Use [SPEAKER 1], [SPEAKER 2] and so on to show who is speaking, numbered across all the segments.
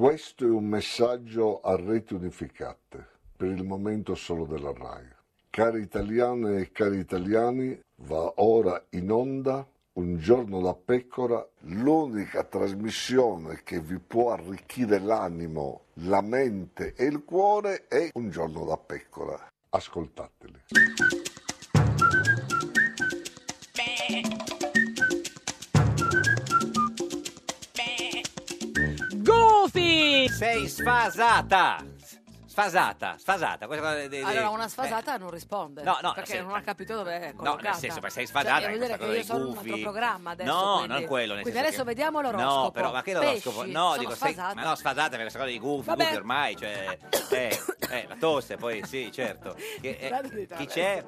[SPEAKER 1] Questo è un messaggio a reti unificate, per il momento solo della RAI. Cari italiane e cari italiani, va ora in onda Un giorno da pecora, l'unica trasmissione che vi può arricchire l'animo, la mente e il cuore è Un giorno da pecora. Ascoltateli.
[SPEAKER 2] Goofy!
[SPEAKER 3] Sei sfasata! Sfasata, sfasata. Questa cosa de- de-
[SPEAKER 4] Allora, una sfasata non risponde.
[SPEAKER 3] Eh, No, no,
[SPEAKER 4] perché
[SPEAKER 3] sì,
[SPEAKER 4] non ha capito dove è
[SPEAKER 3] No,
[SPEAKER 4] collocata.
[SPEAKER 3] nel senso, ma sei sfasata. è
[SPEAKER 4] Cioè, vuol
[SPEAKER 3] questa
[SPEAKER 4] dire che
[SPEAKER 3] cosa
[SPEAKER 4] io
[SPEAKER 3] dei
[SPEAKER 4] sono un
[SPEAKER 3] gufi.
[SPEAKER 4] altro programma adesso.
[SPEAKER 3] No,
[SPEAKER 4] quindi.
[SPEAKER 3] non quello. Nel
[SPEAKER 4] quindi
[SPEAKER 3] senso
[SPEAKER 4] adesso
[SPEAKER 3] che-
[SPEAKER 4] vediamo l'oroscopo.
[SPEAKER 3] No, però, ma che l'oroscopo?
[SPEAKER 4] Pesci,
[SPEAKER 3] no,
[SPEAKER 4] sono
[SPEAKER 3] dico, sei-
[SPEAKER 4] sfasata.
[SPEAKER 3] ma no, sfasata per questa cosa dei gufi,
[SPEAKER 4] Vabbè.
[SPEAKER 3] gufi ormai, cioè, eh, eh, la tosse, poi sì, certo. Che- eh,
[SPEAKER 4] Guardate il
[SPEAKER 3] chi
[SPEAKER 4] traverso.
[SPEAKER 3] c'è?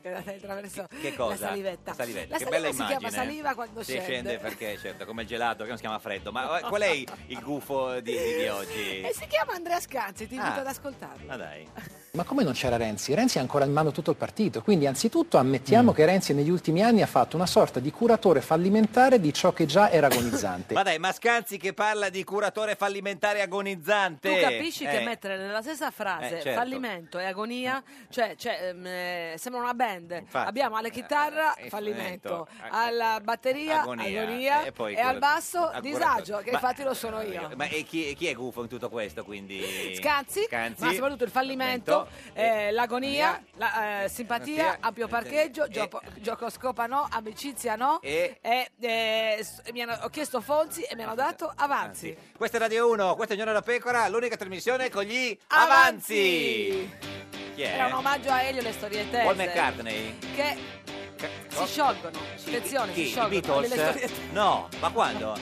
[SPEAKER 4] Guardate il traverso.
[SPEAKER 3] Che cosa?
[SPEAKER 4] La salivetta.
[SPEAKER 3] Salivetta,
[SPEAKER 4] La
[SPEAKER 3] che
[SPEAKER 4] saliva
[SPEAKER 3] bella
[SPEAKER 4] si
[SPEAKER 3] immagine. eh.
[SPEAKER 4] chiama saliva quando
[SPEAKER 3] Sì,
[SPEAKER 4] scende.
[SPEAKER 3] perché, certo, come il gelato che non si chiama freddo. Ma eh, qual è il il gufo di, di- di oggi?
[SPEAKER 4] E si chiama Andrea Scanzi, ti invito
[SPEAKER 3] Ah.
[SPEAKER 4] ad ascoltarlo.
[SPEAKER 3] Ma dai.
[SPEAKER 5] Ma come non c'era Renzi? Renzi ha ancora in mano tutto il partito, quindi anzitutto ammettiamo che Renzi negli ultimi anni ha fatto una sorta di curatore fallimentare di ciò che già era agonizzante.
[SPEAKER 3] Ma dai, Mascanzi che parla di curatore fallimentare agonizzante.
[SPEAKER 4] Tu capisci che
[SPEAKER 3] Eh,
[SPEAKER 4] mettere nella stessa frase
[SPEAKER 3] Eh, certo.
[SPEAKER 4] fallimento e agonia, cioè, cioè, ehm, eh, sembra una band.
[SPEAKER 3] Infatti.
[SPEAKER 4] Abbiamo alla chitarra
[SPEAKER 3] Eh, eh,
[SPEAKER 4] fallimento,
[SPEAKER 3] fallimento, ag-
[SPEAKER 4] alla batteria agonia,
[SPEAKER 3] agonia,
[SPEAKER 4] e,
[SPEAKER 3] e poi
[SPEAKER 4] al
[SPEAKER 3] quello-
[SPEAKER 4] basso
[SPEAKER 3] accurato.
[SPEAKER 4] disagio, che
[SPEAKER 3] Ma- eh,
[SPEAKER 4] infatti lo sono io.
[SPEAKER 3] Ma e chi, e chi è gufo in tutto questo? Quindi...
[SPEAKER 4] Scanzi, ma soprattutto il fallimento, eh, l'agonia, la eh, simpatia,
[SPEAKER 3] simpatia,
[SPEAKER 4] ampio parcheggio, gioco, gioco scopa no, amicizia no.
[SPEAKER 3] eh, E-
[SPEAKER 4] e, eh, s- mi hanno- ho chiesto Fonzi e mi hanno dato avanzi.
[SPEAKER 3] Questa è Radio 1, questa è Giorno da Pecora, l'unica trasmissione con gli
[SPEAKER 4] Avanzi!
[SPEAKER 3] avanzi. Chi è?
[SPEAKER 4] Era un omaggio a Elio e le storie tese.
[SPEAKER 3] Paul McCartney?
[SPEAKER 4] Che si sciolgono. Attenzione,
[SPEAKER 3] Chi?
[SPEAKER 4] si
[SPEAKER 3] I
[SPEAKER 4] sciolgono. Le storie
[SPEAKER 3] Beatles? eh? No, ma quando?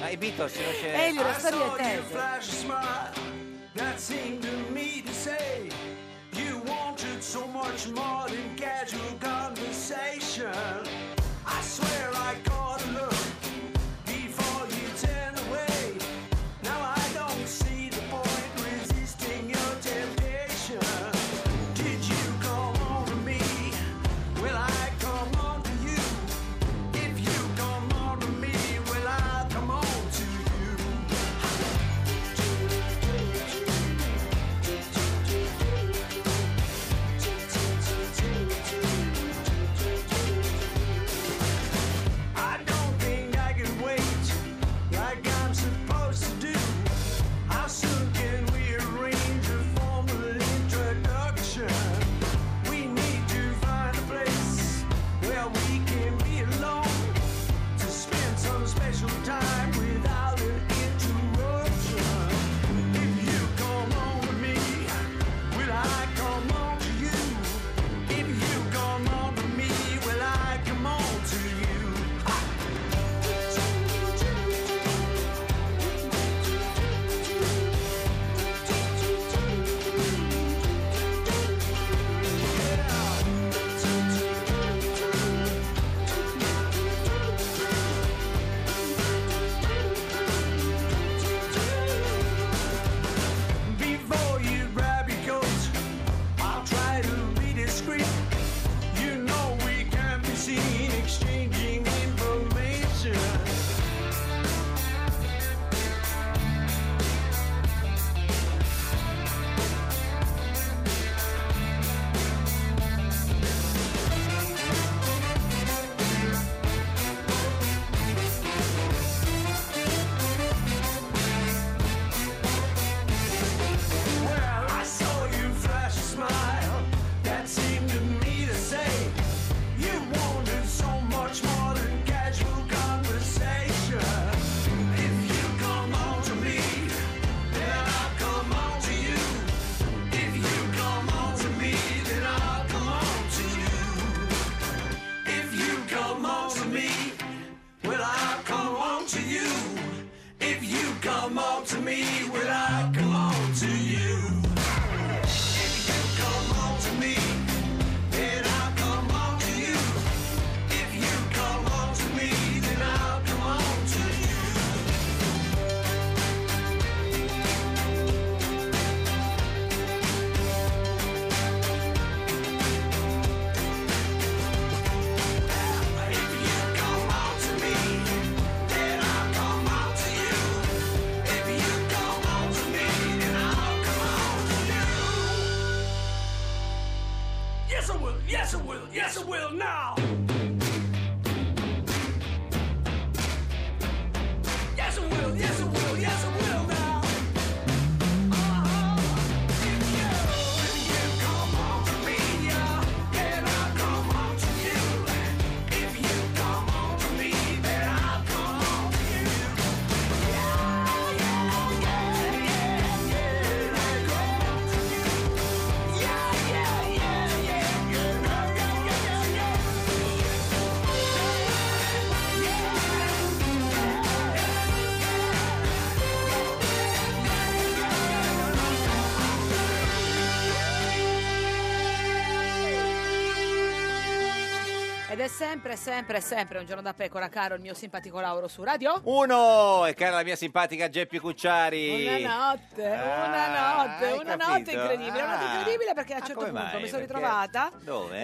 [SPEAKER 3] Ma i Beatles non c'è... Ah,
[SPEAKER 4] Elio, le storie tese.
[SPEAKER 6] flash a smile that seemed to me to say you wanted so much more than casual conversation. I swear I caught a look before you turned away. Now I don't see the point resisting your temptation. Did you come on to me? Will I come on to you? If you come on to me, will I come on to you? I don't think I can wait like I'm supposed to do. How soon can we arrange a formal introduction? We need to find a place where we can be alone to spend some special time without an interruption. If you come on to me, will I come on to you? If you come on to me, will I come on to you? Before you grab your coat, I'll try to be discreet. You know we can't be seen exchanging information. Well, I saw you flash a smile that seemed to me to say you wanted so much more than casual conversation. If you come on to me, then I'll come on to you. If you come on to me, then I'll come on to you. If you come on to me, will I come on to you? If you come on to me, will I come on to you? If you come on to me, then I'll come on to you. If you come on to me, then I'll come on to you. If you come on to me, then I'll come on to you. If you come Yes, I will. Yes, I will now. Yes, I will. Yes, I will. Yes, I will now. Uh-huh.
[SPEAKER 4] Ed è sempre, sempre, sempre un giorno da pecora, caro il mio simpatico Lauro su radio.
[SPEAKER 3] Uno, e cara la mia simpatica Geppi Cucciari.
[SPEAKER 4] Una notte,
[SPEAKER 3] Ah,
[SPEAKER 4] una notte,
[SPEAKER 3] hai
[SPEAKER 4] una
[SPEAKER 3] capito?
[SPEAKER 4] notte incredibile, una notte
[SPEAKER 3] Ah.
[SPEAKER 4] incredibile perché a un certo
[SPEAKER 3] come
[SPEAKER 4] punto
[SPEAKER 3] mai?
[SPEAKER 4] mi sono
[SPEAKER 3] Perché?
[SPEAKER 4] ritrovata
[SPEAKER 3] Dove?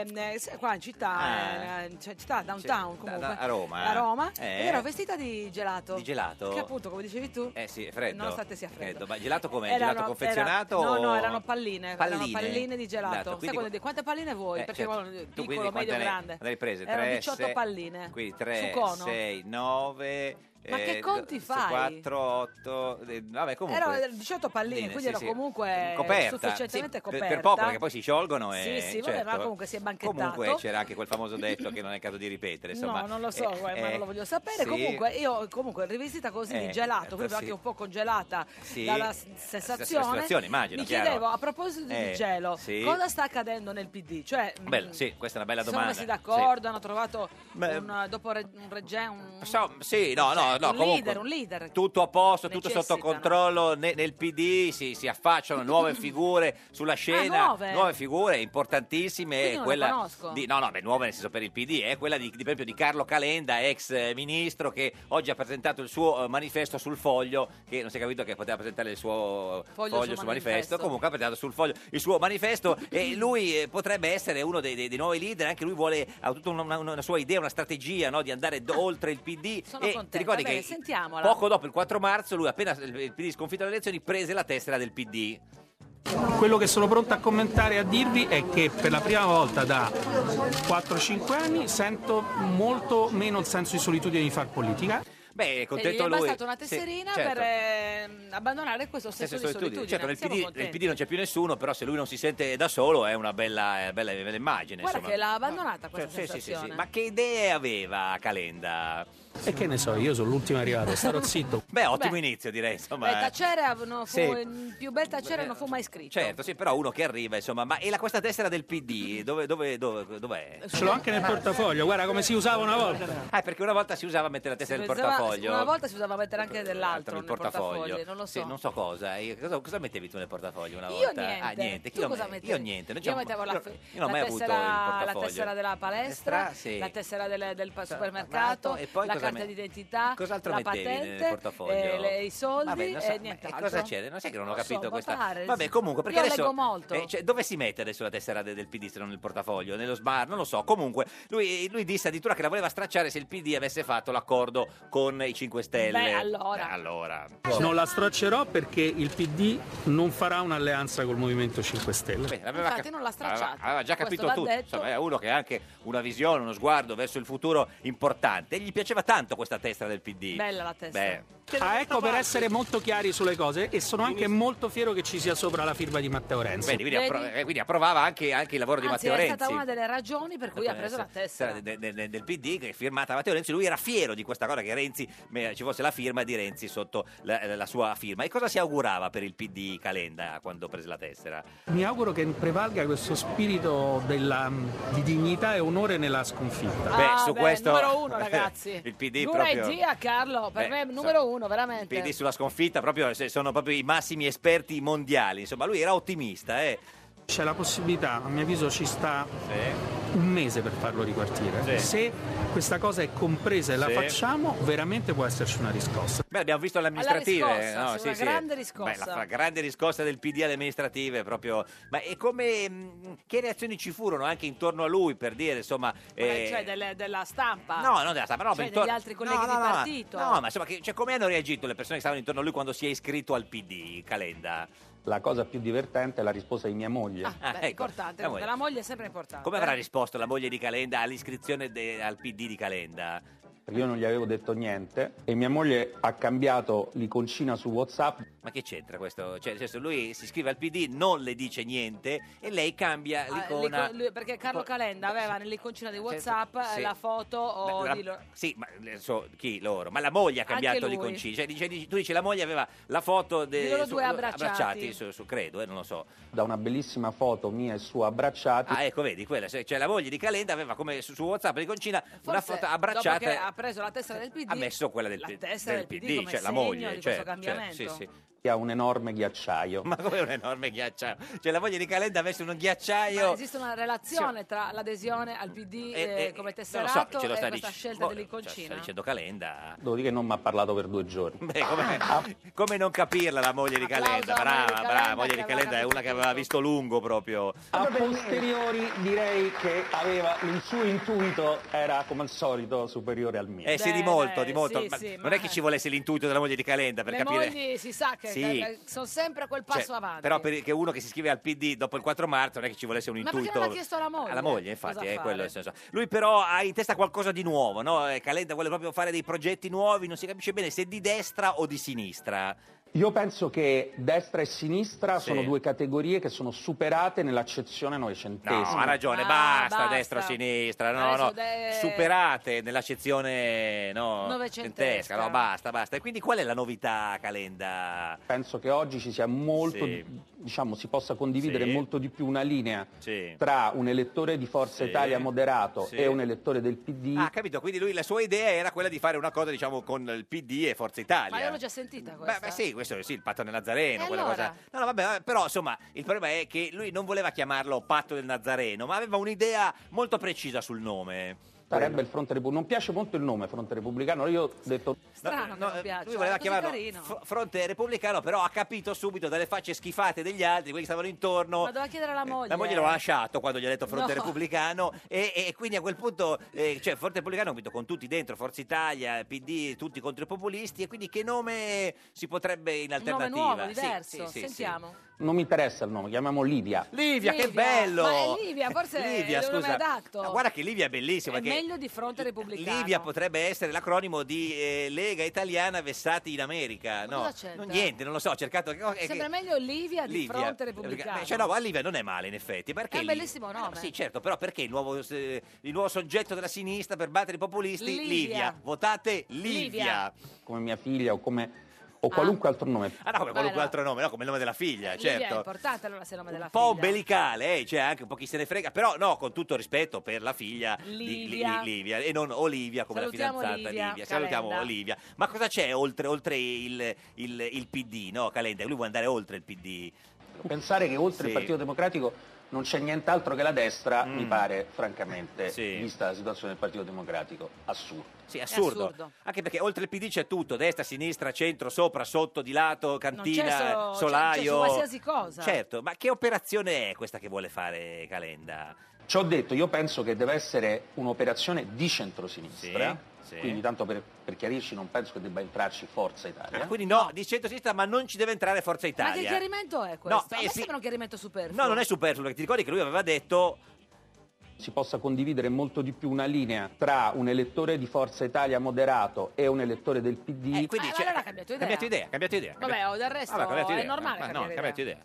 [SPEAKER 4] ehm, eh, se- qua in città,
[SPEAKER 3] Ah.
[SPEAKER 4] eh, in c- città downtown
[SPEAKER 3] da-
[SPEAKER 4] comunque,
[SPEAKER 3] da- a Roma.
[SPEAKER 4] a Roma
[SPEAKER 3] Eh.
[SPEAKER 4] ed ero vestita di gelato.
[SPEAKER 3] Di gelato?
[SPEAKER 4] Che appunto, come dicevi tu,
[SPEAKER 3] Eh sì, è freddo.
[SPEAKER 4] Nonostante sia freddo.
[SPEAKER 3] Ma gelato com'è?
[SPEAKER 4] erano-
[SPEAKER 3] gelato confezionato?
[SPEAKER 4] era- no, no,
[SPEAKER 3] o-
[SPEAKER 4] erano palline, erano
[SPEAKER 3] Palline?
[SPEAKER 4] palline di gelato.
[SPEAKER 3] Esatto,
[SPEAKER 4] Sai
[SPEAKER 3] quindi-
[SPEAKER 4] quando dici, quante palline vuoi?
[SPEAKER 3] Eh,
[SPEAKER 4] Perché
[SPEAKER 3] certo.
[SPEAKER 4] quello
[SPEAKER 3] Tu quindi
[SPEAKER 4] piccolo,
[SPEAKER 3] quante
[SPEAKER 4] medio,
[SPEAKER 3] ne-
[SPEAKER 4] grande.
[SPEAKER 3] ne hai prese?
[SPEAKER 4] Erano
[SPEAKER 3] Tre,
[SPEAKER 4] 18
[SPEAKER 3] sei-
[SPEAKER 4] palline.
[SPEAKER 3] Quindi
[SPEAKER 4] su
[SPEAKER 3] 3,
[SPEAKER 4] cono.
[SPEAKER 3] 6, 9...
[SPEAKER 4] Ma
[SPEAKER 3] eh,
[SPEAKER 4] che conti fai?
[SPEAKER 3] 4, 8... eh, Vabbè, comunque...
[SPEAKER 4] Erano 18 palline, quindi
[SPEAKER 3] sì,
[SPEAKER 4] ero
[SPEAKER 3] sì.
[SPEAKER 4] comunque
[SPEAKER 3] Coperta.
[SPEAKER 4] eh, sufficientemente
[SPEAKER 3] Sì, per-
[SPEAKER 4] coperta.
[SPEAKER 3] Per poco, perché poi si sciolgono e...
[SPEAKER 4] Sì, sì, vabbè,
[SPEAKER 3] certo.
[SPEAKER 4] ma comunque si è banchettato.
[SPEAKER 3] Comunque c'era anche quel famoso detto che non è caso di ripetere, insomma.
[SPEAKER 4] Esatto. no, non lo so,
[SPEAKER 3] Eh,
[SPEAKER 4] guarda, ma
[SPEAKER 3] eh,
[SPEAKER 4] non lo voglio sapere.
[SPEAKER 3] sì.
[SPEAKER 4] Comunque, io comunque rivestita così di
[SPEAKER 3] Eh,
[SPEAKER 4] gelato, proprio
[SPEAKER 3] sì.
[SPEAKER 4] anche un po' congelata
[SPEAKER 3] Sì.
[SPEAKER 4] dalla s-
[SPEAKER 3] La
[SPEAKER 4] sensazione.
[SPEAKER 3] situazione, immagino,
[SPEAKER 4] mi
[SPEAKER 3] chiaro.
[SPEAKER 4] chiedevo a proposito
[SPEAKER 3] Eh,
[SPEAKER 4] di gelo,
[SPEAKER 3] sì.
[SPEAKER 4] cosa sta accadendo nel PD? Cioè, mh,
[SPEAKER 3] Bella, sì, questa è una bella
[SPEAKER 4] si sono
[SPEAKER 3] domanda.
[SPEAKER 4] messi
[SPEAKER 3] Sì.
[SPEAKER 4] d'accordo, hanno trovato
[SPEAKER 3] Beh,
[SPEAKER 4] un, eh, dopo Re- un Regge, un,
[SPEAKER 3] So- sì, no, no, no,
[SPEAKER 4] un
[SPEAKER 3] comunque,
[SPEAKER 4] leader, un leader.
[SPEAKER 3] Tutto a posto, tutto
[SPEAKER 4] Necessitano.
[SPEAKER 3] sotto controllo ne- nel PD, si, si affacciano nuove figure sulla scena,
[SPEAKER 4] Ah, nuove?
[SPEAKER 3] figure importantissime.
[SPEAKER 4] Quindi
[SPEAKER 3] è
[SPEAKER 4] non le
[SPEAKER 3] quella
[SPEAKER 4] conosco.
[SPEAKER 3] di, no, no, beh, nuove nel senso per il PD, è quella di, di- per esempio di Carlo Calenda, ex eh, ministro, che oggi ha presentato il suo eh, manifesto sul foglio, che non si è capito che poteva presentare il suo eh,
[SPEAKER 7] Foglio
[SPEAKER 3] foglio,
[SPEAKER 7] sul
[SPEAKER 3] sul manifesto.
[SPEAKER 7] manifesto.
[SPEAKER 3] comunque ha presentato sul foglio il suo manifesto e lui eh, potrebbe essere uno dei, dei- dei nuovi leader, anche lui vuole, ha tutta una, una- una sua idea, una strategia no, di andare d- oltre il PD.
[SPEAKER 4] Sono
[SPEAKER 3] e
[SPEAKER 4] contenta.
[SPEAKER 3] ti ricordi
[SPEAKER 4] Bene,
[SPEAKER 3] che
[SPEAKER 4] sentiamola. Eh,
[SPEAKER 3] poco dopo il 4 marzo lui appena il il PD sconfitto alle elezioni prese la tessera del PD.
[SPEAKER 8] Quello che sono pronto a commentare e a dirvi è che per la prima volta da 4-5 anni sento molto meno il senso di solitudine di far politica.
[SPEAKER 3] Beh, ecco, è
[SPEAKER 4] E gli
[SPEAKER 3] contento
[SPEAKER 4] è
[SPEAKER 3] lui.
[SPEAKER 4] bastata una
[SPEAKER 3] Sì,
[SPEAKER 4] tesserina
[SPEAKER 3] certo.
[SPEAKER 4] per ehm, abbandonare questo senso
[SPEAKER 3] Senso
[SPEAKER 4] di
[SPEAKER 3] di solitudine.
[SPEAKER 4] solitudine.
[SPEAKER 3] Certo, nel
[SPEAKER 4] Siamo
[SPEAKER 3] PD, nel
[SPEAKER 4] contenti.
[SPEAKER 3] PD non c'è più nessuno, però se lui non si sente da solo è una bella, è una bella- bella immagine.
[SPEAKER 4] Guarda
[SPEAKER 3] insomma.
[SPEAKER 4] che l'ha abbandonata questa
[SPEAKER 3] Cioè, sì, sì, sì, sì.
[SPEAKER 4] sensazione.
[SPEAKER 3] Ma che idee aveva Calenda?
[SPEAKER 8] E che ne so, io sono l'ultimo arrivato, starò zitto.
[SPEAKER 3] Beh, ottimo
[SPEAKER 4] Beh.
[SPEAKER 3] inizio direi, insomma. eh.
[SPEAKER 4] Beh, tacere non fu,
[SPEAKER 3] Sì.
[SPEAKER 4] il più bel tacere non fu mai scritto.
[SPEAKER 3] Certo, sì, però uno che arriva, insomma, ma e la questa tessera del PD, dove, dove, dove, dov'è?
[SPEAKER 8] Ce l'ho anche nel portafoglio, guarda come si usava una volta.
[SPEAKER 3] Ah, perché una volta si usava mettere la tessera nel
[SPEAKER 4] Pensava-
[SPEAKER 3] portafoglio. Eh,
[SPEAKER 4] Una volta si usava mettere anche
[SPEAKER 3] Altro
[SPEAKER 4] dell'altro nel
[SPEAKER 3] nel portafoglio.
[SPEAKER 4] portafoglio, non lo so.
[SPEAKER 3] Sì, non so cosa. Io- cosa. cosa mettevi tu nel portafoglio una
[SPEAKER 4] Io
[SPEAKER 3] volta?
[SPEAKER 4] niente.
[SPEAKER 3] Ah, niente. Chi
[SPEAKER 4] Tu
[SPEAKER 3] lo
[SPEAKER 4] cosa
[SPEAKER 3] met-
[SPEAKER 4] mettevi?
[SPEAKER 3] Io niente. non
[SPEAKER 4] Io
[SPEAKER 3] c'ho-
[SPEAKER 4] mettevo la,
[SPEAKER 3] io- io non ho
[SPEAKER 4] la
[SPEAKER 3] mai avuto il
[SPEAKER 4] tessera, la
[SPEAKER 3] portafoglio.
[SPEAKER 4] tessera della palestra,
[SPEAKER 3] Palestra, sì.
[SPEAKER 4] la tessera del, del pa- supermercato,
[SPEAKER 3] e poi
[SPEAKER 4] la
[SPEAKER 3] cosa
[SPEAKER 4] carta
[SPEAKER 3] me-
[SPEAKER 4] d'identità,
[SPEAKER 3] Cos'altro
[SPEAKER 4] la
[SPEAKER 3] mettevi nel
[SPEAKER 4] patente,
[SPEAKER 3] portafoglio?
[SPEAKER 4] eh, le- i soldi
[SPEAKER 3] Vabbè, non so-
[SPEAKER 4] e
[SPEAKER 3] ma-
[SPEAKER 4] niente.
[SPEAKER 3] e cosa c'è? Non sai che non ho
[SPEAKER 4] Lo so,
[SPEAKER 3] capito
[SPEAKER 4] ma
[SPEAKER 3] questa.
[SPEAKER 4] pare,
[SPEAKER 3] Vabbè,
[SPEAKER 4] sì.
[SPEAKER 3] comunque perché
[SPEAKER 4] Io
[SPEAKER 3] adesso
[SPEAKER 4] leggo molto.
[SPEAKER 3] eh, cioè, dove si mette adesso la tessera de- del PD se non nel portafoglio? Nello sbar, non lo so. Comunque lui, lui disse addirittura che la voleva stracciare se il PD avesse fatto l'accordo con i 5 Stelle.
[SPEAKER 4] Beh, allora. Cioè,
[SPEAKER 3] Eh, allora.
[SPEAKER 8] Non la straccerò perché il PD non farà un'alleanza col Movimento 5 Stelle.
[SPEAKER 3] Aveva
[SPEAKER 4] Infatti
[SPEAKER 3] cap-
[SPEAKER 4] non l'ha stracciata.
[SPEAKER 3] Aveva, aveva già
[SPEAKER 4] Questo
[SPEAKER 3] capito
[SPEAKER 4] l'ha
[SPEAKER 3] tutto.
[SPEAKER 4] detto.
[SPEAKER 3] Insomma, è uno che ha anche una visione, uno sguardo verso il futuro importante. E gli piaceva tanto questa tessera del PD.
[SPEAKER 4] Bella la tessera.
[SPEAKER 3] Beh,
[SPEAKER 8] Ah, ecco per essere molto chiari sulle cose e sono anche molto fiero che ci sia sopra la firma di Matteo Renzi.
[SPEAKER 3] vedi, quindi,
[SPEAKER 4] Vedi?
[SPEAKER 3] appro- eh, quindi approvava anche, anche il lavoro di
[SPEAKER 4] Anzi,
[SPEAKER 3] Matteo
[SPEAKER 4] è
[SPEAKER 3] Renzi.
[SPEAKER 4] stata una delle ragioni per cui ha preso la tessera.
[SPEAKER 3] de- de- de- Del, PD che è firmata da Matteo Renzi, lui era fiero di questa cosa che Renzi eh, ci fosse la firma di Renzi sotto la, la sua firma. E cosa si augurava per il PD Calenda quando prese la tessera?
[SPEAKER 8] Mi auguro che prevalga questo spirito della- di dignità e onore nella sconfitta.
[SPEAKER 3] Beh, su questo-
[SPEAKER 4] Ah, numero uno ragazzi
[SPEAKER 3] Il PD
[SPEAKER 4] Dura
[SPEAKER 3] proprio-
[SPEAKER 4] regia Carlo per
[SPEAKER 3] Beh,
[SPEAKER 4] me è
[SPEAKER 3] insomma,
[SPEAKER 4] numero uno
[SPEAKER 3] Il
[SPEAKER 4] veramente
[SPEAKER 3] PD sulla sconfitta proprio, se- sono proprio i massimi esperti mondiali. Insomma, lui era ottimista, eh.
[SPEAKER 8] C'è la possibilità, a mio avviso ci sta un mese per farlo ripartire.
[SPEAKER 3] Sì.
[SPEAKER 8] Se questa cosa è compresa e la
[SPEAKER 3] Sì.
[SPEAKER 8] facciamo, veramente può esserci una riscossa.
[SPEAKER 3] Beh, abbiamo visto le amministrative.
[SPEAKER 4] Alla riscossa,
[SPEAKER 3] no?
[SPEAKER 4] sì, una grande riscossa.
[SPEAKER 3] Beh, la fra- grande riscossa del PD alle amministrative, proprio. Ma e come. mh, Che reazioni ci furono anche intorno a lui per dire, insomma. eh,
[SPEAKER 4] cioè delle- della stampa
[SPEAKER 3] No, no, della stampa, no,
[SPEAKER 4] cioè
[SPEAKER 3] intorno-
[SPEAKER 4] degli altri colleghi
[SPEAKER 3] no,
[SPEAKER 4] di
[SPEAKER 3] no, no, ma-
[SPEAKER 4] partito
[SPEAKER 3] No, ma insomma, che- cioè, come hanno reagito le persone che stavano intorno a lui quando si è iscritto al PD, Calenda?
[SPEAKER 7] La cosa più divertente è la risposta di mia moglie.
[SPEAKER 3] Ah,
[SPEAKER 4] Beh,
[SPEAKER 3] ecco,
[SPEAKER 4] importante,
[SPEAKER 3] la
[SPEAKER 4] comunque,
[SPEAKER 3] moglie.
[SPEAKER 4] la moglie è sempre importante.
[SPEAKER 3] Come avrà
[SPEAKER 4] eh.
[SPEAKER 3] risposto la moglie di Calenda all'iscrizione de- al PD di Calenda?
[SPEAKER 7] Perché io non gli avevo detto niente e mia moglie ha cambiato l'iconcina su WhatsApp.
[SPEAKER 3] Ma che c'entra questo? Cioè, nel senso, lui si iscrive al PD, non le dice niente e lei cambia
[SPEAKER 4] Ah,
[SPEAKER 3] l'icona.
[SPEAKER 4] l'ico- lui- perché Carlo Calenda aveva nell'iconcina di WhatsApp eh,
[SPEAKER 3] sì.
[SPEAKER 4] la foto o
[SPEAKER 3] La-
[SPEAKER 4] di lo-
[SPEAKER 3] Sì, ma eh, so, chi loro? Ma la moglie ha
[SPEAKER 4] Anche
[SPEAKER 3] cambiato
[SPEAKER 4] lui.
[SPEAKER 3] l'iconcina. Cioè, dice- dice- tu dici la moglie aveva la foto de-
[SPEAKER 4] Di loro due abbracciati.
[SPEAKER 3] su, su- credo, eh, non lo so.
[SPEAKER 7] Da una bellissima foto mia e sua abbracciati.
[SPEAKER 3] Ah, ecco, vedi, quella, cioè cioè, la moglie di Calenda aveva come su, su WhatsApp l'iconcina una
[SPEAKER 4] Forse
[SPEAKER 3] foto
[SPEAKER 4] Dopo che
[SPEAKER 3] abbracciata.
[SPEAKER 4] ha preso la testa del PD,
[SPEAKER 3] Ha messo quella del,
[SPEAKER 4] la
[SPEAKER 3] P-
[SPEAKER 4] testa del PD, come
[SPEAKER 3] cioè la
[SPEAKER 4] segno
[SPEAKER 3] moglie,
[SPEAKER 4] di questo
[SPEAKER 3] certo, certo,
[SPEAKER 4] cambiamento.
[SPEAKER 3] sì, sì.
[SPEAKER 7] Che ha un enorme ghiacciaio.
[SPEAKER 3] Ma come un enorme ghiacciaio? Cioè, la moglie di Calenda ha messo un
[SPEAKER 4] Ma
[SPEAKER 3] ghiacciaio.
[SPEAKER 4] esiste una relazione tra l'adesione al PD eh,
[SPEAKER 3] eh,
[SPEAKER 4] come
[SPEAKER 3] Non lo
[SPEAKER 4] tesserato
[SPEAKER 3] so, ce lo
[SPEAKER 4] e
[SPEAKER 3] sta
[SPEAKER 4] questa
[SPEAKER 3] dicendo. cioè,
[SPEAKER 4] scelta dell'iconcina?
[SPEAKER 3] Boh, sta dicendo Calenda.
[SPEAKER 7] Devo dire che non mi ha parlato per due giorni.
[SPEAKER 3] Beh, come,
[SPEAKER 4] Ah.
[SPEAKER 3] come non capirla la moglie di Calenda?
[SPEAKER 7] alla moglie di
[SPEAKER 3] Brava, brava. La
[SPEAKER 7] Calenda
[SPEAKER 3] moglie
[SPEAKER 7] che
[SPEAKER 3] di
[SPEAKER 7] aveva
[SPEAKER 3] Calenda è una che aveva visto lungo proprio.
[SPEAKER 7] A posteriori direi che aveva il suo intuito era come al solito superiore al mio.
[SPEAKER 3] Eh sì, di molto, di molto.
[SPEAKER 4] sì,
[SPEAKER 3] Ma
[SPEAKER 4] sì,
[SPEAKER 3] non è che ci volesse l'intuito della moglie di Calenda per
[SPEAKER 4] Le
[SPEAKER 3] capire.
[SPEAKER 4] mogli si sa che
[SPEAKER 3] Sì.
[SPEAKER 4] che sono sempre a quel passo
[SPEAKER 3] Cioè,
[SPEAKER 4] avanti.
[SPEAKER 3] Però per, che uno che si iscrive al PD dopo il 4 marzo non è che ci volesse un
[SPEAKER 4] Ma perché
[SPEAKER 3] intuito.
[SPEAKER 4] non l'ha chiesto alla moglie?
[SPEAKER 3] Alla moglie, infatti,
[SPEAKER 4] Cosa
[SPEAKER 3] è
[SPEAKER 4] fare?
[SPEAKER 3] quello il senso. Lui però ha in testa qualcosa di nuovo, no? Eh, Calenda vuole proprio fare dei progetti nuovi, non si capisce bene se di destra o di sinistra.
[SPEAKER 7] Io penso che destra e sinistra
[SPEAKER 3] Sì.
[SPEAKER 7] sono due categorie che sono superate nell'accezione
[SPEAKER 3] No,
[SPEAKER 7] novecentesima.
[SPEAKER 3] ha ragione,
[SPEAKER 4] Ah,
[SPEAKER 3] basta, destra sinistra, no,
[SPEAKER 7] Adesso
[SPEAKER 3] no,
[SPEAKER 7] de-
[SPEAKER 3] superate nell'accezione no,
[SPEAKER 7] Novecentesca.
[SPEAKER 3] novecentesca, no, basta, basta. E quindi qual è la novità, Calenda?
[SPEAKER 7] Penso che oggi ci sia molto,
[SPEAKER 3] Sì.
[SPEAKER 7] diciamo, si possa condividere
[SPEAKER 3] Sì.
[SPEAKER 7] molto di più una linea
[SPEAKER 3] Sì.
[SPEAKER 7] tra un elettore di Forza
[SPEAKER 3] Sì.
[SPEAKER 7] Italia moderato
[SPEAKER 3] Sì.
[SPEAKER 7] e un elettore del PD.
[SPEAKER 3] Ah, capito, quindi lui, la sua idea era quella di fare una cosa, diciamo, con il PD e Forza
[SPEAKER 4] Ma io
[SPEAKER 3] Italia.
[SPEAKER 4] l'ho già sentita
[SPEAKER 3] eh. Beh,
[SPEAKER 4] questa.
[SPEAKER 3] beh, sì, questo sì, il patto del Nazareno,
[SPEAKER 4] E
[SPEAKER 3] quella
[SPEAKER 4] allora?
[SPEAKER 3] cosa. No, no, vabbè, eh, però insomma, il problema è che lui non voleva chiamarlo patto del Nazareno, ma aveva un'idea molto precisa sul nome.
[SPEAKER 7] Sarebbe il Fronte Repu- Non piace molto il nome Fronte Repubblicano, io ho detto...
[SPEAKER 4] Strano che non piaccia.
[SPEAKER 3] eh, Lui voleva
[SPEAKER 4] è così
[SPEAKER 3] chiamarlo
[SPEAKER 4] carino.
[SPEAKER 3] Fr- Fronte Repubblicano, però ha capito subito dalle facce schifate degli altri, quelli che stavano intorno.
[SPEAKER 4] Ma doveva chiedere alla moglie.
[SPEAKER 3] La moglie lo ha lasciato quando gli ha detto Fronte
[SPEAKER 4] No.
[SPEAKER 3] Repubblicano e, e quindi a quel punto, eh, cioè Fronte Repubblicano capito, con tutti dentro, Forza Italia, PD, tutti contro i populisti e quindi che nome si potrebbe in
[SPEAKER 4] Un nome
[SPEAKER 3] alternativa?
[SPEAKER 4] nuovo,
[SPEAKER 3] Sì,
[SPEAKER 4] diverso.
[SPEAKER 3] sì, sì, sì.
[SPEAKER 4] Sentiamo.
[SPEAKER 7] Non mi interessa il nome, chiamiamo Livia.
[SPEAKER 3] Livia, che
[SPEAKER 4] Livia.
[SPEAKER 3] bello!
[SPEAKER 4] Ma è Livia, forse
[SPEAKER 3] Livia,
[SPEAKER 4] è il nome
[SPEAKER 3] scusa.
[SPEAKER 4] adatto.
[SPEAKER 3] Ma guarda che Livia è bellissima.
[SPEAKER 4] È
[SPEAKER 3] che
[SPEAKER 4] meglio di fronte repubblicano.
[SPEAKER 3] Livia potrebbe essere l'acronimo di eh, Lega Italiana Vessati in America. no,
[SPEAKER 4] cosa c'entra?
[SPEAKER 3] non- niente, non lo so, ho cercato. che- che-
[SPEAKER 4] Sembra meglio Livia di
[SPEAKER 3] Livia.
[SPEAKER 4] fronte repubblicano.
[SPEAKER 3] Beh, Cioè, no, ma Livia non è male, in effetti. Perché
[SPEAKER 4] È un
[SPEAKER 3] Li-
[SPEAKER 4] bellissimo
[SPEAKER 3] Eh,
[SPEAKER 4] nome.
[SPEAKER 3] no, sì, certo, però perché il nuovo, eh, il nuovo soggetto della sinistra per battere i populisti?
[SPEAKER 4] Livia.
[SPEAKER 3] Votate
[SPEAKER 4] Livia.
[SPEAKER 3] Livia.
[SPEAKER 7] Come mia figlia o come... O qualunque altro nome.
[SPEAKER 3] Ah, no, come qualunque altro nome, no, come il nome della figlia, certo.
[SPEAKER 4] Livia è importante allora se è il nome della
[SPEAKER 3] un po'
[SPEAKER 4] figlia.
[SPEAKER 3] ombelicale, eh, cioè anche un po' chi se ne frega, però no, con tutto rispetto per la figlia di Li-
[SPEAKER 4] Livia.
[SPEAKER 3] Li- Livia e non Olivia come la
[SPEAKER 4] Salutiamo
[SPEAKER 3] fidanzata
[SPEAKER 4] Livia
[SPEAKER 3] Livia. Salutiamo
[SPEAKER 4] Calenda.
[SPEAKER 3] Olivia. Ma cosa c'è oltre, oltre il, il- il PD, no, Calenda? Lui vuole andare oltre il PD.
[SPEAKER 7] Pensare che oltre
[SPEAKER 3] Sì. Mm.
[SPEAKER 7] il Partito Democratico non c'è nient'altro che la destra, mi pare, francamente, vista la situazione del Partito Democratico, assurdo.
[SPEAKER 3] Sì, assurdo.
[SPEAKER 7] assurdo.
[SPEAKER 3] Anche perché oltre il PD c'è tutto, destra, sinistra, centro, sopra, sotto, di lato,
[SPEAKER 4] Non c'è
[SPEAKER 3] cantina,
[SPEAKER 4] solo,
[SPEAKER 3] solaio.
[SPEAKER 4] c'è- c'è su qualsiasi cosa.
[SPEAKER 3] Certo, ma che operazione è questa che vuole fare Calenda?
[SPEAKER 7] Ci ho detto, io penso che deve essere un'operazione di centrosinistra,
[SPEAKER 3] Sì, sì.
[SPEAKER 7] quindi tanto per, per chiarirci non penso che debba entrarci Forza Italia.
[SPEAKER 3] Ah, quindi no, di centro-sinistra, ma non ci deve entrare Forza
[SPEAKER 4] Ma
[SPEAKER 3] Italia.
[SPEAKER 4] che chiarimento è questo?
[SPEAKER 3] beh,
[SPEAKER 4] A me
[SPEAKER 3] eh, sì.
[SPEAKER 4] sembra un chiarimento superfluo.
[SPEAKER 3] No, non è superfluo, perché ti ricordi che lui aveva detto
[SPEAKER 7] Si possa condividere molto di più una linea tra un elettore di Forza Italia moderato e un elettore del PD.
[SPEAKER 3] Eh, quindi
[SPEAKER 4] Ah, ma allora ha cambiato idea.
[SPEAKER 3] cambiato idea, cambiato idea.
[SPEAKER 4] Vabbè, o del resto
[SPEAKER 3] Vabbè, cambiate
[SPEAKER 4] è
[SPEAKER 3] idea.
[SPEAKER 4] normale
[SPEAKER 3] Ah, Ma no,
[SPEAKER 4] cambiare
[SPEAKER 3] cambiate idea.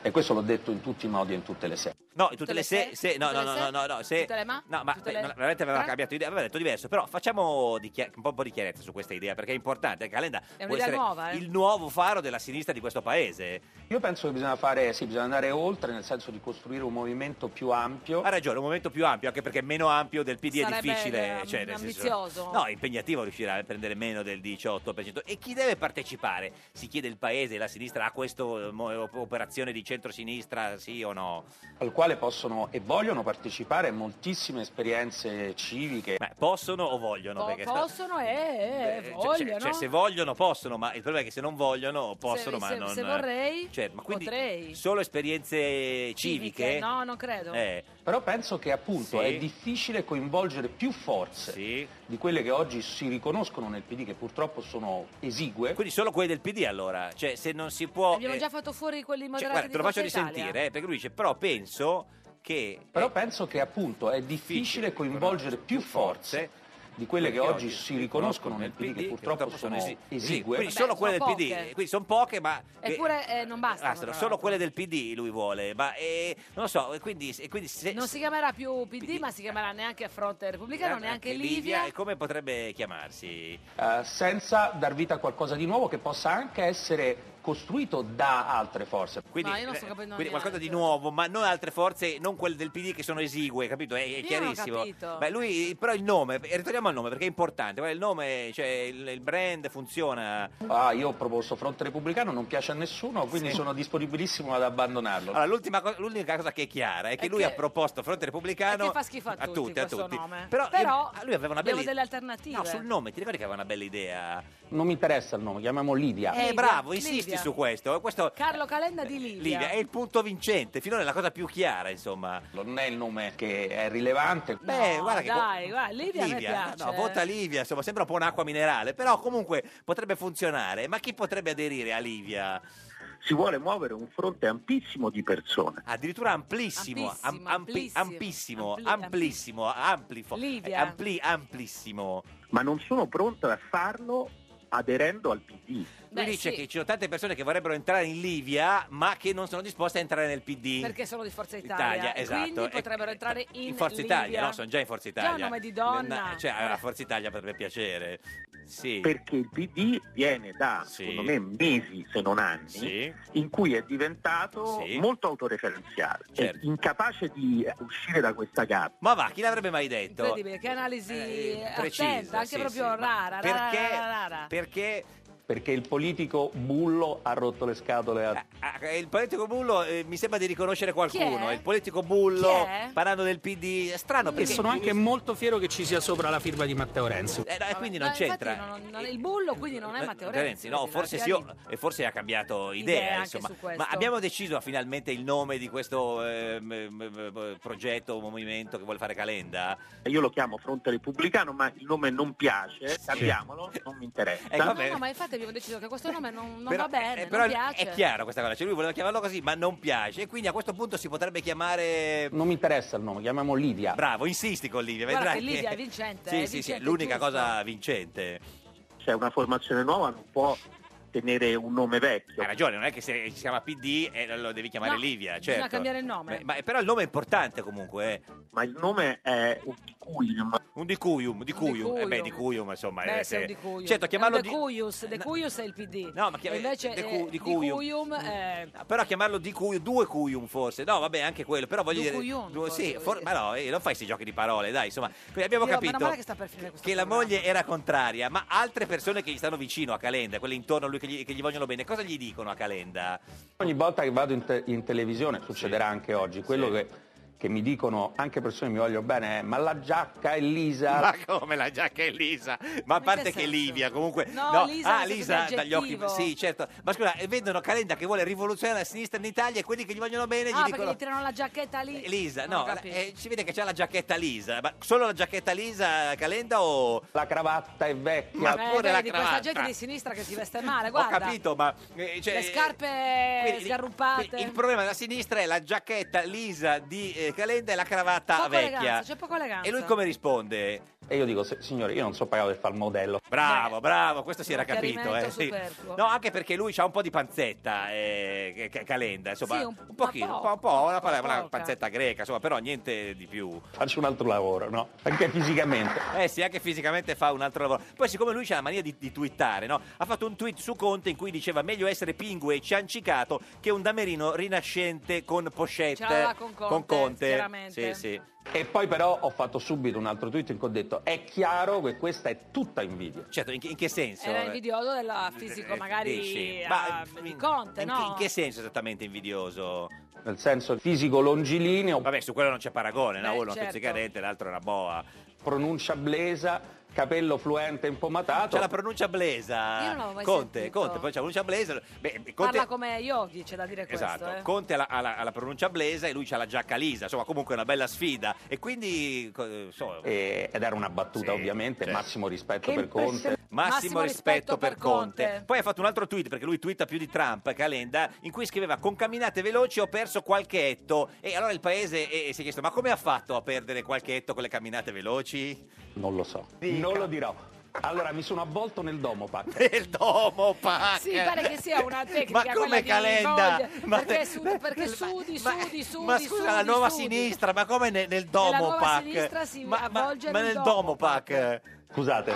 [SPEAKER 7] E questo l'ho detto in tutti i modi e in tutte le sedi.
[SPEAKER 3] No, in tutte le se, se- no, no,
[SPEAKER 4] Tutte
[SPEAKER 3] no,
[SPEAKER 4] le
[SPEAKER 3] no,
[SPEAKER 4] se?
[SPEAKER 3] no, no, se,
[SPEAKER 4] Tutte le ma?
[SPEAKER 3] no, ma beh,
[SPEAKER 4] Tutte le
[SPEAKER 3] no, veramente aveva
[SPEAKER 4] tre?
[SPEAKER 3] cambiato idea, aveva detto diverso, però facciamo di chi- un, po', un po' di chiarezza su questa idea, perché è importante, Calenda
[SPEAKER 4] È
[SPEAKER 3] può
[SPEAKER 4] un'idea
[SPEAKER 3] essere
[SPEAKER 4] nuova, eh.
[SPEAKER 3] il nuovo faro della sinistra di questo paese.
[SPEAKER 7] Io penso che bisogna fare, sì, bisogna andare oltre, nel senso di costruire un movimento più ampio.
[SPEAKER 3] Ha ragione, un momento più ampio, anche perché meno ampio del PD è
[SPEAKER 4] Sarebbe,
[SPEAKER 3] difficile.
[SPEAKER 4] eh,
[SPEAKER 3] cioè, nel senso-
[SPEAKER 4] ambizioso.
[SPEAKER 3] no, è impegnativo riuscire a prendere meno del 18%. E chi deve partecipare? Si eh, chiede il paese, la sinistra, a questa operazione di centrosinistra, sì o no?
[SPEAKER 7] Al quale possono e vogliono partecipare moltissime esperienze civiche.
[SPEAKER 3] possono o vogliono?
[SPEAKER 4] Po-
[SPEAKER 3] Perché sta-
[SPEAKER 4] possono e e-
[SPEAKER 3] Cioè,
[SPEAKER 4] vogliono.
[SPEAKER 3] cioè, se vogliono possono, ma il problema è che se non vogliono possono,
[SPEAKER 4] Se-
[SPEAKER 3] ma
[SPEAKER 4] se-
[SPEAKER 3] non...
[SPEAKER 4] se vorrei,
[SPEAKER 3] Cioè, ma quindi
[SPEAKER 4] potrei.
[SPEAKER 3] solo esperienze civiche?
[SPEAKER 4] No, non credo.
[SPEAKER 3] Eh,
[SPEAKER 7] Però penso che appunto
[SPEAKER 3] Sì.
[SPEAKER 7] è difficile coinvolgere più forze di quelle che oggi si riconoscono nel PD, che purtroppo sono esigue.
[SPEAKER 3] Quindi solo quelle del PD allora, cioè se non si può...
[SPEAKER 4] Abbiamo
[SPEAKER 3] eh,
[SPEAKER 4] già fatto fuori quelli
[SPEAKER 3] cioè, guarda,
[SPEAKER 4] moderati di
[SPEAKER 3] te lo faccio
[SPEAKER 4] Forza Italia.
[SPEAKER 3] risentire, eh, perché lui dice, però penso che...
[SPEAKER 7] Però penso che appunto è difficile coinvolgere più forze di quelle che oggi si riconoscono nel PD, che purtroppo sono
[SPEAKER 3] esi-
[SPEAKER 7] esigue.
[SPEAKER 3] Quindi solo quelle del
[SPEAKER 4] sono
[SPEAKER 3] PD,
[SPEAKER 4] poche.
[SPEAKER 3] quindi sono poche, ma... che-
[SPEAKER 4] Eppure eh, non basta.
[SPEAKER 3] bastano, solo quelle del PD lui vuole, ma eh, non lo so, e quindi, e quindi se,
[SPEAKER 4] Non si chiamerà più PD, ma si chiamerà neanche Fronte Repubblicano, neanche Livia.
[SPEAKER 3] e come potrebbe chiamarsi?
[SPEAKER 7] eh, senza dar vita a qualcosa di nuovo che possa anche essere costruito da altre forze.
[SPEAKER 3] Quindi,
[SPEAKER 4] Ma io non sto
[SPEAKER 3] eh,
[SPEAKER 4] capendo
[SPEAKER 3] quindi
[SPEAKER 4] niente.
[SPEAKER 3] qualcosa di nuovo, ma non altre forze, non quelle del PD che sono esigue, capito? È, è
[SPEAKER 4] ho
[SPEAKER 3] chiarissimo.
[SPEAKER 4] capito.
[SPEAKER 3] Beh, lui, però il nome, eh, ritorniamo al nome perché è importante. Guarda, il nome, cioè il, il brand funziona.
[SPEAKER 7] Ah, io ho proposto Fronte Repubblicano, non piace a nessuno, quindi
[SPEAKER 3] Sì.
[SPEAKER 7] sono disponibilissimo ad abbandonarlo.
[SPEAKER 3] Allora, l'ultima, co- l'unica cosa che è chiara è che lui ha proposto Fronte Repubblicano
[SPEAKER 4] e che fa schifo a tutti
[SPEAKER 3] a
[SPEAKER 4] questo
[SPEAKER 3] tutti.
[SPEAKER 4] nome.
[SPEAKER 3] Però, io-
[SPEAKER 4] Però
[SPEAKER 3] ah, lui aveva una bella
[SPEAKER 4] abbiamo
[SPEAKER 3] idea.
[SPEAKER 4] delle alternative.
[SPEAKER 3] No, sul nome, ti ricordi che aveva una bella idea?
[SPEAKER 7] Non mi interessa il nome, chiamiamo Lidia.
[SPEAKER 3] Eh, bravo, insisti
[SPEAKER 4] Livia.
[SPEAKER 3] su questo. eh, questo
[SPEAKER 4] Carlo Calenda di Livia.
[SPEAKER 3] Livia, eh, è il punto vincente, finora è la cosa più chiara, insomma.
[SPEAKER 7] Non è il nome che è rilevante.
[SPEAKER 3] Beh,
[SPEAKER 4] No,
[SPEAKER 3] guarda che
[SPEAKER 4] dai, guarda, Livia, mi
[SPEAKER 3] Livia,
[SPEAKER 4] piace.
[SPEAKER 3] no, vota Livia, insomma, sembra un po' un'acqua minerale, però comunque potrebbe funzionare. Ma chi potrebbe aderire a Livia?
[SPEAKER 9] si vuole muovere un fronte ampissimo di persone.
[SPEAKER 3] Addirittura amplissimo, am- ampi-
[SPEAKER 9] amplissimo,
[SPEAKER 3] ampissimo, amplissimo, amplifo,
[SPEAKER 9] Livia.
[SPEAKER 3] eh, ampli, amplissimo.
[SPEAKER 9] Ma non sono pronto a farlo aderendo al PD.
[SPEAKER 3] Lui dice che ci sono tante persone che vorrebbero entrare in Livia, ma che non sono disposte a entrare nel PD.
[SPEAKER 4] Perché sono di Forza
[SPEAKER 3] Italia,
[SPEAKER 4] Italia.
[SPEAKER 3] esatto.
[SPEAKER 4] Quindi
[SPEAKER 3] E-
[SPEAKER 4] potrebbero entrare in,
[SPEAKER 3] in Forza
[SPEAKER 4] Livia.
[SPEAKER 3] Italia, no? Sono già in Forza
[SPEAKER 4] Già
[SPEAKER 3] Italia.
[SPEAKER 4] un nome di donna.
[SPEAKER 3] No, Cioè, a Forza Italia potrebbe piacere. Sì.
[SPEAKER 9] Perché il PD viene da, secondo me, mesi se non anni, in cui è diventato
[SPEAKER 3] Sì.
[SPEAKER 9] molto autoreferenziale, è
[SPEAKER 3] Certo.
[SPEAKER 9] incapace di eh, uscire da questa gabbia.
[SPEAKER 3] Ma va, chi l'avrebbe mai detto?
[SPEAKER 4] Incredibile, che analisi
[SPEAKER 3] Eh, precisa,
[SPEAKER 4] attenta, anche
[SPEAKER 3] sì,
[SPEAKER 4] proprio
[SPEAKER 3] sì, ma
[SPEAKER 4] rara, rara,
[SPEAKER 3] perché- Eh,
[SPEAKER 4] rara, rara.
[SPEAKER 3] Perché
[SPEAKER 7] Perché il politico bullo ha rotto le scatole a
[SPEAKER 3] Ah, eh, Il politico bullo eh, mi sembra di riconoscere qualcuno. Il politico bullo,
[SPEAKER 8] Chi è?
[SPEAKER 3] parlando del PD, Eh, strano
[SPEAKER 9] Eh,
[SPEAKER 8] E
[SPEAKER 3] perché.
[SPEAKER 8] sono anche molto fiero che ci sia sopra la firma di Matteo Renzi.
[SPEAKER 3] Eh, no, e quindi non
[SPEAKER 4] No, infatti
[SPEAKER 3] c'entra.
[SPEAKER 4] non- non- il bullo quindi non è Matteo Renzi.
[SPEAKER 3] no,
[SPEAKER 4] quindi
[SPEAKER 3] forse
[SPEAKER 4] la
[SPEAKER 3] sì,
[SPEAKER 4] via
[SPEAKER 3] o- e forse ha cambiato idea,
[SPEAKER 4] Idea anche
[SPEAKER 3] insomma.
[SPEAKER 4] su questo.
[SPEAKER 3] Ma abbiamo deciso finalmente il nome di questo ehm, ehm, ehm, progetto, movimento che vuole fare Calenda?
[SPEAKER 9] Io lo chiamo Fronte Repubblicano, ma il nome non piace, cambiamolo, non mi interessa.
[SPEAKER 3] Eh, vabbè.
[SPEAKER 4] lì. No, no, ma infatti abbiamo deciso che questo nome non, non
[SPEAKER 3] Però-
[SPEAKER 4] va bene,
[SPEAKER 3] eh, però
[SPEAKER 4] non piace.
[SPEAKER 3] è chiaro questa cosa, cioè lui voleva chiamarlo così, ma non piace, e quindi a questo punto si potrebbe chiamare.
[SPEAKER 7] Non mi interessa il nome, chiamiamo Lidia.
[SPEAKER 3] Bravo, insisti con Livia,
[SPEAKER 4] Guarda
[SPEAKER 3] vedrai.
[SPEAKER 4] che Livia è vincente,
[SPEAKER 3] Sì,
[SPEAKER 4] è
[SPEAKER 3] sì, sì,
[SPEAKER 4] vincente,
[SPEAKER 3] è l'unica
[SPEAKER 4] giusto.
[SPEAKER 3] cosa vincente.
[SPEAKER 9] Cioè una formazione nuova non può tenere un nome vecchio.
[SPEAKER 3] Hai ragione, non è che se si chiama PD eh, lo devi chiamare
[SPEAKER 4] No,
[SPEAKER 3] Livia,
[SPEAKER 4] bisogna
[SPEAKER 3] certo.
[SPEAKER 4] cambiare il nome.
[SPEAKER 3] Beh, ma- però il nome è importante comunque. eh.
[SPEAKER 9] Ma il nome è un dicuium.
[SPEAKER 3] Un dicuium, dicuium. Eh, beh,
[SPEAKER 4] dicuium.
[SPEAKER 3] dicuium, insomma.
[SPEAKER 4] Beh,
[SPEAKER 3] eh,
[SPEAKER 4] sei
[SPEAKER 3] se-
[SPEAKER 4] un decuium.
[SPEAKER 3] Certo, chiamarlo
[SPEAKER 4] È un
[SPEAKER 3] di-
[SPEAKER 4] decuius, decuius è il PD.
[SPEAKER 3] No, ma chiam-
[SPEAKER 4] E invece
[SPEAKER 3] decu-
[SPEAKER 4] eh,
[SPEAKER 3] decuium.
[SPEAKER 4] decuium è...
[SPEAKER 3] Però chiamarlo dicuium, due cuium forse. No, vabbè, anche quello. Però voglio
[SPEAKER 4] Ducuium,
[SPEAKER 3] dire... due- sì, for- ma no, eh, non fai questi giochi di parole, dai, insomma. Quindi abbiamo
[SPEAKER 4] Dio,
[SPEAKER 3] capito...
[SPEAKER 4] Meno male che sta per finire questo
[SPEAKER 3] che la
[SPEAKER 4] programma.
[SPEAKER 3] moglie era contraria, ma altre persone che gli stanno vicino a Calenda, quelle intorno a lui che gli, che gli vogliono bene, cosa gli dicono a Calenda?
[SPEAKER 7] Ogni volta che vado in, te- in televisione, succederà anche oggi, quello che, che mi dicono anche persone che mi vogliono bene è ma la giacca è lisa.
[SPEAKER 3] Ma come la giacca è lisa? Ma a parte che Livia, comunque.
[SPEAKER 7] No, Lisa
[SPEAKER 3] ah,
[SPEAKER 7] nel senso
[SPEAKER 3] Lisa
[SPEAKER 7] di
[SPEAKER 3] dagli occhi.
[SPEAKER 7] aggettivo.
[SPEAKER 3] Sì, certo. Ma scusa, e vedono Calenda che vuole rivoluzionare la sinistra in Italia e quelli che gli vogliono bene gli
[SPEAKER 4] Ah, perché
[SPEAKER 3] dicono.
[SPEAKER 4] gli tirano la giacchetta lì.
[SPEAKER 3] Lisa,
[SPEAKER 4] Non ho
[SPEAKER 3] no, la-
[SPEAKER 4] capito.
[SPEAKER 3] eh, si vede che c'ha la giacchetta lisa, ma solo la giacchetta lisa Calenda o.
[SPEAKER 7] La cravatta è vecchia.
[SPEAKER 3] Ma
[SPEAKER 4] Eh,
[SPEAKER 3] pure la
[SPEAKER 4] vedi, questa gente
[SPEAKER 3] cravatta.
[SPEAKER 4] di sinistra che si veste male,
[SPEAKER 3] Ho
[SPEAKER 4] guarda.
[SPEAKER 3] capito, ma. eh, cioè,
[SPEAKER 4] Le
[SPEAKER 7] Eh,
[SPEAKER 4] scarpe
[SPEAKER 3] quindi-
[SPEAKER 4] sgarruppate.
[SPEAKER 3] Il problema della sinistra è la giacchetta lisa di eh, Calenda e la cravatta
[SPEAKER 4] Poco
[SPEAKER 3] vecchia.
[SPEAKER 4] eleganza, c'è poco eleganza.
[SPEAKER 3] E lui come risponde?
[SPEAKER 7] E io dico, "Se- signore, io non so pagato per fare il modello.
[SPEAKER 3] Bravo, bravo, questo si era capito.
[SPEAKER 7] chiarimento
[SPEAKER 3] eh, sì.
[SPEAKER 7] superfluo.
[SPEAKER 3] No, anche perché lui ha un po' di panzetta, eh, che- che- Calenda, insomma,
[SPEAKER 7] Sì,
[SPEAKER 3] un,
[SPEAKER 7] un-
[SPEAKER 3] pochino,
[SPEAKER 7] ma
[SPEAKER 3] un
[SPEAKER 7] poco,
[SPEAKER 3] po', un po', una, pala- una
[SPEAKER 7] poca.
[SPEAKER 3] panzetta greca, insomma, però niente di più.
[SPEAKER 7] Faccio un altro lavoro, no? Anche fisicamente.
[SPEAKER 3] Eh sì, anche fisicamente fa un altro lavoro. Poi siccome lui c'ha la mania di, di twittare, no? ha fatto un tweet su Conte in cui diceva meglio essere pingue e ciancicato che un damerino rinascente con pochette.
[SPEAKER 4] C'era con Conte,
[SPEAKER 3] Sì,
[SPEAKER 4] chiaramente.
[SPEAKER 3] sì.
[SPEAKER 7] E poi però ho fatto subito un altro tweet in cui ho detto, è chiaro che questa è tutta invidia.
[SPEAKER 3] Certo, in che, in che senso?
[SPEAKER 4] Era invidioso del fisico
[SPEAKER 3] Eh,
[SPEAKER 4] magari
[SPEAKER 3] dici.
[SPEAKER 4] ah,
[SPEAKER 3] Ma,
[SPEAKER 4] di Conte,
[SPEAKER 3] in,
[SPEAKER 4] no?
[SPEAKER 3] in che senso esattamente invidioso?
[SPEAKER 7] nel senso fisico longilineo.
[SPEAKER 3] Vabbè, su quello non c'è paragone, no?
[SPEAKER 7] Beh,
[SPEAKER 3] uno è un
[SPEAKER 7] certo.
[SPEAKER 3] stuzzicadente, l'altro è una boa.
[SPEAKER 7] pronuncia blesa, capello fluente impomatato.
[SPEAKER 3] C'è la pronuncia blesa.
[SPEAKER 10] Io non l'avevo mai
[SPEAKER 3] Conte,
[SPEAKER 10] sentito.
[SPEAKER 3] Conte, poi c'è la pronuncia blesa. Beh, Conte,
[SPEAKER 10] Parla come Yogi, c'è da dire
[SPEAKER 3] esatto,
[SPEAKER 10] questo. eh.
[SPEAKER 3] Conte ha la, ha la- ha la pronuncia blesa e lui ha la giacca lisa, insomma comunque è una bella sfida. E quindi... co- insomma,
[SPEAKER 7] E- ed era una battuta ovviamente,
[SPEAKER 3] certo.
[SPEAKER 7] massimo rispetto
[SPEAKER 3] Che
[SPEAKER 7] per Conte.
[SPEAKER 3] impression- Massimo Massimo rispetto rispetto per per Conte. Poi ha fatto un altro tweet, perché lui twitta più di Trump, Calenda, in cui scriveva con camminate veloci ho perso qualche etto. E allora il paese eh, si è chiesto, ma come ha fatto a perdere qualche etto con le camminate veloci?
[SPEAKER 7] Non lo so. Non lo dirò. Allora mi sono avvolto nel domopac.
[SPEAKER 3] Nel domopac!
[SPEAKER 4] Sì, pare che sia una tecnica
[SPEAKER 7] Ma come
[SPEAKER 4] quella di
[SPEAKER 7] Calenda?
[SPEAKER 4] Voglia,
[SPEAKER 7] Ma
[SPEAKER 4] perché,
[SPEAKER 7] te-
[SPEAKER 4] su- perché sudi, sudi, sudi,
[SPEAKER 3] Ma scusa,
[SPEAKER 4] sudi,
[SPEAKER 3] la nuova
[SPEAKER 4] sudi.
[SPEAKER 3] sinistra, ma come ne- nel
[SPEAKER 4] Nella
[SPEAKER 3] domopac?
[SPEAKER 4] nuova sinistra si
[SPEAKER 3] ma, ma-
[SPEAKER 4] avvolge
[SPEAKER 3] ma
[SPEAKER 4] nel
[SPEAKER 3] nel
[SPEAKER 4] domo.
[SPEAKER 3] domopac?
[SPEAKER 7] Scusate,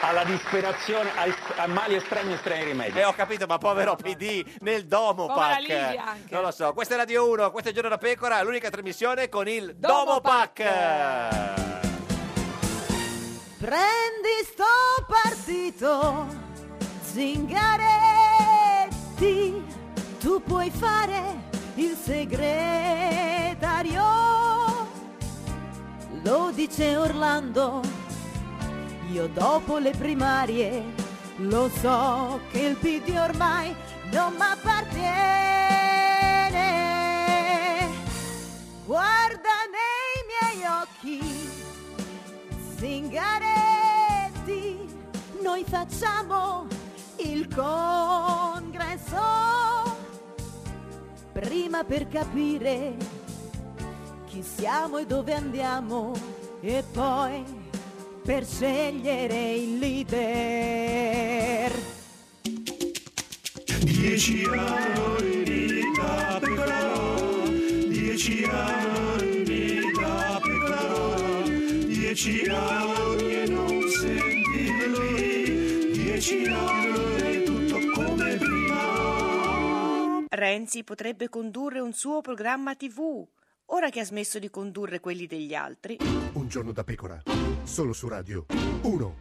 [SPEAKER 7] alla disperazione, ai- a, mali estremi estremi rimedi.
[SPEAKER 3] Eh, ho capito, ma povero PD nel
[SPEAKER 7] Povera
[SPEAKER 3] domopac.
[SPEAKER 7] Livia anche.
[SPEAKER 3] Non lo so. Questa è Radio 1, questo è Giorno da Pecora, l'unica trasmissione con il
[SPEAKER 6] Domopac.
[SPEAKER 3] domopac.
[SPEAKER 11] Prendi sto partito, Zingaretti, tu puoi fare il segretario, lo dice Orlando, io dopo le primarie lo so che il PD ormai non mi appartiene, guarda nei miei occhi. Zingaretti, noi facciamo il congresso prima per capire chi siamo e dove andiamo e poi per scegliere il leader.
[SPEAKER 6] Dieci anni da pecora, dieci anni da pecora, dieci anni e non sentirli, dieci anni tutto come prima.
[SPEAKER 12] Renzi potrebbe condurre un suo programma TV, ora che ha smesso di condurre quelli degli altri.
[SPEAKER 13] Un giorno da pecora, solo su Radio 1.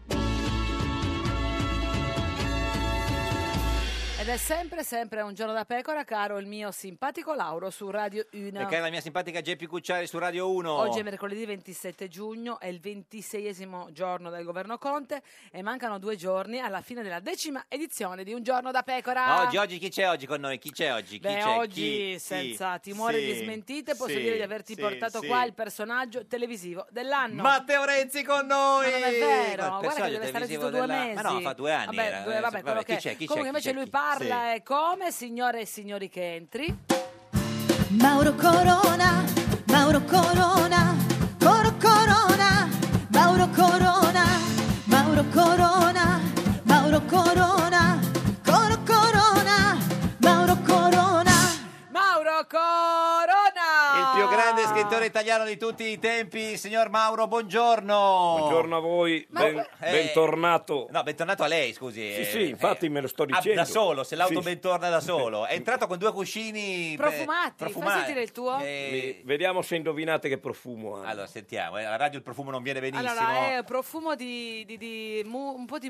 [SPEAKER 4] Ed è sempre, sempre un giorno da pecora, caro il mio simpatico Lauro su Radio
[SPEAKER 3] E che è
[SPEAKER 4] 1.
[SPEAKER 3] la mia simpatica Geppi Cucciari su Radio 1.
[SPEAKER 4] Oggi è mercoledì 27 giugno, è il 26esimo giorno del governo Conte e mancano due giorni alla fine della decima edizione di Un giorno da pecora.
[SPEAKER 3] Ma oggi, oggi chi c'è oggi con noi? Chi c'è oggi? Chi
[SPEAKER 4] Beh,
[SPEAKER 3] c'è?
[SPEAKER 4] oggi,
[SPEAKER 3] Chi?
[SPEAKER 4] senza
[SPEAKER 3] Sì.
[SPEAKER 4] timore di
[SPEAKER 3] Sì.
[SPEAKER 4] smentite, posso
[SPEAKER 3] Sì.
[SPEAKER 4] dire di averti
[SPEAKER 3] Sì.
[SPEAKER 4] portato
[SPEAKER 3] Sì.
[SPEAKER 4] qua il personaggio televisivo dell'anno.
[SPEAKER 3] Matteo Renzi con noi!
[SPEAKER 4] Ma non è vero,
[SPEAKER 3] Ma il
[SPEAKER 4] guarda che
[SPEAKER 3] personaggio
[SPEAKER 4] deve stare
[SPEAKER 3] televisivo
[SPEAKER 4] zitto due
[SPEAKER 3] della-
[SPEAKER 4] mesi.
[SPEAKER 3] Ma no, fa due anni
[SPEAKER 4] Vabbè,
[SPEAKER 3] era.
[SPEAKER 4] due-
[SPEAKER 3] Adesso-
[SPEAKER 4] vabbè, quello
[SPEAKER 3] chi
[SPEAKER 4] che-
[SPEAKER 3] c'è? Chi c'è?
[SPEAKER 4] Comunque
[SPEAKER 3] Chi
[SPEAKER 4] invece
[SPEAKER 3] c'è?
[SPEAKER 4] lui
[SPEAKER 3] Chi?
[SPEAKER 4] parla
[SPEAKER 3] Sì.
[SPEAKER 4] è come signore e signori che entri.
[SPEAKER 11] Mauro Corona, Mauro Corona, Coro Corona, Mauro Corona, Mauro Corona, Mauro Corona, Coro Corona, Mauro Corona.
[SPEAKER 4] Mauro Corona!
[SPEAKER 3] Il più grande
[SPEAKER 4] Ah.
[SPEAKER 3] scrittore italiano di tutti i tempi, signor Mauro, buongiorno. eh,
[SPEAKER 14] Buongiorno a voi, ben- bentornato.
[SPEAKER 3] No, bentornato a lei, scusi.
[SPEAKER 14] Sì,
[SPEAKER 3] eh,
[SPEAKER 14] sì, infatti me lo sto
[SPEAKER 3] ah,
[SPEAKER 14] dicendo.
[SPEAKER 3] da solo, se l'auto
[SPEAKER 14] Sì.
[SPEAKER 3] bentorna da solo. È entrato con due cuscini beh,
[SPEAKER 4] Profumati, fai
[SPEAKER 3] profumati. Eh,
[SPEAKER 4] sentire il tuo.
[SPEAKER 14] Mi- Vediamo se indovinate che profumo ha.
[SPEAKER 3] Allora, sentiamo, eh, alla radio il profumo non viene benissimo.
[SPEAKER 4] Allora, eh, è profumo di, di- di mu- un po' di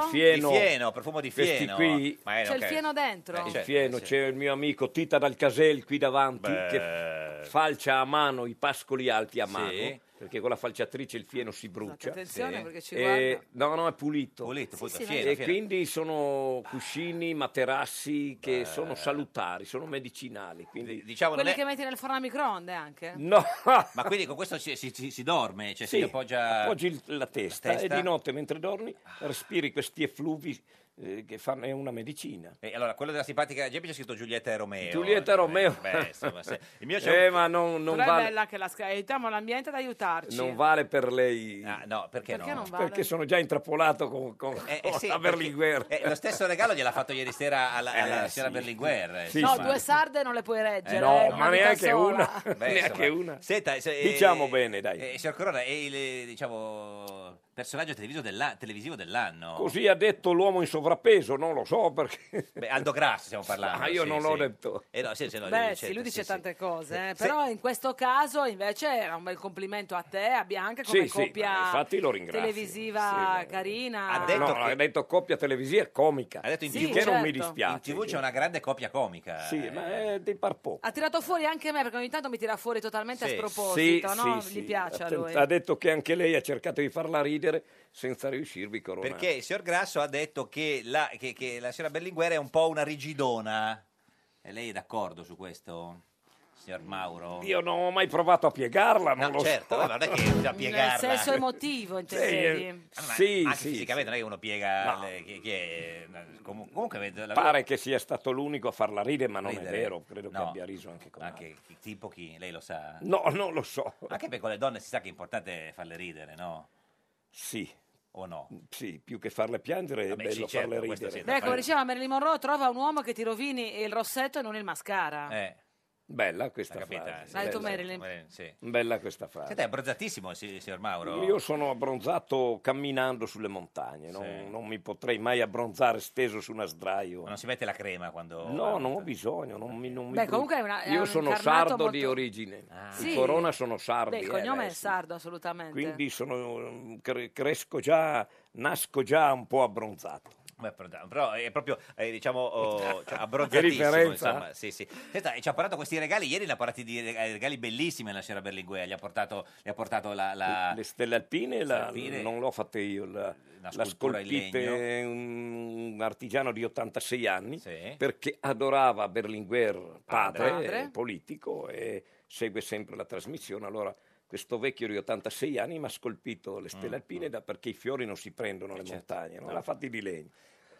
[SPEAKER 14] Di fieno.
[SPEAKER 3] Di fieno, profumo di
[SPEAKER 14] Questi
[SPEAKER 3] fieno.
[SPEAKER 14] qui.
[SPEAKER 3] Ma è- Eh, certo,
[SPEAKER 4] C'è il
[SPEAKER 14] ok. Eh,
[SPEAKER 4] fieno dentro.
[SPEAKER 14] Il fieno, c'è il mio amico Tita Dal Casel qui davanti
[SPEAKER 3] Beh.
[SPEAKER 14] che falcia a mano i pascoli alti a
[SPEAKER 3] Sì.
[SPEAKER 14] mano perché con la falciatrice il fieno si brucia.
[SPEAKER 4] Esatto, attenzione Sì. perché ci
[SPEAKER 14] E- No, no, è pulito.
[SPEAKER 3] pulito, Sì, sì, fieno,
[SPEAKER 14] e
[SPEAKER 3] fieno.
[SPEAKER 14] quindi sono cuscini, materassi che sono salutari, sono medicinali. Quindi...
[SPEAKER 3] Diciamo,
[SPEAKER 4] Quelli che metti nel forno a microonde anche.
[SPEAKER 14] No.
[SPEAKER 3] Ma quindi con questo si, si- si- si dorme, cioè
[SPEAKER 14] Sì,
[SPEAKER 3] si appoggia...
[SPEAKER 14] appoggi il- la, testa,
[SPEAKER 3] testa.
[SPEAKER 14] e di notte mentre dormi respiri questi effluvi eh, che fanno, è una medicina.
[SPEAKER 3] E Eh, allora, quello della simpatica Geppi c'è scritto Giulietta e Romeo.
[SPEAKER 14] Giulietta Romeo.
[SPEAKER 3] Eh, oh, Beh, insomma, se- il mio c'è un-
[SPEAKER 14] eh, ma non, non
[SPEAKER 4] Però è
[SPEAKER 14] vale,
[SPEAKER 4] bella che la scrive. Aiutiamo l'ambiente ad aiutarci.
[SPEAKER 14] non vale per lei.
[SPEAKER 3] Ah, no, perché,
[SPEAKER 4] Perché no? non vale?
[SPEAKER 14] Perché sono già intrappolato con, con,
[SPEAKER 3] Eh, sì,
[SPEAKER 14] con la
[SPEAKER 3] perché-
[SPEAKER 14] Berlinguer.
[SPEAKER 3] eh, lo stesso regalo gliel'ha fatto ieri sera alla,
[SPEAKER 14] Eh,
[SPEAKER 3] alla
[SPEAKER 14] sì.
[SPEAKER 3] signora Berlinguer. eh,
[SPEAKER 14] Sì,
[SPEAKER 4] no,
[SPEAKER 3] insomma.
[SPEAKER 4] due sarde non le puoi reggere.
[SPEAKER 3] Eh, no,
[SPEAKER 4] eh, in
[SPEAKER 3] ma
[SPEAKER 4] una vita
[SPEAKER 3] neanche
[SPEAKER 4] sola.
[SPEAKER 14] una.
[SPEAKER 3] Beh,
[SPEAKER 14] Neanche
[SPEAKER 3] insomma.
[SPEAKER 14] una.
[SPEAKER 3] Senta, se- eh,
[SPEAKER 14] Diciamo bene, dai.
[SPEAKER 3] eh, signor Corona, e il, eh, diciamo Personaggio televisivo della- televisivo dell'anno.
[SPEAKER 14] Così ha detto l'uomo in sovrappeso, non lo so perché...
[SPEAKER 3] Beh, Aldo Grassi stiamo parlando.
[SPEAKER 14] Ah, io
[SPEAKER 3] sì,
[SPEAKER 14] non
[SPEAKER 3] sì.
[SPEAKER 14] l'ho detto.
[SPEAKER 3] Eh, no, sì, sì, no,
[SPEAKER 4] Beh,
[SPEAKER 3] dice-
[SPEAKER 4] sì, lui
[SPEAKER 14] certo,
[SPEAKER 4] dice
[SPEAKER 3] sì, sì.
[SPEAKER 4] tante cose, eh, però in questo caso invece era un bel complimento a te, a Bianca, come
[SPEAKER 14] Sì, sì, ma
[SPEAKER 4] coppia
[SPEAKER 14] infatti lo ringrazio.
[SPEAKER 4] televisiva carina.
[SPEAKER 14] Ha detto, no, ha detto coppia televisiva e comica. Ha detto
[SPEAKER 4] in
[SPEAKER 14] che
[SPEAKER 4] TV.
[SPEAKER 14] non mi
[SPEAKER 4] Sì, certo.
[SPEAKER 14] dispiace.
[SPEAKER 3] In TV c'è una grande coppia comica.
[SPEAKER 14] Sì,
[SPEAKER 3] eh.
[SPEAKER 14] ma è di par poco.
[SPEAKER 4] Ha tirato fuori anche me, perché ogni tanto mi tira fuori totalmente
[SPEAKER 14] Sì,
[SPEAKER 4] a sproposito,
[SPEAKER 14] sì,
[SPEAKER 4] no?
[SPEAKER 14] sì,
[SPEAKER 4] Gli
[SPEAKER 14] sì.
[SPEAKER 4] piace a
[SPEAKER 14] Atten-
[SPEAKER 4] lui.
[SPEAKER 14] Ha detto che anche lei ha cercato di farla ridere senza riuscirvi coronare.
[SPEAKER 3] Perché il signor Grasso ha detto che la, che- che la signora Berlinguer è un po' una rigidona. E lei è d'accordo su questo, signor Mauro?
[SPEAKER 14] Io non ho mai provato a piegarla, non
[SPEAKER 3] No,
[SPEAKER 14] lo
[SPEAKER 3] certo,
[SPEAKER 14] so.
[SPEAKER 3] vabbè, non è che bisogna piegarla. Ah,
[SPEAKER 4] Nel senso emotivo, intendevi?
[SPEAKER 3] Ma
[SPEAKER 14] Sì, eh,
[SPEAKER 3] anche
[SPEAKER 14] sì,
[SPEAKER 3] fisicamente non è che uno piega
[SPEAKER 14] No.
[SPEAKER 3] le- che, che è- comu- comunque avete- l'avevo-
[SPEAKER 14] Pare che sia stato l'unico a farla ridere, ma non
[SPEAKER 3] Ridere.
[SPEAKER 14] è vero. Credo che
[SPEAKER 3] No.
[SPEAKER 14] abbia riso anche con
[SPEAKER 3] anche chi- tipo chi lei lo sa
[SPEAKER 14] No, non lo so.
[SPEAKER 3] anche perché con le donne si sa che è importante farle ridere no
[SPEAKER 14] sì
[SPEAKER 3] o no
[SPEAKER 14] Sì, più che farle piangere è
[SPEAKER 3] Vabbè,
[SPEAKER 14] bello
[SPEAKER 3] sì, certo,
[SPEAKER 14] farle
[SPEAKER 3] questo
[SPEAKER 14] ridere.
[SPEAKER 3] sì,
[SPEAKER 4] Beh, come diceva Marilyn Monroe, trova un uomo che ti rovini il rossetto e non il mascara.
[SPEAKER 14] Eh,
[SPEAKER 3] Eh.
[SPEAKER 14] Bella questa frase.
[SPEAKER 4] L'ha detto
[SPEAKER 14] bella.
[SPEAKER 4] Marilyn.
[SPEAKER 3] sì.
[SPEAKER 14] Bella questa frase.
[SPEAKER 3] siete abbronzatissimo si- signor Mauro
[SPEAKER 14] Io sono abbronzato camminando sulle montagne, non,
[SPEAKER 3] Sì.
[SPEAKER 14] non mi potrei mai abbronzare steso su una sdraio.
[SPEAKER 3] non si mette la crema quando
[SPEAKER 14] No, non ho bisogno, non mi, non mi
[SPEAKER 4] Beh,
[SPEAKER 14] brucia.
[SPEAKER 4] comunque è una- è
[SPEAKER 14] Io
[SPEAKER 4] un
[SPEAKER 14] sono
[SPEAKER 4] incarnato
[SPEAKER 14] sardo di
[SPEAKER 4] molto-
[SPEAKER 14] origine,
[SPEAKER 3] Ah.
[SPEAKER 4] Sì.
[SPEAKER 14] in Corona sono eh, sardo.
[SPEAKER 4] Beh, il cognome è sardo, assolutamente.
[SPEAKER 14] Quindi sono, mm, cre- cresco già, nasco già un po' abbronzato.
[SPEAKER 3] Beh, però- però è proprio eh, diciamo oh, cioè,
[SPEAKER 14] Esatto. Che
[SPEAKER 3] abbronzatissimo
[SPEAKER 14] differenza.
[SPEAKER 3] insomma sì, sì. Senta, e ci ha parlato di questi regali ieri ne ha parlato di reg- regali bellissimi alla signora Berlinguer gli ha portato, gli ha portato la, la-
[SPEAKER 14] Le stelle alpine, la-
[SPEAKER 3] Stelle alpine.
[SPEAKER 14] non l'ho fatta io, la, la
[SPEAKER 3] scultura in
[SPEAKER 14] scolpite un artigiano di 86 anni perché adorava Berlinguer padre,
[SPEAKER 3] Padre.
[SPEAKER 14] eh, politico e segue sempre la trasmissione. Allora questo vecchio di 86 anni mi ha scolpito le stelle
[SPEAKER 3] Mm, Eh, certo.
[SPEAKER 14] alpine da- perché i fiori non si prendono le montagne, non
[SPEAKER 3] No.
[SPEAKER 14] l'ha fatti di legno.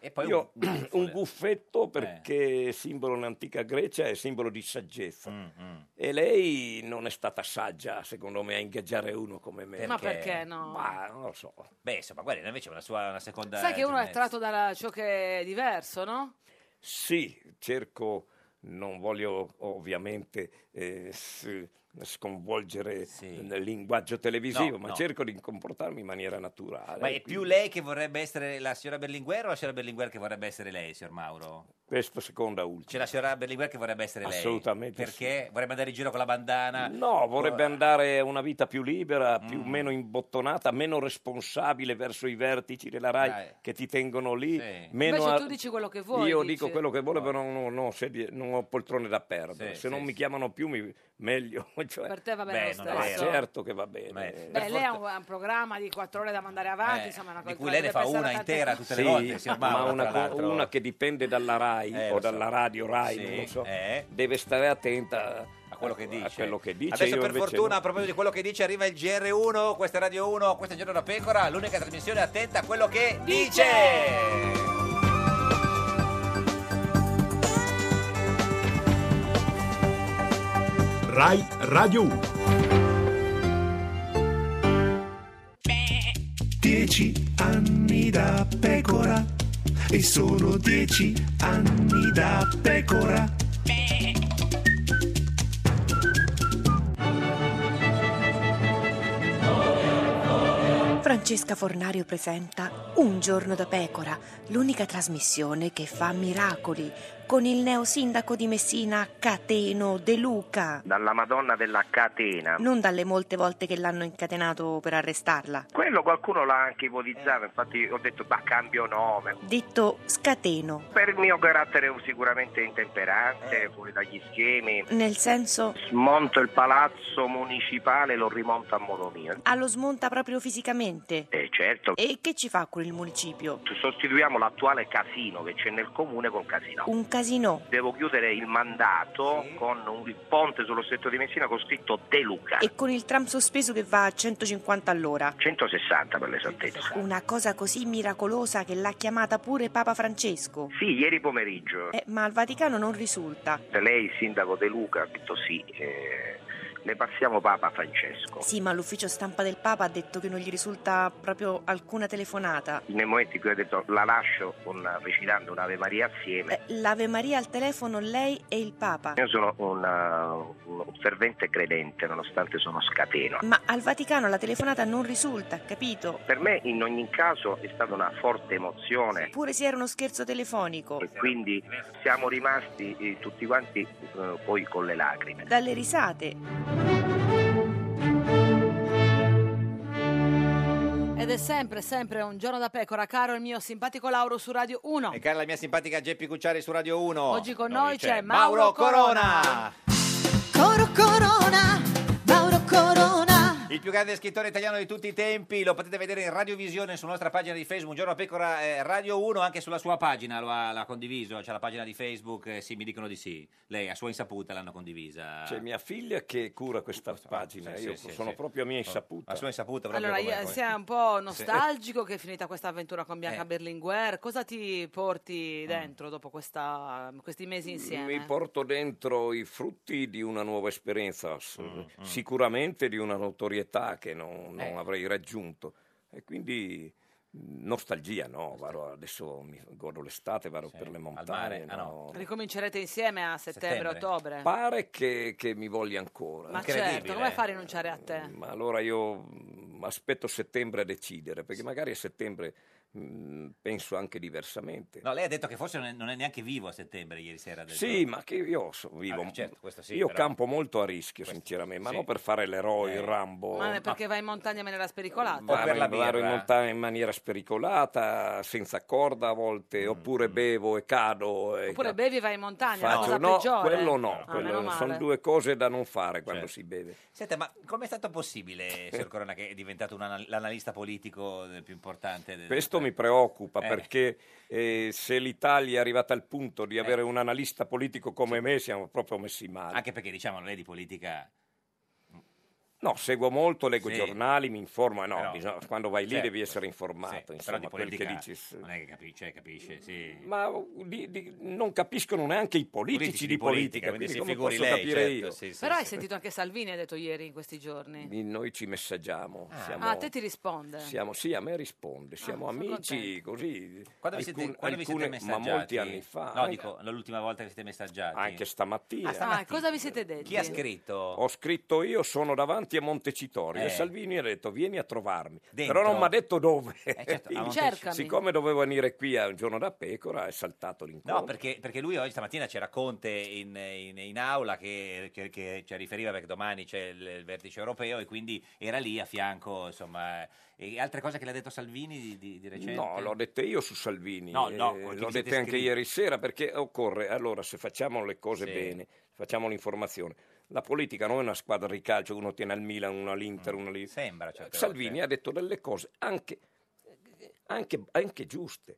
[SPEAKER 3] E poi
[SPEAKER 14] Io
[SPEAKER 3] un- Eh.
[SPEAKER 14] un,
[SPEAKER 3] un
[SPEAKER 14] guffetto perché è simbolo nell'antica Grecia è simbolo di saggezza.
[SPEAKER 3] mm,
[SPEAKER 14] E lei non è stata saggia, secondo me, a ingaggiare uno come me.
[SPEAKER 4] Ma perché no?
[SPEAKER 14] Ma non lo so.
[SPEAKER 3] beh insomma guarda invece una sua una seconda
[SPEAKER 14] eh,
[SPEAKER 4] Sai che uno è
[SPEAKER 3] giovinezza.
[SPEAKER 4] tratto da ciò che è diverso, no?
[SPEAKER 14] Sì, cerco, non voglio ovviamente eh, s- sconvolgere il linguaggio televisivo,
[SPEAKER 3] No,
[SPEAKER 14] ma
[SPEAKER 3] no.
[SPEAKER 14] cerco di comportarmi in maniera naturale.
[SPEAKER 3] Ma
[SPEAKER 14] Quindi
[SPEAKER 3] è più lei che vorrebbe essere la signora Berlinguer o la signora Berlinguer che vorrebbe essere lei, signor Mauro?
[SPEAKER 14] Questo seconda ultima.
[SPEAKER 3] C'è la signora Berlinguer che vorrebbe essere lei?
[SPEAKER 14] Assolutamente
[SPEAKER 3] Perché? Vorrebbe andare in giro con la bandana?
[SPEAKER 14] No, vorrebbe
[SPEAKER 3] andare...
[SPEAKER 14] andare una vita più libera, più
[SPEAKER 3] Mm.
[SPEAKER 14] meno imbottonata, meno responsabile verso i vertici della RAI
[SPEAKER 4] Dai.
[SPEAKER 14] che ti tengono lì. meno
[SPEAKER 4] Invece
[SPEAKER 14] a-
[SPEAKER 4] tu dici quello che vuoi.
[SPEAKER 14] Io
[SPEAKER 4] dici.
[SPEAKER 14] dico quello che voglio, però non, non ho sedie- non ho poltrone da perdere.
[SPEAKER 3] Sì,
[SPEAKER 14] Se
[SPEAKER 3] sì,
[SPEAKER 14] non mi
[SPEAKER 3] sì.
[SPEAKER 14] chiamano più, mi- meglio. Cioè-
[SPEAKER 4] Per te va bene Beh, lo non è
[SPEAKER 14] Ma
[SPEAKER 4] stesso. vero.
[SPEAKER 14] certo che va bene.
[SPEAKER 4] Beh, lei ha un, ha un programma di quattro ore da mandare avanti,
[SPEAKER 14] Eh,
[SPEAKER 4] insomma, è una
[SPEAKER 3] di
[SPEAKER 4] cosa
[SPEAKER 3] cui lei ne
[SPEAKER 4] deve
[SPEAKER 3] fa
[SPEAKER 4] pensare
[SPEAKER 3] una
[SPEAKER 4] a tante
[SPEAKER 3] intera
[SPEAKER 4] cose.
[SPEAKER 3] tutte le volte, signor Mauro,
[SPEAKER 14] ma una,
[SPEAKER 3] tra
[SPEAKER 14] co-
[SPEAKER 3] l'altro.
[SPEAKER 14] una che dipende dalla RAI
[SPEAKER 3] Eh,
[SPEAKER 14] o
[SPEAKER 3] lo so.
[SPEAKER 14] dalla radio RAI,
[SPEAKER 3] Sì,
[SPEAKER 14] non lo so,
[SPEAKER 3] eh.
[SPEAKER 14] deve stare attenta a
[SPEAKER 3] quello che dice.
[SPEAKER 14] quello che dice.
[SPEAKER 3] Adesso
[SPEAKER 14] Io
[SPEAKER 3] per
[SPEAKER 14] invece
[SPEAKER 3] fortuna
[SPEAKER 14] no.
[SPEAKER 3] a proposito di quello che dice arriva il GR1, questa è Radio 1, questa è Giorno da Pecora, l'unica trasmissione attenta a quello che dice!
[SPEAKER 13] Rai Radio 1.
[SPEAKER 6] 10 anni da pecora e sono 10 anni da pecora.
[SPEAKER 12] Francesca Fornario presenta Un giorno da pecora, l'unica trasmissione che fa miracoli, con il neosindaco di Messina Cateno De Luca.
[SPEAKER 9] Dalla Madonna della catena.
[SPEAKER 12] Non dalle molte volte che l'hanno incatenato per arrestarla.
[SPEAKER 9] Quello qualcuno l'ha anche
[SPEAKER 14] Eh.
[SPEAKER 9] ipotizzato, infatti ho detto bah cambio nome.
[SPEAKER 12] Detto scateno,
[SPEAKER 9] Per il mio carattere sicuramente
[SPEAKER 14] Eh.
[SPEAKER 9] intemperante, fuori dagli schemi.
[SPEAKER 12] nel senso
[SPEAKER 9] Smonto il palazzo municipale e lo rimonto a modo mio.
[SPEAKER 12] allo smonta proprio fisicamente.
[SPEAKER 9] Eh certo,
[SPEAKER 12] Ah. E che ci fa con il municipio?
[SPEAKER 9] sostituiamo l'attuale casino che c'è nel comune con casino.
[SPEAKER 12] Un casino.
[SPEAKER 9] Devo chiudere il mandato con un il ponte sullo stretto di Messina con scritto De Luca.
[SPEAKER 12] E con il tram sospeso che va a 150 all'ora.
[SPEAKER 9] 160 per l'esattezza.
[SPEAKER 12] Una cosa così miracolosa che l'ha chiamata pure Papa Francesco.
[SPEAKER 9] Sì, ieri pomeriggio.
[SPEAKER 12] Eh, ma al Vaticano non risulta.
[SPEAKER 9] Lei, il sindaco De Luca, ha detto sì, eh, le passiamo Papa Francesco.
[SPEAKER 12] Sì, ma l'ufficio stampa del Papa ha detto che non gli risulta proprio alcuna telefonata.
[SPEAKER 9] Nei momenti in cui ho detto la lascio con, recitando un'Ave Maria assieme,
[SPEAKER 12] L'Ave Maria al telefono, lei e il Papa.
[SPEAKER 9] Io sono un, eh, un fervente credente, nonostante sono scateno.
[SPEAKER 12] Ma al Vaticano la telefonata non risulta, capito?
[SPEAKER 9] Per me, in ogni caso, è stata una forte emozione.
[SPEAKER 12] Pure se era uno scherzo telefonico.
[SPEAKER 9] E quindi siamo rimasti eh, tutti quanti eh, poi con le lacrime.
[SPEAKER 12] Dalle risate.
[SPEAKER 4] Ed è sempre, sempre un giorno da pecora, caro il mio simpatico Lauro su Radio 1.
[SPEAKER 3] E cara la mia simpatica Geppi Cucciari su Radio 1.
[SPEAKER 4] Oggi con
[SPEAKER 3] Non
[SPEAKER 4] noi
[SPEAKER 3] c'è,
[SPEAKER 4] c'è
[SPEAKER 3] Mauro,
[SPEAKER 4] Mauro
[SPEAKER 3] Corona.
[SPEAKER 11] Coro Corona, Mauro Corona.
[SPEAKER 3] Il più grande scrittore italiano di tutti i tempi, lo potete vedere in radiovisione sulla nostra pagina di Facebook, Un giorno a pecora eh, Radio 1, anche sulla sua pagina lo ha, l'ha condiviso, c'è la pagina di Facebook, eh, sì, mi dicono di sì. Lei a sua insaputa l'hanno condivisa.
[SPEAKER 14] C'è mia figlia che cura questa pagina,
[SPEAKER 3] sì,
[SPEAKER 14] io
[SPEAKER 3] sì,
[SPEAKER 14] sono
[SPEAKER 3] sì.
[SPEAKER 14] proprio a mia insaputa.
[SPEAKER 3] A sua insaputa,
[SPEAKER 4] Allora, io- sei un po' nostalgico che è finita questa avventura con Bianca
[SPEAKER 14] Eh.
[SPEAKER 4] Berlinguer. Cosa ti porti dentro dopo questa- questi mesi
[SPEAKER 14] Mi
[SPEAKER 4] insieme?
[SPEAKER 14] porto dentro i frutti di una nuova esperienza, s-
[SPEAKER 3] Mm,
[SPEAKER 14] sicuramente di una notorietà che non, non
[SPEAKER 3] Eh.
[SPEAKER 14] avrei raggiunto. E quindi mh, nostalgia, no? Vado adesso mi godo l'estate, vado per le montagne.
[SPEAKER 3] mare? Ah, no.
[SPEAKER 4] Ricomincerete insieme a settembre-ottobre?
[SPEAKER 14] Pare che, che mi voglia ancora.
[SPEAKER 4] Ma certo,
[SPEAKER 3] eh.
[SPEAKER 4] come fa a rinunciare a te?
[SPEAKER 14] Ma allora io mh, aspetto settembre a decidere, perché magari a settembre mh, penso anche diversamente.
[SPEAKER 3] No, lei ha detto che forse non è, non è neanche vivo a settembre ieri sera. ha detto.
[SPEAKER 14] Sì, ma che io so- vivo.
[SPEAKER 3] Vabbè, certo, questo sì,
[SPEAKER 14] io
[SPEAKER 3] però-
[SPEAKER 14] campo molto a rischio, sinceramente, ma
[SPEAKER 3] sì. Eh,
[SPEAKER 14] non per fare l'eroe, il Rambo.
[SPEAKER 4] Ma è perché vai in montagna in maniera spericolata?
[SPEAKER 14] Vado in- vado in montagna in maniera spericolata, senza corda a volte,
[SPEAKER 3] Mm,
[SPEAKER 14] oppure bevo e cado. E
[SPEAKER 4] Oppure bevi e vai in montagna, è la
[SPEAKER 14] faccio-
[SPEAKER 4] cosa
[SPEAKER 14] no,
[SPEAKER 4] peggiore.
[SPEAKER 14] quello no,
[SPEAKER 4] Ah,
[SPEAKER 14] quello
[SPEAKER 4] meno
[SPEAKER 14] no, sono
[SPEAKER 4] male.
[SPEAKER 14] due cose da non fare quando
[SPEAKER 3] Certo.
[SPEAKER 14] si beve.
[SPEAKER 3] Senta, ma com'è stato
[SPEAKER 14] Eh.
[SPEAKER 3] possibile, signor Corona, che è diventato un anal- l'analista politico eh, più importante? del-
[SPEAKER 14] Questo mi preoccupa
[SPEAKER 3] Eh.
[SPEAKER 14] perché eh, se l'Italia è arrivata al punto di avere un analista politico come me siamo proprio messi male.
[SPEAKER 3] Anche perché, diciamo, lei di politica...
[SPEAKER 14] No, seguo molto, leggo
[SPEAKER 3] Sì.
[SPEAKER 14] i giornali, mi informo, no,
[SPEAKER 3] Però-
[SPEAKER 14] bisogna- quando vai lì
[SPEAKER 3] Certo,
[SPEAKER 14] devi essere
[SPEAKER 3] Sì,
[SPEAKER 14] informato,
[SPEAKER 3] però
[SPEAKER 14] insomma,
[SPEAKER 3] di
[SPEAKER 14] quel che
[SPEAKER 3] politica
[SPEAKER 14] dici.
[SPEAKER 3] non è che capisce, capisce, sì.
[SPEAKER 14] Ma uh, di- di- non capiscono neanche i politici,
[SPEAKER 3] Politici
[SPEAKER 14] di
[SPEAKER 3] di politica,
[SPEAKER 14] politica,
[SPEAKER 3] quindi si
[SPEAKER 14] quindi come
[SPEAKER 3] figuri
[SPEAKER 14] posso
[SPEAKER 3] lei,
[SPEAKER 14] capire
[SPEAKER 3] certo,
[SPEAKER 14] io?
[SPEAKER 3] sì,
[SPEAKER 4] Però hai sentito anche Salvini, ha detto ieri in questi giorni.
[SPEAKER 14] Di- Noi ci messaggiamo, siamo,
[SPEAKER 4] Ah, a te ti Ah, risponde.
[SPEAKER 14] siamo- sì, a me risponde, siamo
[SPEAKER 4] sono
[SPEAKER 14] amici, così,
[SPEAKER 3] Quando vi siete,
[SPEAKER 14] alcun-
[SPEAKER 3] quando vi siete
[SPEAKER 14] alcune- ma
[SPEAKER 3] messaggiati?
[SPEAKER 14] molti anni fa. eh.
[SPEAKER 3] No, dico, l'ultima volta che siete messaggiati.
[SPEAKER 14] Anche stamattina.
[SPEAKER 4] Ah, cosa vi siete detti?
[SPEAKER 3] Chi ha scritto?
[SPEAKER 14] Ho scritto io, sono davanti a Montecitorio
[SPEAKER 3] Eh.
[SPEAKER 14] e Salvini ha detto vieni a trovarmi.
[SPEAKER 3] Dentro?
[SPEAKER 14] Però non mi ha detto dove.
[SPEAKER 3] certo, a Montecitorio. Cercami.
[SPEAKER 14] Siccome dovevo venire qui a un giorno da pecora è saltato l'incontro.
[SPEAKER 3] No, perché, perché lui oggi stamattina c'era Conte in, in- in aula che, che, che ci riferiva perché domani c'è il, il vertice europeo e quindi era lì a fianco, insomma. eh. E altre cose che l'ha detto Salvini di, di- di recente?
[SPEAKER 14] No, l'ho detto io su Salvini,
[SPEAKER 3] No, no,
[SPEAKER 14] eh,
[SPEAKER 3] quello che
[SPEAKER 14] l'ho
[SPEAKER 3] vi siete
[SPEAKER 14] detto anche
[SPEAKER 3] scritti.
[SPEAKER 14] ieri sera perché occorre, allora se facciamo le cose
[SPEAKER 3] Sì.
[SPEAKER 14] bene, facciamo l'informazione, la politica non è una squadra di calcio, uno tiene al Milan, uno all'Inter, uno lì.
[SPEAKER 3] Mm. Sembra, certe
[SPEAKER 14] Salvini
[SPEAKER 3] volte.
[SPEAKER 14] ha detto delle cose anche, anche- anche giuste.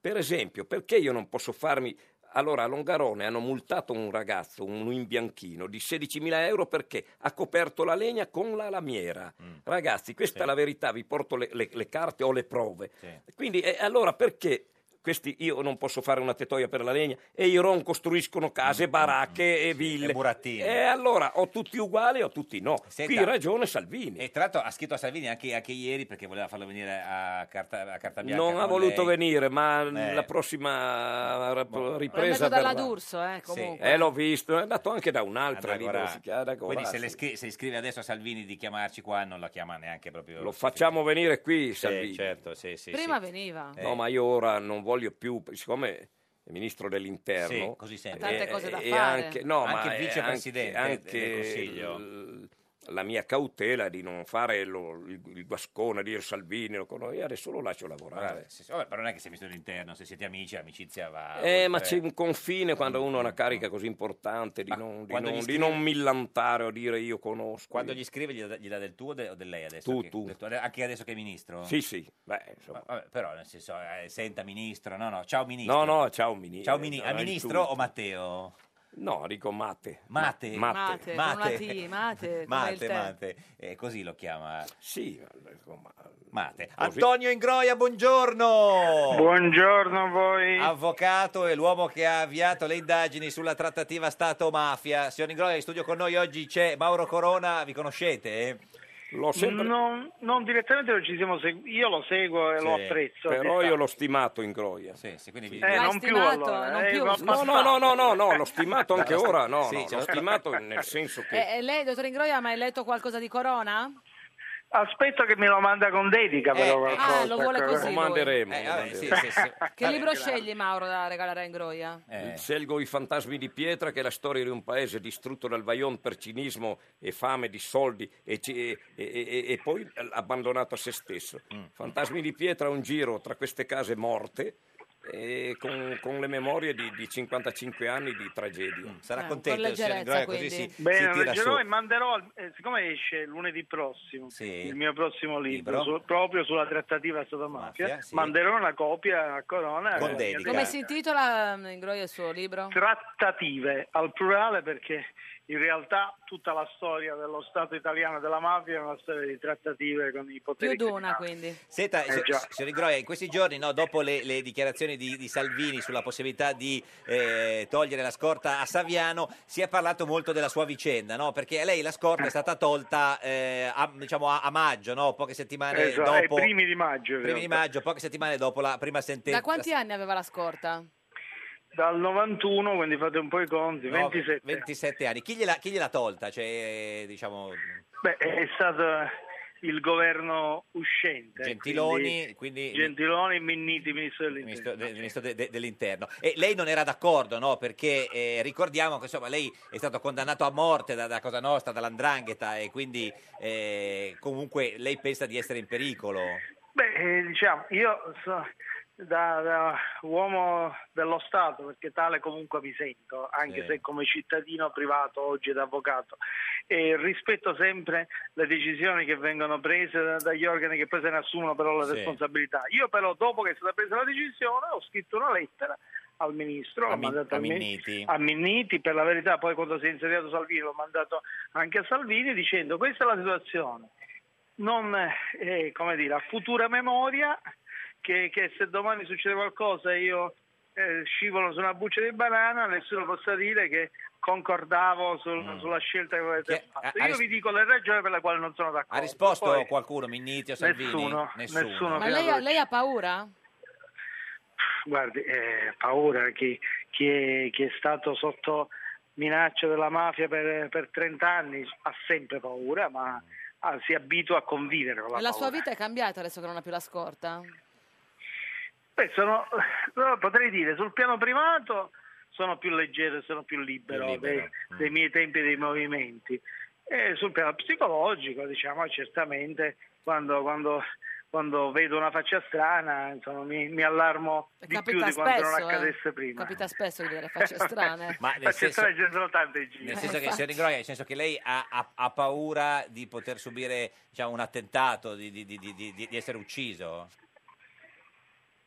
[SPEAKER 14] Per esempio, perché io non posso farmi... Allora, a Longarone hanno multato un ragazzo, un imbianchino, di 16.000 euro perché ha coperto la legna con la lamiera. Ragazzi, questa è la verità, vi porto le, le- le carte o le prove. Quindi eh, allora perché questi io non posso fare una tettoia per la legna e i Ron costruiscono case, baracche e ville?
[SPEAKER 3] burattini.
[SPEAKER 14] E allora o tutti uguali o tutti no. Qui ha ragione Salvini.
[SPEAKER 3] E tra l'altro ha scritto a Salvini anche, anche ieri perché voleva farlo venire a carta, a carta bianca.
[SPEAKER 14] Non ha
[SPEAKER 3] con
[SPEAKER 14] voluto
[SPEAKER 3] lei.
[SPEAKER 14] venire, ma
[SPEAKER 3] Eh.
[SPEAKER 14] la prossima rap- ripresa
[SPEAKER 4] Preso dalla
[SPEAKER 14] verrà.
[SPEAKER 4] D'Urso, eh, comunque.
[SPEAKER 14] Eh, l'ho visto, è andato anche da un'altra.
[SPEAKER 3] Andrà
[SPEAKER 14] lì,
[SPEAKER 3] Corà.
[SPEAKER 14] dove si chiama, da Corà,
[SPEAKER 3] Quindi se,
[SPEAKER 14] sì.
[SPEAKER 3] le scri- se scrive adesso a Salvini di chiamarci qua non la chiama neanche proprio.
[SPEAKER 14] Lo facciamo venire qui, Salvini.
[SPEAKER 3] certo, sì, sì.
[SPEAKER 4] Prima veniva.
[SPEAKER 14] No, ma io ora non voglio più, siccome è ministro dell'interno,
[SPEAKER 3] Sì, così sembra.
[SPEAKER 14] e-
[SPEAKER 3] Tante cose da
[SPEAKER 14] e
[SPEAKER 3] fare.
[SPEAKER 14] Anche, no,
[SPEAKER 3] Anche
[SPEAKER 14] ma è
[SPEAKER 3] vicepresidente
[SPEAKER 14] anche,
[SPEAKER 3] del Consiglio.
[SPEAKER 14] l- la mia cautela di non fare lo- il, il guascone, dire Salvini, lo conosco, io adesso lo lascio lavorare.
[SPEAKER 3] Vabbè, sì, sì, vabbè, però non è che sei visto dell'interno, se siete amici, l'amicizia va.
[SPEAKER 14] Eh,
[SPEAKER 3] oltre.
[SPEAKER 14] ma c'è un confine quando uno ha una carica così importante di, non, di
[SPEAKER 3] quando
[SPEAKER 14] non-
[SPEAKER 3] gli
[SPEAKER 14] di
[SPEAKER 3] scrive-
[SPEAKER 14] non millantare o dire io conosco.
[SPEAKER 3] Quando gli scrive gli dà, gli dà del tuo o de- o del lei adesso?
[SPEAKER 14] Tu,
[SPEAKER 3] Anche-
[SPEAKER 14] tu.
[SPEAKER 3] del tuo- anche adesso che è ministro?
[SPEAKER 14] Sì, sì, beh, insomma.
[SPEAKER 3] Ma- vabbè, però nel senso, eh, senta ministro, no, no, ciao ministro.
[SPEAKER 14] No, no, ciao mini-
[SPEAKER 3] Ciao mini-
[SPEAKER 14] no,
[SPEAKER 3] a
[SPEAKER 14] il
[SPEAKER 3] ministro
[SPEAKER 14] tutto.
[SPEAKER 3] o Matteo?
[SPEAKER 14] No, dico mate.
[SPEAKER 3] Mate?
[SPEAKER 14] Ma-
[SPEAKER 4] Mate, con una T, mate, come il
[SPEAKER 3] Mate,
[SPEAKER 4] tè.
[SPEAKER 3] Mate, Eh, così lo chiama.
[SPEAKER 14] Sì,
[SPEAKER 3] Mate. Antonio Ingroia, buongiorno.
[SPEAKER 15] Buongiorno a voi.
[SPEAKER 3] Avvocato e l'uomo che ha avviato le indagini sulla trattativa Stato-mafia. Signor Ingroia, in studio con noi oggi c'è Mauro Corona, vi conoscete?
[SPEAKER 14] L'ho sempre-
[SPEAKER 15] Non, non direttamente lo ci siamo segu- io lo seguo e lo
[SPEAKER 14] Sì,
[SPEAKER 15] apprezzo. diciamo.
[SPEAKER 14] Però io l'ho stimato in Groia.
[SPEAKER 3] diciamo. Sì, sì, quindi
[SPEAKER 15] Eh, non più allora. eh, va-
[SPEAKER 14] No, no, no, no, no, no, l'ho stimato anche
[SPEAKER 3] L'ho sti-
[SPEAKER 14] ora, no,
[SPEAKER 3] sì,
[SPEAKER 14] no,
[SPEAKER 3] ce
[SPEAKER 14] l'ho
[SPEAKER 3] l'ho-
[SPEAKER 14] stimato nel senso che...
[SPEAKER 4] Eh, eh, lei, dottor Ingroia, ma hai letto qualcosa di Corona?
[SPEAKER 15] Aspetto che me lo manda con dedica però qualcosa.
[SPEAKER 4] ah, lo vuole
[SPEAKER 15] ecco.
[SPEAKER 4] così, Lo manderemo,
[SPEAKER 14] Eh, vabbè, sì,
[SPEAKER 15] manderemo.
[SPEAKER 14] sì, sì.
[SPEAKER 4] Che libro scegli, Mauro, da regalare a Ingroia?
[SPEAKER 3] Eh.
[SPEAKER 14] Scelgo I fantasmi di pietra, che è la storia di un paese distrutto dal vaion per cinismo e fame di soldi e, ci- e- e- e- e poi abbandonato a se stesso.
[SPEAKER 3] Mm.
[SPEAKER 14] Fantasmi di pietra è un giro tra queste case morte e con, con le memorie di, di 55 anni di tragedia.
[SPEAKER 3] Sarà Eh, contento con il signor leggerezza, Ingroia, così quindi. si-
[SPEAKER 15] Bene, leggerò e manderò, al- eh, siccome esce lunedì prossimo il mio prossimo libro,
[SPEAKER 3] Libro.
[SPEAKER 15] su- proprio sulla trattativa Sodomafia,
[SPEAKER 3] Mafia, sì.
[SPEAKER 15] manderò una copia a Corona.
[SPEAKER 3] Con
[SPEAKER 15] eh,
[SPEAKER 3] dedica.
[SPEAKER 4] Come si intitola mm, Ingroia il suo libro?
[SPEAKER 15] trattative al plurale perché in realtà tutta la storia dello Stato italiano e della mafia è una storia di trattative con i
[SPEAKER 4] Più
[SPEAKER 15] poteri
[SPEAKER 4] d'una,
[SPEAKER 15] criminali.
[SPEAKER 4] quindi.
[SPEAKER 3] Senta,
[SPEAKER 15] Eh,
[SPEAKER 3] si-
[SPEAKER 15] già.
[SPEAKER 3] signor Ingroia, in questi giorni, no, dopo le, le dichiarazioni di, di Salvini sulla possibilità di eh, togliere la scorta a Saviano, si è parlato molto della sua vicenda, no? perché a lei la scorta è stata tolta eh, a, diciamo a, a maggio, no? poche settimane
[SPEAKER 15] Esatto, ai
[SPEAKER 3] Eh, dopo.
[SPEAKER 15] primi di maggio, in
[SPEAKER 3] primi di
[SPEAKER 15] realtà.
[SPEAKER 3] maggio, poche settimane dopo la prima sentenza.
[SPEAKER 4] Da quanti anni aveva la scorta?
[SPEAKER 15] Dal 91, quindi fate un po' i conti,
[SPEAKER 3] No,
[SPEAKER 15] 27.
[SPEAKER 3] 27 anni. Chi gliela, chi gliel'ha tolta? Cioè, eh, diciamo,
[SPEAKER 15] Beh, è stato il governo uscente.
[SPEAKER 3] Gentiloni, quindi-
[SPEAKER 15] Eh, Gentiloni, Minniti, ministro dell'Interno.
[SPEAKER 3] ministro, de- ministro de- de- dell'interno. E lei non era d'accordo, no? Perché eh, ricordiamo che insomma, lei è stato condannato a morte da, da Cosa Nostra, dall'Andrangheta, e quindi eh, comunque lei pensa di essere in pericolo.
[SPEAKER 15] Beh, eh, diciamo, io so- da, da uomo dello Stato, perché tale comunque mi sento, anche
[SPEAKER 3] Sì.
[SPEAKER 15] se come cittadino privato oggi ed avvocato, e rispetto sempre le decisioni che vengono prese da- dagli organi che poi se ne assumono però la
[SPEAKER 3] Sì.
[SPEAKER 15] responsabilità. Io però dopo che è stata presa la decisione ho scritto una lettera al ministro,
[SPEAKER 3] A
[SPEAKER 15] l'ho
[SPEAKER 3] Min-
[SPEAKER 15] mandata
[SPEAKER 3] a
[SPEAKER 15] al mi-
[SPEAKER 3] Minniti.
[SPEAKER 15] a Minniti, per la verità poi quando si è insediato Salvini l'ho mandato anche a Salvini dicendo questa è la situazione non, eh, come dire, a futura memoria che, che se domani succede qualcosa e io eh, scivolo su una buccia di banana, nessuno possa dire che concordavo sul- sulla scelta che avete
[SPEAKER 3] Mm. ha-
[SPEAKER 15] fatto.
[SPEAKER 3] ha ris-
[SPEAKER 15] Io vi dico le ragioni per le quali non sono d'accordo.
[SPEAKER 3] Ha risposto
[SPEAKER 15] Poi-
[SPEAKER 3] qualcuno, Minniti o Salvini?
[SPEAKER 15] Nessuno, nessuno.
[SPEAKER 4] Ma lei, ha- lei ha paura?
[SPEAKER 15] Guardi, eh, paura chi, chi è, chi è stato sotto minaccia della mafia per, per 30 anni ha sempre paura, ma ah, si abitua a convivere con la,
[SPEAKER 4] E la
[SPEAKER 15] paura.
[SPEAKER 4] sua vita è cambiata adesso che non ha più la scorta?
[SPEAKER 15] Beh, sono, no, potrei dire, sul piano privato sono più leggero, sono più libero,
[SPEAKER 16] Più libero,
[SPEAKER 15] Dei,
[SPEAKER 3] Mm.
[SPEAKER 15] dei miei tempi e dei movimenti. E sul piano psicologico, diciamo, certamente quando, quando- quando vedo una faccia strana insomma, mi, mi allarmo di più
[SPEAKER 4] Capita
[SPEAKER 15] di quanto non
[SPEAKER 4] spesso, eh.
[SPEAKER 15] accadesse prima.
[SPEAKER 4] Capita spesso di vedere facce strane.
[SPEAKER 3] Ma nel
[SPEAKER 15] Facce
[SPEAKER 3] senso-
[SPEAKER 15] strane ce ne sono tante in giro.
[SPEAKER 3] Nel senso che, signor Ingroia, nel senso che lei ha, ha- ha paura di poter subire diciamo, un attentato, di, di- di- di- di- di essere ucciso?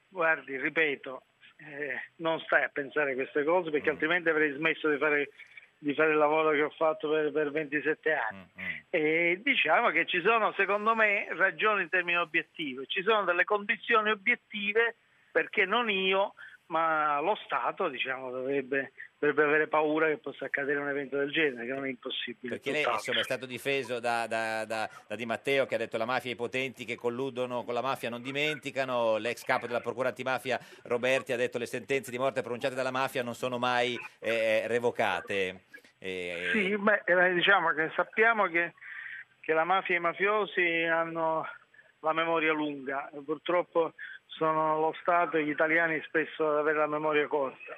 [SPEAKER 15] Guardi, ripeto, eh, non stai a pensare a queste cose
[SPEAKER 3] Mm.
[SPEAKER 15] perché altrimenti avrei smesso di fare, di fare il lavoro che ho fatto per, per 27
[SPEAKER 3] Mm.
[SPEAKER 15] anni.
[SPEAKER 14] Mm.
[SPEAKER 15] E diciamo che ci sono, secondo me, ragioni in termini obiettivi, ci sono delle condizioni obiettive perché non io, ma lo Stato diciamo, dovrebbe, dovrebbe avere paura che possa accadere un evento del genere, che non è impossibile.
[SPEAKER 3] Perché lei
[SPEAKER 15] tutt'altro.
[SPEAKER 3] insomma, è stato difeso da, da- da- da Di Matteo che ha detto la mafia e i potenti che colludono con la mafia non dimenticano, l'ex capo della procura antimafia Roberti ha detto le sentenze di morte pronunciate dalla mafia non sono mai eh, revocate. Eh,
[SPEAKER 15] Sì, beh, eh, diciamo che sappiamo che, che la mafia e i mafiosi hanno la memoria lunga, purtroppo sono lo Stato e gli italiani spesso ad avere la memoria corta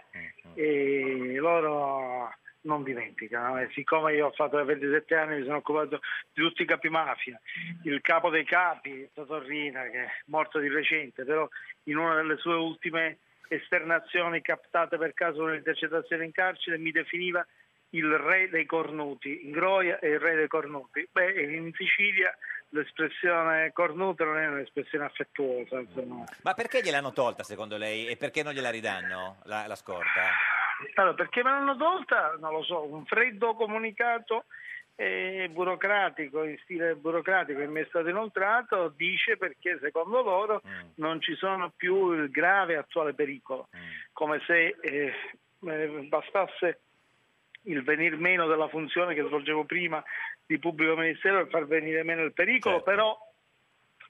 [SPEAKER 15] e loro non dimenticano. E siccome io ho fatto da 27 anni mi sono occupato di tutti i capi mafia, il capo dei capi, Totorrina, che è morto di recente, però in una delle sue ultime esternazioni captate per caso un'intercettazione in carcere mi definiva il re dei cornuti, in Groia è il re dei cornuti. Beh, in Sicilia l'espressione cornuto non è un'espressione affettuosa, insomma.
[SPEAKER 3] Ma perché gliel'hanno tolta secondo lei e perché non gliela ridanno la, la scorta?
[SPEAKER 15] Allora, perché me l'hanno tolta? Non lo so, un freddo comunicato eh, burocratico, in stile burocratico che mi è stato inoltrato, dice perché secondo loro non ci sono più il grave attuale pericolo, come se eh, eh, bastasse il venir meno della funzione che svolgevo prima di pubblico ministero per far venire meno il pericolo, però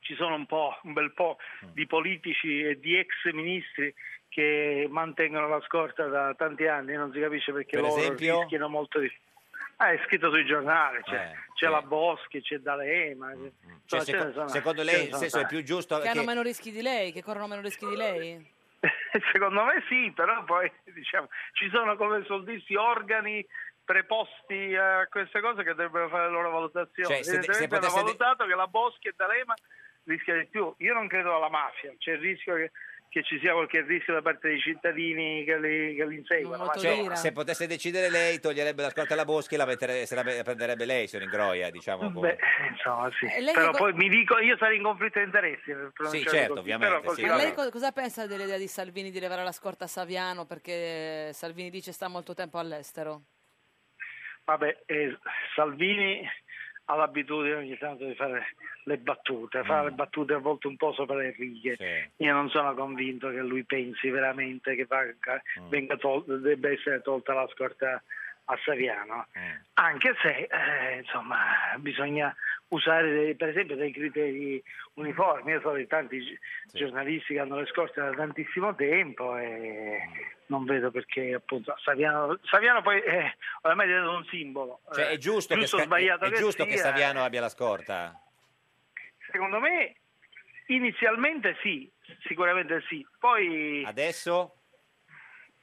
[SPEAKER 15] ci sono un po', un bel po'
[SPEAKER 3] Mm.
[SPEAKER 15] di politici e di ex ministri che mantengono la scorta da tanti anni, non si capisce perché
[SPEAKER 3] Per
[SPEAKER 15] loro
[SPEAKER 3] esempio?
[SPEAKER 15] rischiano molto di... Ah, è scritto sui giornali, c'è,
[SPEAKER 3] Eh,
[SPEAKER 15] c'è la Boschi, c'è D'Alema, c'è-
[SPEAKER 3] Cioè,
[SPEAKER 15] insomma, ce ne
[SPEAKER 3] seco-
[SPEAKER 15] sono-
[SPEAKER 3] secondo
[SPEAKER 15] ce
[SPEAKER 3] lei
[SPEAKER 15] ne
[SPEAKER 3] il
[SPEAKER 15] sono
[SPEAKER 3] senso è
[SPEAKER 15] tanti.
[SPEAKER 3] più giusto
[SPEAKER 4] Che hanno
[SPEAKER 3] che-
[SPEAKER 4] meno rischi di lei, che corrono meno rischi di lei?
[SPEAKER 15] Eh, Secondo me sì, però poi diciamo, ci sono come soldisti organi preposti a queste cose che dovrebbero fare le loro valutazioni.
[SPEAKER 3] Cioè, se- se
[SPEAKER 15] Evidentemente hanno
[SPEAKER 3] potesse de-
[SPEAKER 15] valutato che la Boschi e D'Alema rischia di più. Io non credo alla mafia, c'è il rischio che, che ci sia qualche rischio da parte dei cittadini che li, che li inseguono. ma
[SPEAKER 3] Cioè,
[SPEAKER 15] insomma,
[SPEAKER 3] se potesse decidere lei, toglierebbe la scorta alla Boschi e la, mettere- se la be- prenderebbe lei, signor Ingroia, diciamo. come-
[SPEAKER 15] Beh, insomma, sì.
[SPEAKER 4] Eh, lei
[SPEAKER 15] Però
[SPEAKER 4] che-
[SPEAKER 15] poi mi dico, io sarei in conflitto di interessi. per pronunciarmi
[SPEAKER 3] certo,
[SPEAKER 15] così,
[SPEAKER 3] ovviamente,
[SPEAKER 15] però
[SPEAKER 3] sì,
[SPEAKER 15] così va
[SPEAKER 4] Ma
[SPEAKER 15] bene.
[SPEAKER 4] lei co- cosa pensa dell'idea di Salvini di levare la scorta a Saviano perché Salvini dice sta molto tempo all'estero?
[SPEAKER 15] Vabbè, eh, Salvini ha l'abitudine ogni tanto di fare le battute,
[SPEAKER 3] Mm.
[SPEAKER 15] fa le battute a volte un po' sopra le righe. Io non sono convinto che lui pensi veramente che va-
[SPEAKER 3] Mm.
[SPEAKER 15] venga tol- debba essere tolta la scorta a Saviano,
[SPEAKER 3] Mm.
[SPEAKER 15] anche se eh, insomma bisogna usare dei- per esempio dei criteri uniformi. Io so di tanti gi- giornalisti che hanno le scorte da tantissimo tempo e
[SPEAKER 3] Mm.
[SPEAKER 15] non vedo perché appunto Saviano, Saviano poi è ormai è diventato un simbolo.
[SPEAKER 3] Cioè,
[SPEAKER 15] Eh,
[SPEAKER 3] è giusto, che,
[SPEAKER 15] giusto o
[SPEAKER 3] Sca-
[SPEAKER 15] sbagliato
[SPEAKER 3] è
[SPEAKER 15] che eh.
[SPEAKER 3] giusto che
[SPEAKER 15] sia,
[SPEAKER 3] Saviano abbia la scorta?
[SPEAKER 15] Secondo me inizialmente sì, sicuramente sì. Poi
[SPEAKER 3] adesso?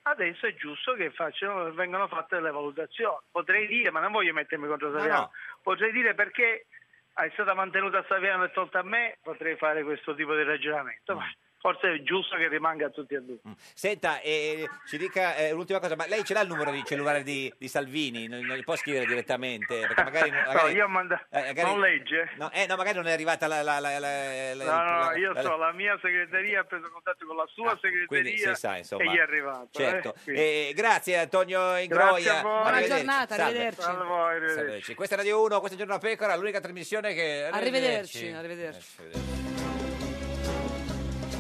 [SPEAKER 15] Adesso è giusto che facciano, vengano fatte le valutazioni. Potrei dire, ma non voglio mettermi contro
[SPEAKER 3] No,
[SPEAKER 15] Saviano,
[SPEAKER 3] no.
[SPEAKER 15] potrei dire perché è stata mantenuta a Saviano e tolta a me, potrei fare questo tipo di ragionamento. ma Forse è giusto che rimanga a tutti e
[SPEAKER 3] Mm.
[SPEAKER 15] due.
[SPEAKER 3] Senta, eh, ci dica eh, l'ultima cosa, ma lei ce l'ha il numero di cellulare di, di Salvini? Non, non gli può scrivere direttamente? Perché magari,
[SPEAKER 15] No,
[SPEAKER 3] magari-
[SPEAKER 15] io ho mandato-
[SPEAKER 3] eh, magari-
[SPEAKER 15] non legge.
[SPEAKER 3] No, eh, no, magari non è arrivata la... la, la, la- la-
[SPEAKER 15] No, no,
[SPEAKER 3] la-
[SPEAKER 15] io
[SPEAKER 3] la-
[SPEAKER 15] so, la mia segreteria ha preso contatto con la sua
[SPEAKER 3] Ah, Quindi
[SPEAKER 15] segreteria
[SPEAKER 3] si sa, insomma.
[SPEAKER 15] e gli è arrivato.
[SPEAKER 3] Certo.
[SPEAKER 15] eh, quindi.
[SPEAKER 3] Eh, grazie Antonio
[SPEAKER 15] Grazie
[SPEAKER 3] Ingroia.
[SPEAKER 15] a voi. Buona
[SPEAKER 3] Arrivederci.
[SPEAKER 4] giornata,
[SPEAKER 3] Salve.
[SPEAKER 4] arrivederci. Salve a voi, arrivederci.
[SPEAKER 3] Salve. Questa è Radio 1, questo è Giorno a Pecora, l'unica trasmissione che...
[SPEAKER 4] Arrivederci, arrivederci.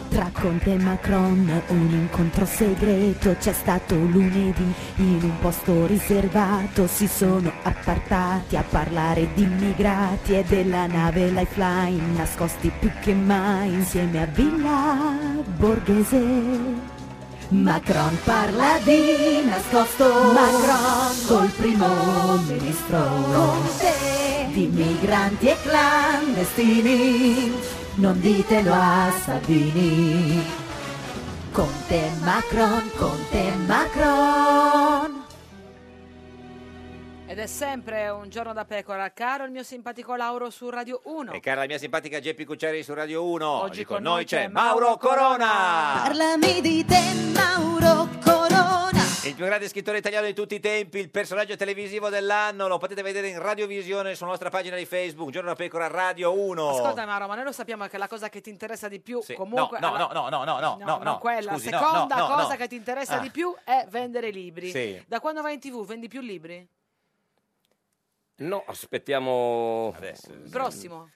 [SPEAKER 16] Tra Conte e Macron un incontro segreto c'è stato lunedì in un posto riservato si sono appartati a parlare di immigrati e della nave Lifeline nascosti più che mai insieme a Villa Borghese. Macron parla di nascosto Macron col primo ministro Conte di migranti e clandestini non ditelo a Salvini Conte Macron Conte Macron
[SPEAKER 4] Ed è sempre un giorno da pecora, caro il mio simpatico Lauro su Radio 1.
[SPEAKER 3] E cara la mia simpatica Geppi Cucciari su Radio 1.
[SPEAKER 4] Oggi
[SPEAKER 3] con noi c'è Mauro Corona.
[SPEAKER 16] Parlami di te Mauro Corona
[SPEAKER 3] Il più grande scrittore italiano di tutti i tempi, il personaggio televisivo dell'anno, lo potete vedere in radiovisione sulla nostra pagina di Facebook, Giorno da Pecora Radio 1.
[SPEAKER 4] Ascolta Mauro, ma noi lo sappiamo che la cosa che ti interessa di più
[SPEAKER 3] oh. Sì.
[SPEAKER 4] comunque...
[SPEAKER 3] no,
[SPEAKER 4] alla-
[SPEAKER 3] no, no, no, no, no, no,
[SPEAKER 4] non quella.
[SPEAKER 3] Scusi,
[SPEAKER 4] la
[SPEAKER 3] no,
[SPEAKER 4] seconda
[SPEAKER 3] no, no,
[SPEAKER 4] cosa
[SPEAKER 3] no.
[SPEAKER 4] che ti interessa
[SPEAKER 3] Ah,
[SPEAKER 4] di più è vendere libri.
[SPEAKER 14] Sì.
[SPEAKER 4] Da quando vai in tv vendi più libri?
[SPEAKER 14] No, aspettiamo.
[SPEAKER 3] Mm. eh,
[SPEAKER 4] Prossimo.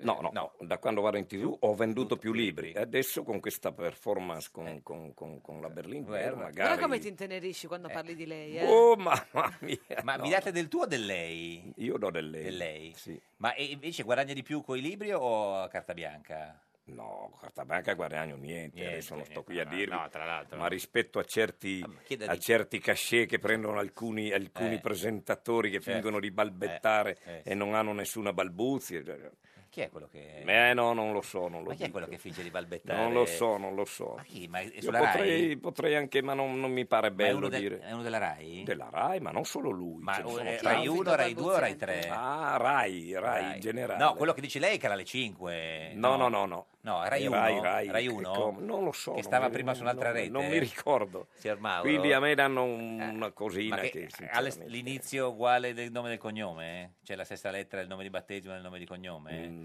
[SPEAKER 14] No, no, da quando vado in tv ho venduto più libri. Adesso con questa performance con, con- con- con la Berlinguer,
[SPEAKER 4] Guarda come
[SPEAKER 14] magari.
[SPEAKER 4] ti intenerisci quando parli di lei. eh.
[SPEAKER 14] Oh, mamma mia!
[SPEAKER 3] Ma
[SPEAKER 14] no.
[SPEAKER 3] vi date del tuo o del lei?
[SPEAKER 14] Io do del lei.
[SPEAKER 3] Del lei?
[SPEAKER 14] Sì.
[SPEAKER 3] Ma e invece guadagna di più con i libri o a carta bianca?
[SPEAKER 14] No, carta bianca guadagno niente, adesso non sto qui a dirvi.
[SPEAKER 3] tra l'altro. Ah,
[SPEAKER 14] Ma rispetto a certi,
[SPEAKER 3] chieda
[SPEAKER 14] a
[SPEAKER 3] di-
[SPEAKER 14] certi cachet che prendono alcuni, alcuni
[SPEAKER 3] Eh.
[SPEAKER 14] presentatori che
[SPEAKER 3] Certo.
[SPEAKER 14] fingono di balbettare
[SPEAKER 3] Eh, eh,
[SPEAKER 14] e non hanno nessuna balbuzia. cioè,
[SPEAKER 3] Chi è quello che...
[SPEAKER 14] Eh no, non lo so, non lo
[SPEAKER 3] Ma chi è
[SPEAKER 14] dico.
[SPEAKER 3] quello che finge di balbettare?
[SPEAKER 14] Non lo so, non lo so.
[SPEAKER 3] Ma chi? Ma è
[SPEAKER 14] Io
[SPEAKER 3] sulla
[SPEAKER 14] potrei,
[SPEAKER 3] Rai?
[SPEAKER 14] potrei anche, ma non, non mi pare
[SPEAKER 3] Ma è
[SPEAKER 14] bello
[SPEAKER 3] uno del-
[SPEAKER 14] dire.
[SPEAKER 3] è uno della Rai?
[SPEAKER 14] Della Rai, ma non solo lui.
[SPEAKER 3] Ma
[SPEAKER 14] ce ne
[SPEAKER 3] o-
[SPEAKER 14] sono
[SPEAKER 3] eh,
[SPEAKER 14] tanti.
[SPEAKER 3] Rai 1, Rai 2 o Rai 3?
[SPEAKER 14] Ah, Rai, Rai, in generale.
[SPEAKER 3] No, quello che dice lei è Canale 5.
[SPEAKER 14] No, no, no, no.
[SPEAKER 3] No, Rai 1.
[SPEAKER 14] Rai, Rai,
[SPEAKER 3] Rai
[SPEAKER 14] che
[SPEAKER 3] 1?
[SPEAKER 14] com- non lo so.
[SPEAKER 3] Che
[SPEAKER 14] non
[SPEAKER 3] stava
[SPEAKER 14] mi-
[SPEAKER 3] prima su un'altra
[SPEAKER 14] non-
[SPEAKER 3] rete.
[SPEAKER 14] Non mi ricordo.
[SPEAKER 3] Signor Mauro. Eh,
[SPEAKER 14] Quindi a me danno un- una cosina
[SPEAKER 3] Ma
[SPEAKER 14] che,
[SPEAKER 3] che alle-
[SPEAKER 14] sinceramente- Mm,
[SPEAKER 3] l'inizio uguale del nome del cognome? eh? C'è la stessa lettera del nome di battesimo e del nome di cognome?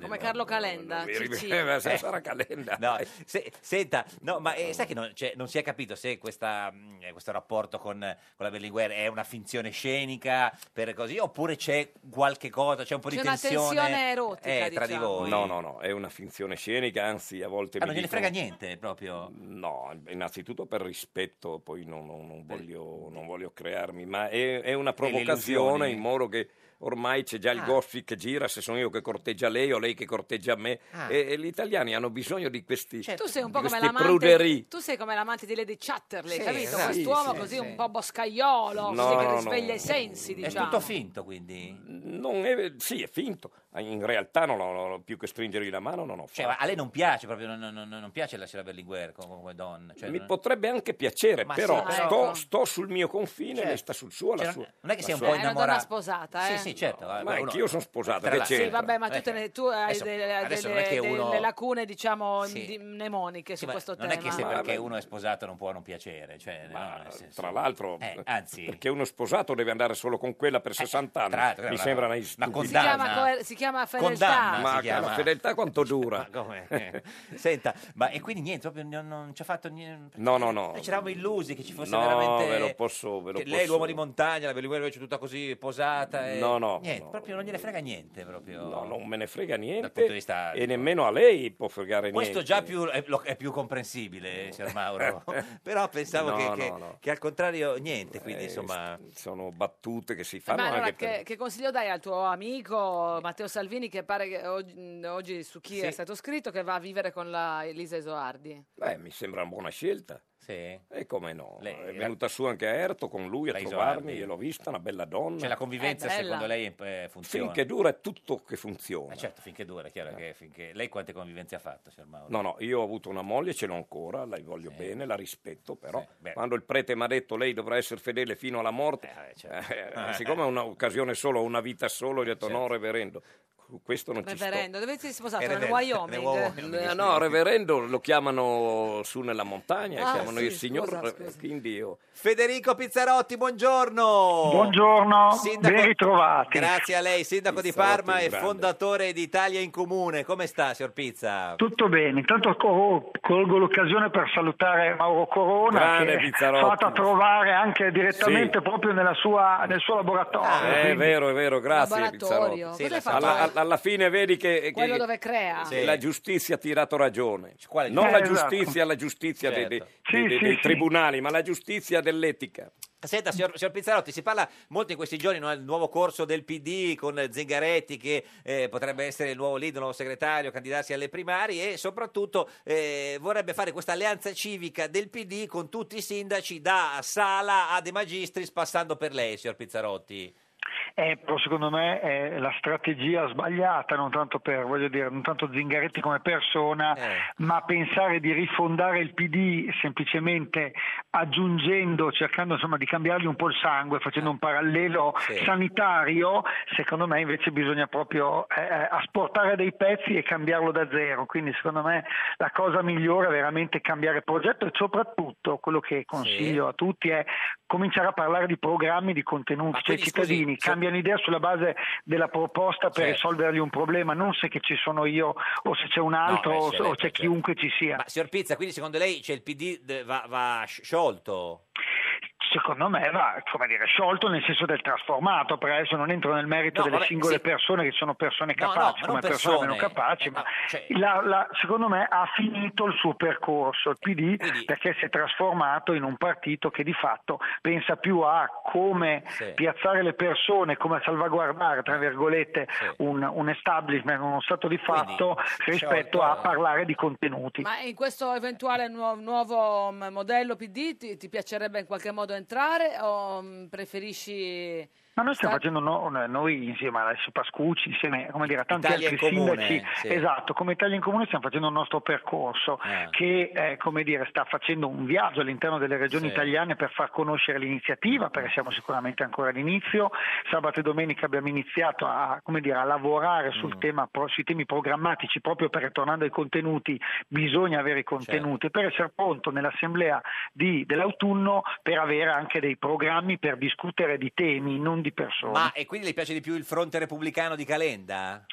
[SPEAKER 4] Come Carlo Calenda. Cicci.
[SPEAKER 14] Eh, sarà calenda.
[SPEAKER 3] No, se- senta, no, ma eh, sai che non, cioè, non si è capito se questa, mh, eh, questo rapporto con, con la Berlinguer è una finzione scenica per così, oppure c'è qualche cosa, c'è un po' di
[SPEAKER 4] C'è una
[SPEAKER 3] tensione,
[SPEAKER 4] tensione erotica,
[SPEAKER 3] eh, tra di
[SPEAKER 4] diciamo.
[SPEAKER 3] voi.
[SPEAKER 14] No, no, no, è una finzione scenica, anzi a volte...
[SPEAKER 3] Ah,
[SPEAKER 14] mi
[SPEAKER 3] non gliene
[SPEAKER 14] dicono-
[SPEAKER 3] frega niente proprio.
[SPEAKER 14] No, innanzitutto per rispetto, poi non, non- non voglio, non voglio crearmi, ma è, è una
[SPEAKER 3] le
[SPEAKER 14] provocazione
[SPEAKER 3] illusioni.
[SPEAKER 14] in modo che ormai c'è già il
[SPEAKER 3] Ah.
[SPEAKER 14] gossip che gira, se sono io che corteggia lei o lei che corteggia me.
[SPEAKER 4] Ah.
[SPEAKER 14] E, e gli italiani hanno bisogno di questi...
[SPEAKER 3] Certo.
[SPEAKER 4] tu sei un po'
[SPEAKER 14] di
[SPEAKER 4] come
[SPEAKER 14] questi
[SPEAKER 4] l'amante
[SPEAKER 14] pruderie.
[SPEAKER 4] Tu sei come l'amante di Lady Chatterley,
[SPEAKER 14] Sì,
[SPEAKER 4] capito?
[SPEAKER 14] esatto.
[SPEAKER 4] Quest'uomo
[SPEAKER 14] Sì,
[SPEAKER 4] così
[SPEAKER 14] sì.
[SPEAKER 4] un po' boscaiolo,
[SPEAKER 14] No,
[SPEAKER 4] così che
[SPEAKER 14] no,
[SPEAKER 4] risveglia
[SPEAKER 14] no.
[SPEAKER 4] i sensi, diciamo.
[SPEAKER 3] finto quindi?
[SPEAKER 14] Non è, sì, è finto. In realtà non ho, non ho più che stringergli la mano, non ho
[SPEAKER 3] Cioè,
[SPEAKER 14] fatto.
[SPEAKER 3] ma a lei non piace proprio, non, non- non- non piace la Sera Berlinguer come, come donna. Cioè,
[SPEAKER 14] Mi
[SPEAKER 3] non-
[SPEAKER 14] potrebbe anche piacere,
[SPEAKER 3] Ma
[SPEAKER 14] però
[SPEAKER 3] sì,
[SPEAKER 14] sto,
[SPEAKER 3] ecco.
[SPEAKER 14] sto sul mio confine,
[SPEAKER 3] Certo.
[SPEAKER 14] lei sta sul suo. la
[SPEAKER 3] Cioè,
[SPEAKER 14] sua-
[SPEAKER 3] non è che
[SPEAKER 14] la
[SPEAKER 3] sei un
[SPEAKER 14] sua-
[SPEAKER 3] po'
[SPEAKER 4] È una donna sposata, eh?
[SPEAKER 3] Sì, sì, certo.
[SPEAKER 14] No,
[SPEAKER 3] eh,
[SPEAKER 14] ma
[SPEAKER 3] uno-
[SPEAKER 14] anch'io sono sposato,
[SPEAKER 3] Tra
[SPEAKER 14] che
[SPEAKER 3] l'altro.
[SPEAKER 14] c'entra?
[SPEAKER 4] Sì, vabbè, ma tu, te ne- tu hai
[SPEAKER 3] certo. Eh, Adesso-
[SPEAKER 4] delle,
[SPEAKER 3] adesso non
[SPEAKER 4] delle-
[SPEAKER 3] è che
[SPEAKER 4] delle-
[SPEAKER 3] uno-
[SPEAKER 4] delle lacune, diciamo,
[SPEAKER 3] Sì.
[SPEAKER 4] di- mnemoniche su
[SPEAKER 3] Sì, ma
[SPEAKER 4] questo
[SPEAKER 3] non
[SPEAKER 4] tema.
[SPEAKER 3] è che se perché uno è sposato non può non piacere. Cioè, no, nel senso-
[SPEAKER 14] Tra l'altro,
[SPEAKER 3] Eh, anzi,
[SPEAKER 14] perché uno sposato deve andare solo con quella
[SPEAKER 3] Eh,
[SPEAKER 14] per 60 anni.
[SPEAKER 3] tra l'altro,
[SPEAKER 14] Mi
[SPEAKER 3] una-
[SPEAKER 14] sembra una,
[SPEAKER 3] una
[SPEAKER 4] si,
[SPEAKER 14] stupidità.
[SPEAKER 4] chiama, coer- si chiama fedeltà.
[SPEAKER 14] Ma
[SPEAKER 3] si chiama.
[SPEAKER 14] la fedeltà quanto dura?
[SPEAKER 3] come? Senta, ma e quindi niente, proprio non, non ci ha fatto niente.
[SPEAKER 14] No, no, no.
[SPEAKER 3] Noi eh, ci eravamo illusi che ci fosse
[SPEAKER 14] No,
[SPEAKER 3] veramente.
[SPEAKER 14] ve lo posso- ve lo
[SPEAKER 3] che lei,
[SPEAKER 14] posso-
[SPEAKER 3] l'uomo di montagna, la Berlinguer invece tutta così posata. e-
[SPEAKER 14] No, no,
[SPEAKER 3] Niente,
[SPEAKER 14] no.
[SPEAKER 3] proprio non gliene frega niente. Proprio.
[SPEAKER 14] No, non me ne frega
[SPEAKER 3] Dal
[SPEAKER 14] niente.
[SPEAKER 3] punto di vista.
[SPEAKER 14] E nemmeno a lei può fregare
[SPEAKER 3] Questo
[SPEAKER 14] niente.
[SPEAKER 3] già più- è, lo- è più comprensibile, signor Mauro. Però pensavo
[SPEAKER 14] No,
[SPEAKER 3] che,
[SPEAKER 14] no,
[SPEAKER 3] che-
[SPEAKER 14] no.
[SPEAKER 3] che al contrario niente, quindi
[SPEAKER 14] Eh,
[SPEAKER 3] insomma...
[SPEAKER 14] Sono battute che si fanno
[SPEAKER 4] Ma allora,
[SPEAKER 14] anche
[SPEAKER 4] che,
[SPEAKER 14] per...
[SPEAKER 4] che consiglio dai al tuo amico Matteo Salvini, che pare che oggi, mh, oggi su chi è
[SPEAKER 14] Sì.
[SPEAKER 4] stato scritto, che va a vivere con la Elisa Esoardi?
[SPEAKER 14] Beh, mi sembra una buona scelta.
[SPEAKER 3] Sì.
[SPEAKER 14] E come no? È venuta su anche a Erto con lui a
[SPEAKER 3] Lei
[SPEAKER 14] trovarmi,
[SPEAKER 3] Isoardi.
[SPEAKER 14] io l'ho vista, una bella donna.
[SPEAKER 3] Cioè la convivenza
[SPEAKER 14] Eh, bella.
[SPEAKER 3] secondo lei eh, funziona?
[SPEAKER 14] Finché dura è tutto che funziona.
[SPEAKER 3] Eh, certo, finché dura, è chiaro che finché... Lei quante convivenze ha fatto, signor Mauro?
[SPEAKER 14] No, no, io ho avuto una moglie, ce l'ho ancora, la voglio bene, la rispetto, però
[SPEAKER 3] Sì, beh.
[SPEAKER 14] quando il prete mi ha detto lei dovrà essere fedele fino alla morte, eh, siccome è un'occasione solo, una vita solo, ho detto no, reverendo, cu- questo non
[SPEAKER 4] Reverendo, dove ti sei sposato?
[SPEAKER 14] Eh,
[SPEAKER 4] Nel
[SPEAKER 14] reverendo,
[SPEAKER 4] Wyoming?
[SPEAKER 14] ci sto. Eh, no, reverendo lo chiamano su nella montagna,
[SPEAKER 4] Ah,
[SPEAKER 14] chiamano
[SPEAKER 4] sì,
[SPEAKER 14] il signor,
[SPEAKER 4] scusa,
[SPEAKER 14] quindi io...
[SPEAKER 3] Federico Pizzarotti, buongiorno!
[SPEAKER 17] Buongiorno,
[SPEAKER 3] Sindaco-
[SPEAKER 17] ben ritrovati.
[SPEAKER 3] Grazie a lei, sindaco di
[SPEAKER 17] Pizzarotti
[SPEAKER 3] Parma
[SPEAKER 17] in
[SPEAKER 3] e
[SPEAKER 17] grande.
[SPEAKER 3] fondatore di Italia in Comune. Come sta, signor Pizza?
[SPEAKER 17] Tutto bene, intanto co- colgo l'occasione per salutare Mauro Corona
[SPEAKER 14] Grande
[SPEAKER 17] che è
[SPEAKER 14] Pizzarotti.
[SPEAKER 17] fatto a trovare anche direttamente proprio nella sua- nel suo laboratorio.
[SPEAKER 14] Eh, è
[SPEAKER 17] Ah, quindi-
[SPEAKER 14] vero, è vero, grazie
[SPEAKER 4] Laboratorio.
[SPEAKER 14] Pizzarotti.
[SPEAKER 4] Sì, Cosa hai fatto?
[SPEAKER 14] alla, alla- alla fine vedi che, che-
[SPEAKER 4] Quello dove crea.
[SPEAKER 14] che la giustizia ha tirato ragione.
[SPEAKER 3] Quale
[SPEAKER 14] non la
[SPEAKER 3] giustizia? Eh, esatto.
[SPEAKER 14] giustizia, la giustizia dei, dei-
[SPEAKER 3] Sì,
[SPEAKER 14] dei-
[SPEAKER 3] sì,
[SPEAKER 14] dei
[SPEAKER 3] sì.
[SPEAKER 14] tribunali, ma la giustizia dell'etica.
[SPEAKER 3] Senta, signor, signor Pizzarotti, si parla molto in questi giorni no, del nuovo corso del PD con Zingaretti che eh, potrebbe essere il nuovo leader, il nuovo segretario, candidarsi alle primarie e soprattutto eh, vorrebbe fare questa alleanza civica del PD con tutti i sindaci da Sala a De Magistris passando per lei, signor Pizzarotti.
[SPEAKER 17] Eh, però secondo me è la strategia sbagliata, non tanto per, voglio dire, non tanto Zingaretti come persona,
[SPEAKER 15] Eh.
[SPEAKER 17] ma pensare di rifondare il PD semplicemente aggiungendo, cercando insomma di cambiargli un po' il sangue, facendo un parallelo
[SPEAKER 15] Sì.
[SPEAKER 17] sanitario, secondo me invece bisogna proprio eh, eh, asportare dei pezzi e cambiarlo da zero. Quindi secondo me la cosa migliore è veramente cambiare progetto e soprattutto quello che consiglio a tutti è cominciare a parlare di programmi, di contenuti, cioè i
[SPEAKER 15] quindi, scusi,
[SPEAKER 17] cittadini
[SPEAKER 15] se-
[SPEAKER 17] cambiano idea sulla base della proposta per
[SPEAKER 3] Certo.
[SPEAKER 17] risolvergli un problema, non se che ci sono io o se c'è un altro
[SPEAKER 3] beh,
[SPEAKER 17] o,
[SPEAKER 3] certo,
[SPEAKER 17] o c'è
[SPEAKER 3] certo.
[SPEAKER 17] chiunque ci sia.
[SPEAKER 3] Ma signor Pizza, quindi secondo lei cioè, il PD de- va, va sciolto?
[SPEAKER 17] Secondo me va come dire, sciolto nel senso del trasformato, per adesso non entro nel merito
[SPEAKER 3] No,
[SPEAKER 17] delle
[SPEAKER 3] vabbè,
[SPEAKER 17] singole
[SPEAKER 3] sì.
[SPEAKER 17] persone che sono persone
[SPEAKER 3] No, no,
[SPEAKER 17] capaci,
[SPEAKER 3] ma non
[SPEAKER 17] come persone meno
[SPEAKER 3] persone. Ah,
[SPEAKER 17] capaci, ma la- la- secondo me ha finito il suo percorso, il
[SPEAKER 3] Eh,
[SPEAKER 17] PD, perché si è trasformato in un partito che di fatto pensa più a come
[SPEAKER 15] Sì.
[SPEAKER 17] piazzare le persone, come salvaguardare,
[SPEAKER 3] Eh.
[SPEAKER 17] tra virgolette, un, un establishment, uno stato di fatto, rispetto
[SPEAKER 3] eh.
[SPEAKER 17] a parlare di contenuti.
[SPEAKER 4] Ma in questo eventuale nuo- nuovo mm, modello PD ti, ti piacerebbe in qualche modo entrare o mm, preferisci...
[SPEAKER 17] Ma noi stiamo facendo no- no- noi insieme a Alessio Pascucci, insieme come dire, a tanti
[SPEAKER 3] Italia in
[SPEAKER 17] altri
[SPEAKER 3] Comune,
[SPEAKER 17] sindaci,
[SPEAKER 3] sì.
[SPEAKER 17] esatto, come Italia in Comune stiamo facendo il nostro percorso che eh, come dire, sta facendo un viaggio all'interno delle regioni
[SPEAKER 15] Sì.
[SPEAKER 17] italiane per far conoscere l'iniziativa, perché siamo sicuramente ancora all'inizio. Sabato e domenica abbiamo iniziato a, come dire, a lavorare sul tema, pro- sui temi programmatici, proprio perché tornando ai contenuti bisogna avere i contenuti per essere pronto nell'assemblea di- dell'autunno per avere anche dei programmi per discutere di temi, non di persone.
[SPEAKER 3] Ma e quindi le piace di più il fronte repubblicano di Calenda?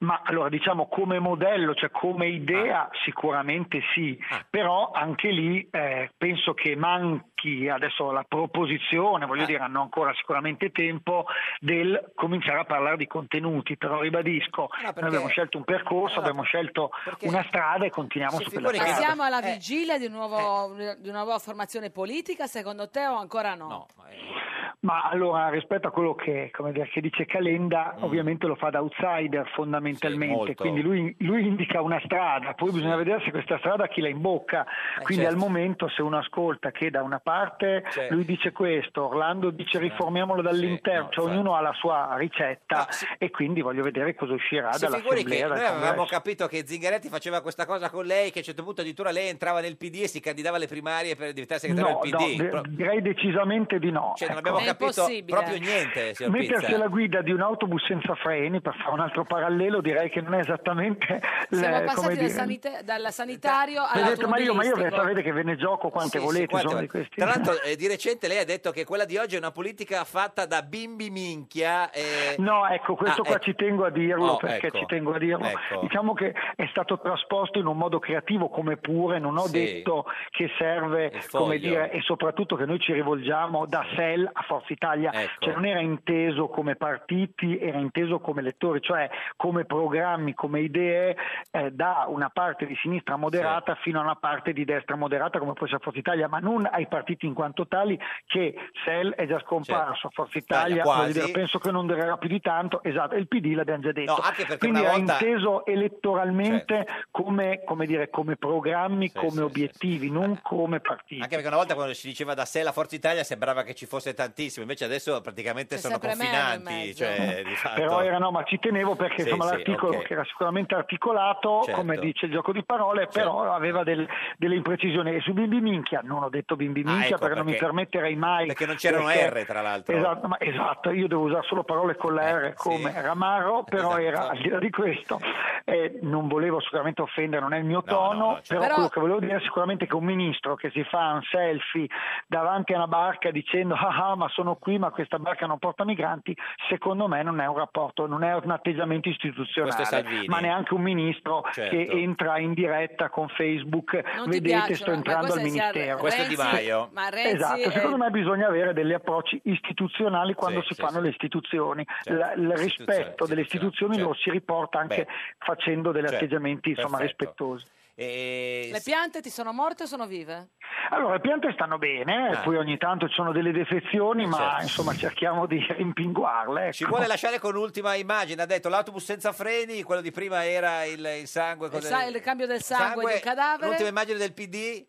[SPEAKER 17] Ma allora diciamo come modello, cioè come idea, sicuramente sì, però anche lì eh, penso che manchi adesso la proposizione, voglio dire hanno ancora sicuramente tempo del cominciare a parlare di contenuti, però ribadisco,
[SPEAKER 3] perché-
[SPEAKER 17] noi abbiamo scelto un percorso, abbiamo scelto una strada e continuiamo su quella strada.
[SPEAKER 4] Siamo alla
[SPEAKER 3] Eh.
[SPEAKER 4] vigilia di, un nuovo- di una nuova formazione politica, secondo te o ancora no?
[SPEAKER 17] Ma allora, rispetto a quello che, come dire, che dice Calenda,
[SPEAKER 3] Mm.
[SPEAKER 17] ovviamente lo fa da outsider fondamentalmente,
[SPEAKER 18] molto.
[SPEAKER 17] quindi lui, lui indica una strada, poi bisogna vedere se questa strada chi la imbocca.
[SPEAKER 3] Eh,
[SPEAKER 17] Quindi
[SPEAKER 18] certo.
[SPEAKER 17] al momento se uno ascolta che da una parte
[SPEAKER 18] Certo.
[SPEAKER 17] lui dice questo, Orlando dice riformiamolo dall'interno, cioè ognuno ha la sua ricetta e quindi voglio vedere cosa uscirà
[SPEAKER 3] Si figuri che
[SPEAKER 17] dall'assemblea.
[SPEAKER 3] noi
[SPEAKER 17] dal
[SPEAKER 3] avevamo
[SPEAKER 17] congresso.
[SPEAKER 3] capito che Zingaretti faceva questa cosa con lei, che a un certo punto addirittura lei entrava nel PD e si candidava alle primarie per diventare segretario
[SPEAKER 17] No,
[SPEAKER 3] del
[SPEAKER 17] no,
[SPEAKER 3] PD.
[SPEAKER 17] de-
[SPEAKER 3] Pro-
[SPEAKER 17] direi decisamente di no.
[SPEAKER 3] cioè, non
[SPEAKER 17] ecco.
[SPEAKER 3] abbiamo capito proprio niente, Eh, signor
[SPEAKER 17] Mettersi
[SPEAKER 3] Pizza.
[SPEAKER 17] alla guida di un autobus senza freni, per fare un altro parallelo, direi che non è esattamente
[SPEAKER 4] Siamo
[SPEAKER 17] le- Eh, come
[SPEAKER 4] passati dal,
[SPEAKER 17] dire.
[SPEAKER 4] sanita- dal sanitario
[SPEAKER 17] Mi ha detto, ma io, ma io
[SPEAKER 4] all'automobilistico.
[SPEAKER 17] sapete che ve ne gioco
[SPEAKER 3] Sì,
[SPEAKER 17] quante
[SPEAKER 3] sì,
[SPEAKER 17] volete,
[SPEAKER 3] quante
[SPEAKER 17] sono di
[SPEAKER 3] volte.
[SPEAKER 17] questi.
[SPEAKER 3] Tra l'altro, eh, di recente lei ha detto che quella di oggi è una politica fatta da bimbi minchia. eh,
[SPEAKER 17] No, ecco, questo
[SPEAKER 3] Ah,
[SPEAKER 17] qua
[SPEAKER 3] ecco.
[SPEAKER 17] ci tengo a dirlo
[SPEAKER 3] Oh,
[SPEAKER 17] perché
[SPEAKER 3] ecco.
[SPEAKER 17] ci tengo a dirlo.
[SPEAKER 3] Ecco.
[SPEAKER 17] Diciamo che è stato trasposto in un modo creativo come pure, non ho
[SPEAKER 18] Sì.
[SPEAKER 17] detto che serve,
[SPEAKER 18] foglio.
[SPEAKER 17] come dire, e soprattutto che noi ci rivolgiamo da SEL a Forza Italia,
[SPEAKER 3] Ecco.
[SPEAKER 17] cioè non era inteso come partiti, era inteso come lettori, cioè come programmi, come idee eh, da una parte di sinistra moderata fino a una parte di destra moderata come può essere Forza Italia, ma non ai partiti in quanto tali che SEL è già scomparso,
[SPEAKER 3] Certo.
[SPEAKER 17] Forza Italia,
[SPEAKER 3] quasi.
[SPEAKER 17] voglio dire, penso che non durerà più di tanto, esatto, il PD l'abbiamo già detto.
[SPEAKER 3] No, anche perché
[SPEAKER 17] Quindi
[SPEAKER 3] una
[SPEAKER 17] era
[SPEAKER 3] volta- Certo.
[SPEAKER 17] inteso elettoralmente come, come dire, come programmi, come obiettivi,
[SPEAKER 3] Ah,
[SPEAKER 17] non come partiti.
[SPEAKER 3] Anche perché una volta quando si diceva da sé la Forza Italia sembrava che ci fosse tantissimo, invece adesso praticamente sono
[SPEAKER 4] sempre meno in
[SPEAKER 3] confinanti.
[SPEAKER 4] mezzo.
[SPEAKER 3] Cioè, di fatto.
[SPEAKER 17] Però era no, ma ci tenevo perché
[SPEAKER 3] Sì,
[SPEAKER 17] insomma,
[SPEAKER 3] sì,
[SPEAKER 17] l'articolo
[SPEAKER 3] ok.
[SPEAKER 17] che era sicuramente articolato,
[SPEAKER 3] Certo.
[SPEAKER 17] come dice il gioco di parole, però aveva del- delle imprecisioni. E su Bimbi Minchia non ho detto Bimbi
[SPEAKER 3] Ah,
[SPEAKER 17] Minchia
[SPEAKER 3] ecco,
[SPEAKER 17] perché, non mi
[SPEAKER 3] perché-
[SPEAKER 17] permetterei mai.
[SPEAKER 3] perché non c'erano
[SPEAKER 17] perché-
[SPEAKER 3] R, tra l'altro. Eh,
[SPEAKER 17] Esatto, ma- esatto, io devo usare solo parole con la R come Ramarro, però
[SPEAKER 3] Esatto.
[SPEAKER 17] era al di là di questo. eh, non volevo sicuramente offendere, non è il mio tono,
[SPEAKER 3] certo.
[SPEAKER 17] però,
[SPEAKER 4] Però-
[SPEAKER 17] quello che volevo dire è sicuramente che un ministro che si fa un selfie davanti a una barca dicendo ah ah, ma sono qui ma questa barca non porta migranti, secondo me non è un rapporto, non è un atteggiamento
[SPEAKER 3] Questo è
[SPEAKER 17] istituzionale,
[SPEAKER 3] Salvini.
[SPEAKER 17] ma neanche un ministro
[SPEAKER 3] Certo.
[SPEAKER 17] che entra in diretta con Facebook,
[SPEAKER 4] Non ti
[SPEAKER 17] vedete sto
[SPEAKER 4] piacciono, ma
[SPEAKER 17] entrando al
[SPEAKER 4] questo sia
[SPEAKER 17] ministero.
[SPEAKER 4] Questo è Di Renzi- Maio. ma Renzi
[SPEAKER 17] esatto,
[SPEAKER 4] è-
[SPEAKER 17] secondo me bisogna avere degli approcci istituzionali quando si fanno le istituzioni.
[SPEAKER 3] Certo,
[SPEAKER 17] La- il rispetto delle istituzioni lo si riporta anche facendo degli
[SPEAKER 3] Certo.
[SPEAKER 17] atteggiamenti insomma,
[SPEAKER 3] Perfetto.
[SPEAKER 17] rispettosi.
[SPEAKER 3] E-
[SPEAKER 4] Le piante ti sono morte o sono vive?
[SPEAKER 17] Allora, le piante stanno bene, eh,
[SPEAKER 3] Ah.
[SPEAKER 17] poi ogni tanto ci sono delle defezioni, ma
[SPEAKER 3] certo.
[SPEAKER 17] insomma cerchiamo di rimpinguarle. ecco.
[SPEAKER 3] Ci vuole lasciare con l'ultima immagine, ha detto l'autobus senza freni, quello di prima era il, il sangue.
[SPEAKER 4] Il,
[SPEAKER 3] cosa-
[SPEAKER 4] sa- il cambio del sangue,
[SPEAKER 3] sangue,
[SPEAKER 4] di un cadavere?
[SPEAKER 3] L'ultima immagine del PD?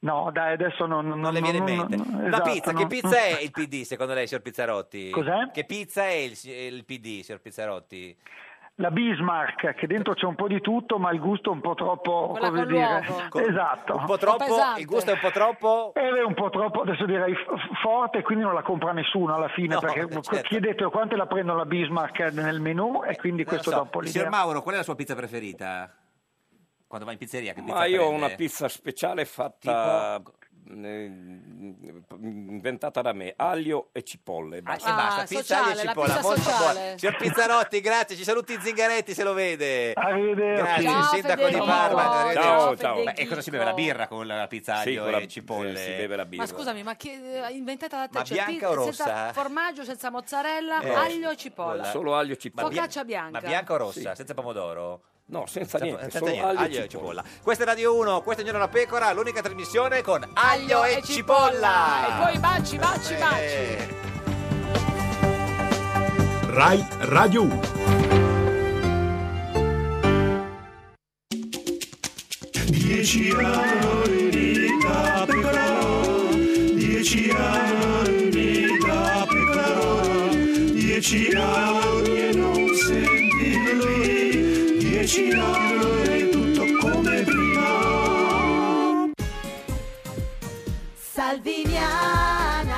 [SPEAKER 17] No, dai, adesso non, non,
[SPEAKER 3] Non le viene in mente.
[SPEAKER 17] non-
[SPEAKER 3] La
[SPEAKER 17] esatto,
[SPEAKER 3] pizza, che
[SPEAKER 17] non-
[SPEAKER 3] pizza è il PD secondo lei, signor Pizzarotti?
[SPEAKER 17] Cos'è?
[SPEAKER 3] Che pizza è il, il PD, signor Pizzarotti?
[SPEAKER 17] La Bismarck, che dentro c'è un po' di tutto, ma il gusto è un po' troppo,
[SPEAKER 3] Quella
[SPEAKER 17] come
[SPEAKER 3] con
[SPEAKER 17] dire...
[SPEAKER 3] l'uovo.
[SPEAKER 17] Esatto.
[SPEAKER 3] Un po' troppo, Un po' pesante. il gusto è un po' troppo...
[SPEAKER 17] è un po' troppo, adesso direi f- forte, quindi non la compra nessuno alla fine,
[SPEAKER 3] eh,
[SPEAKER 17] perché
[SPEAKER 3] certo.
[SPEAKER 17] chiedete quante la prendono la Bismarck nel menù e quindi questo
[SPEAKER 3] Non Eh, lo
[SPEAKER 17] dà un po'
[SPEAKER 3] so. Signor
[SPEAKER 17] l'idea.
[SPEAKER 3] Mauro, qual è la sua pizza preferita? Quando va in pizzeria, che pizza
[SPEAKER 14] Ma io ho
[SPEAKER 3] prende?
[SPEAKER 14] una pizza speciale fatta, eh, inventata da me, aglio e cipolle.
[SPEAKER 3] Ah, E
[SPEAKER 4] Ah,
[SPEAKER 3] basta, pizza aglio e cipolla, molto buona. Signor Pizzarotti, grazie, ci saluti Zingaretti se lo vede.
[SPEAKER 17] Arrivederci.
[SPEAKER 3] Grazie,
[SPEAKER 17] Ciao,
[SPEAKER 3] il sindaco
[SPEAKER 17] Federico.
[SPEAKER 3] di Parma.
[SPEAKER 17] Ciao,
[SPEAKER 3] arrivederci.
[SPEAKER 14] ciao, ciao.
[SPEAKER 3] Beh, e cosa si beve? La birra con la pizza
[SPEAKER 14] Sì,
[SPEAKER 3] aglio
[SPEAKER 14] con la-
[SPEAKER 3] e cipolle?
[SPEAKER 14] sì, si beve la
[SPEAKER 4] Ma scusami, ma che, inventata da te?
[SPEAKER 3] Ma
[SPEAKER 4] cioè,
[SPEAKER 3] bianca o rossa?
[SPEAKER 4] Senza formaggio, senza mozzarella,
[SPEAKER 14] Eh.
[SPEAKER 4] aglio e cipolla.
[SPEAKER 14] Solo aglio e cipolla.
[SPEAKER 4] Focaccia bianca.
[SPEAKER 3] Ma bianca o rossa?
[SPEAKER 14] Sì.
[SPEAKER 3] Senza pomodoro?
[SPEAKER 14] No, senza niente,
[SPEAKER 3] senza
[SPEAKER 14] solo
[SPEAKER 3] niente,
[SPEAKER 14] aglio e
[SPEAKER 3] aglio e cipolla. Questa è Radio 1, questa è Giorno la Pecora, l'unica trasmissione con aglio e cipolla. Eh.
[SPEAKER 4] E poi baci, baci, baci.
[SPEAKER 13] Rai Radio 1.
[SPEAKER 6] Dieci anni da pecora, dieci anni da pecora, dieci anni e non sentirli, dieci anni tutto come prima.
[SPEAKER 11] Salviniana,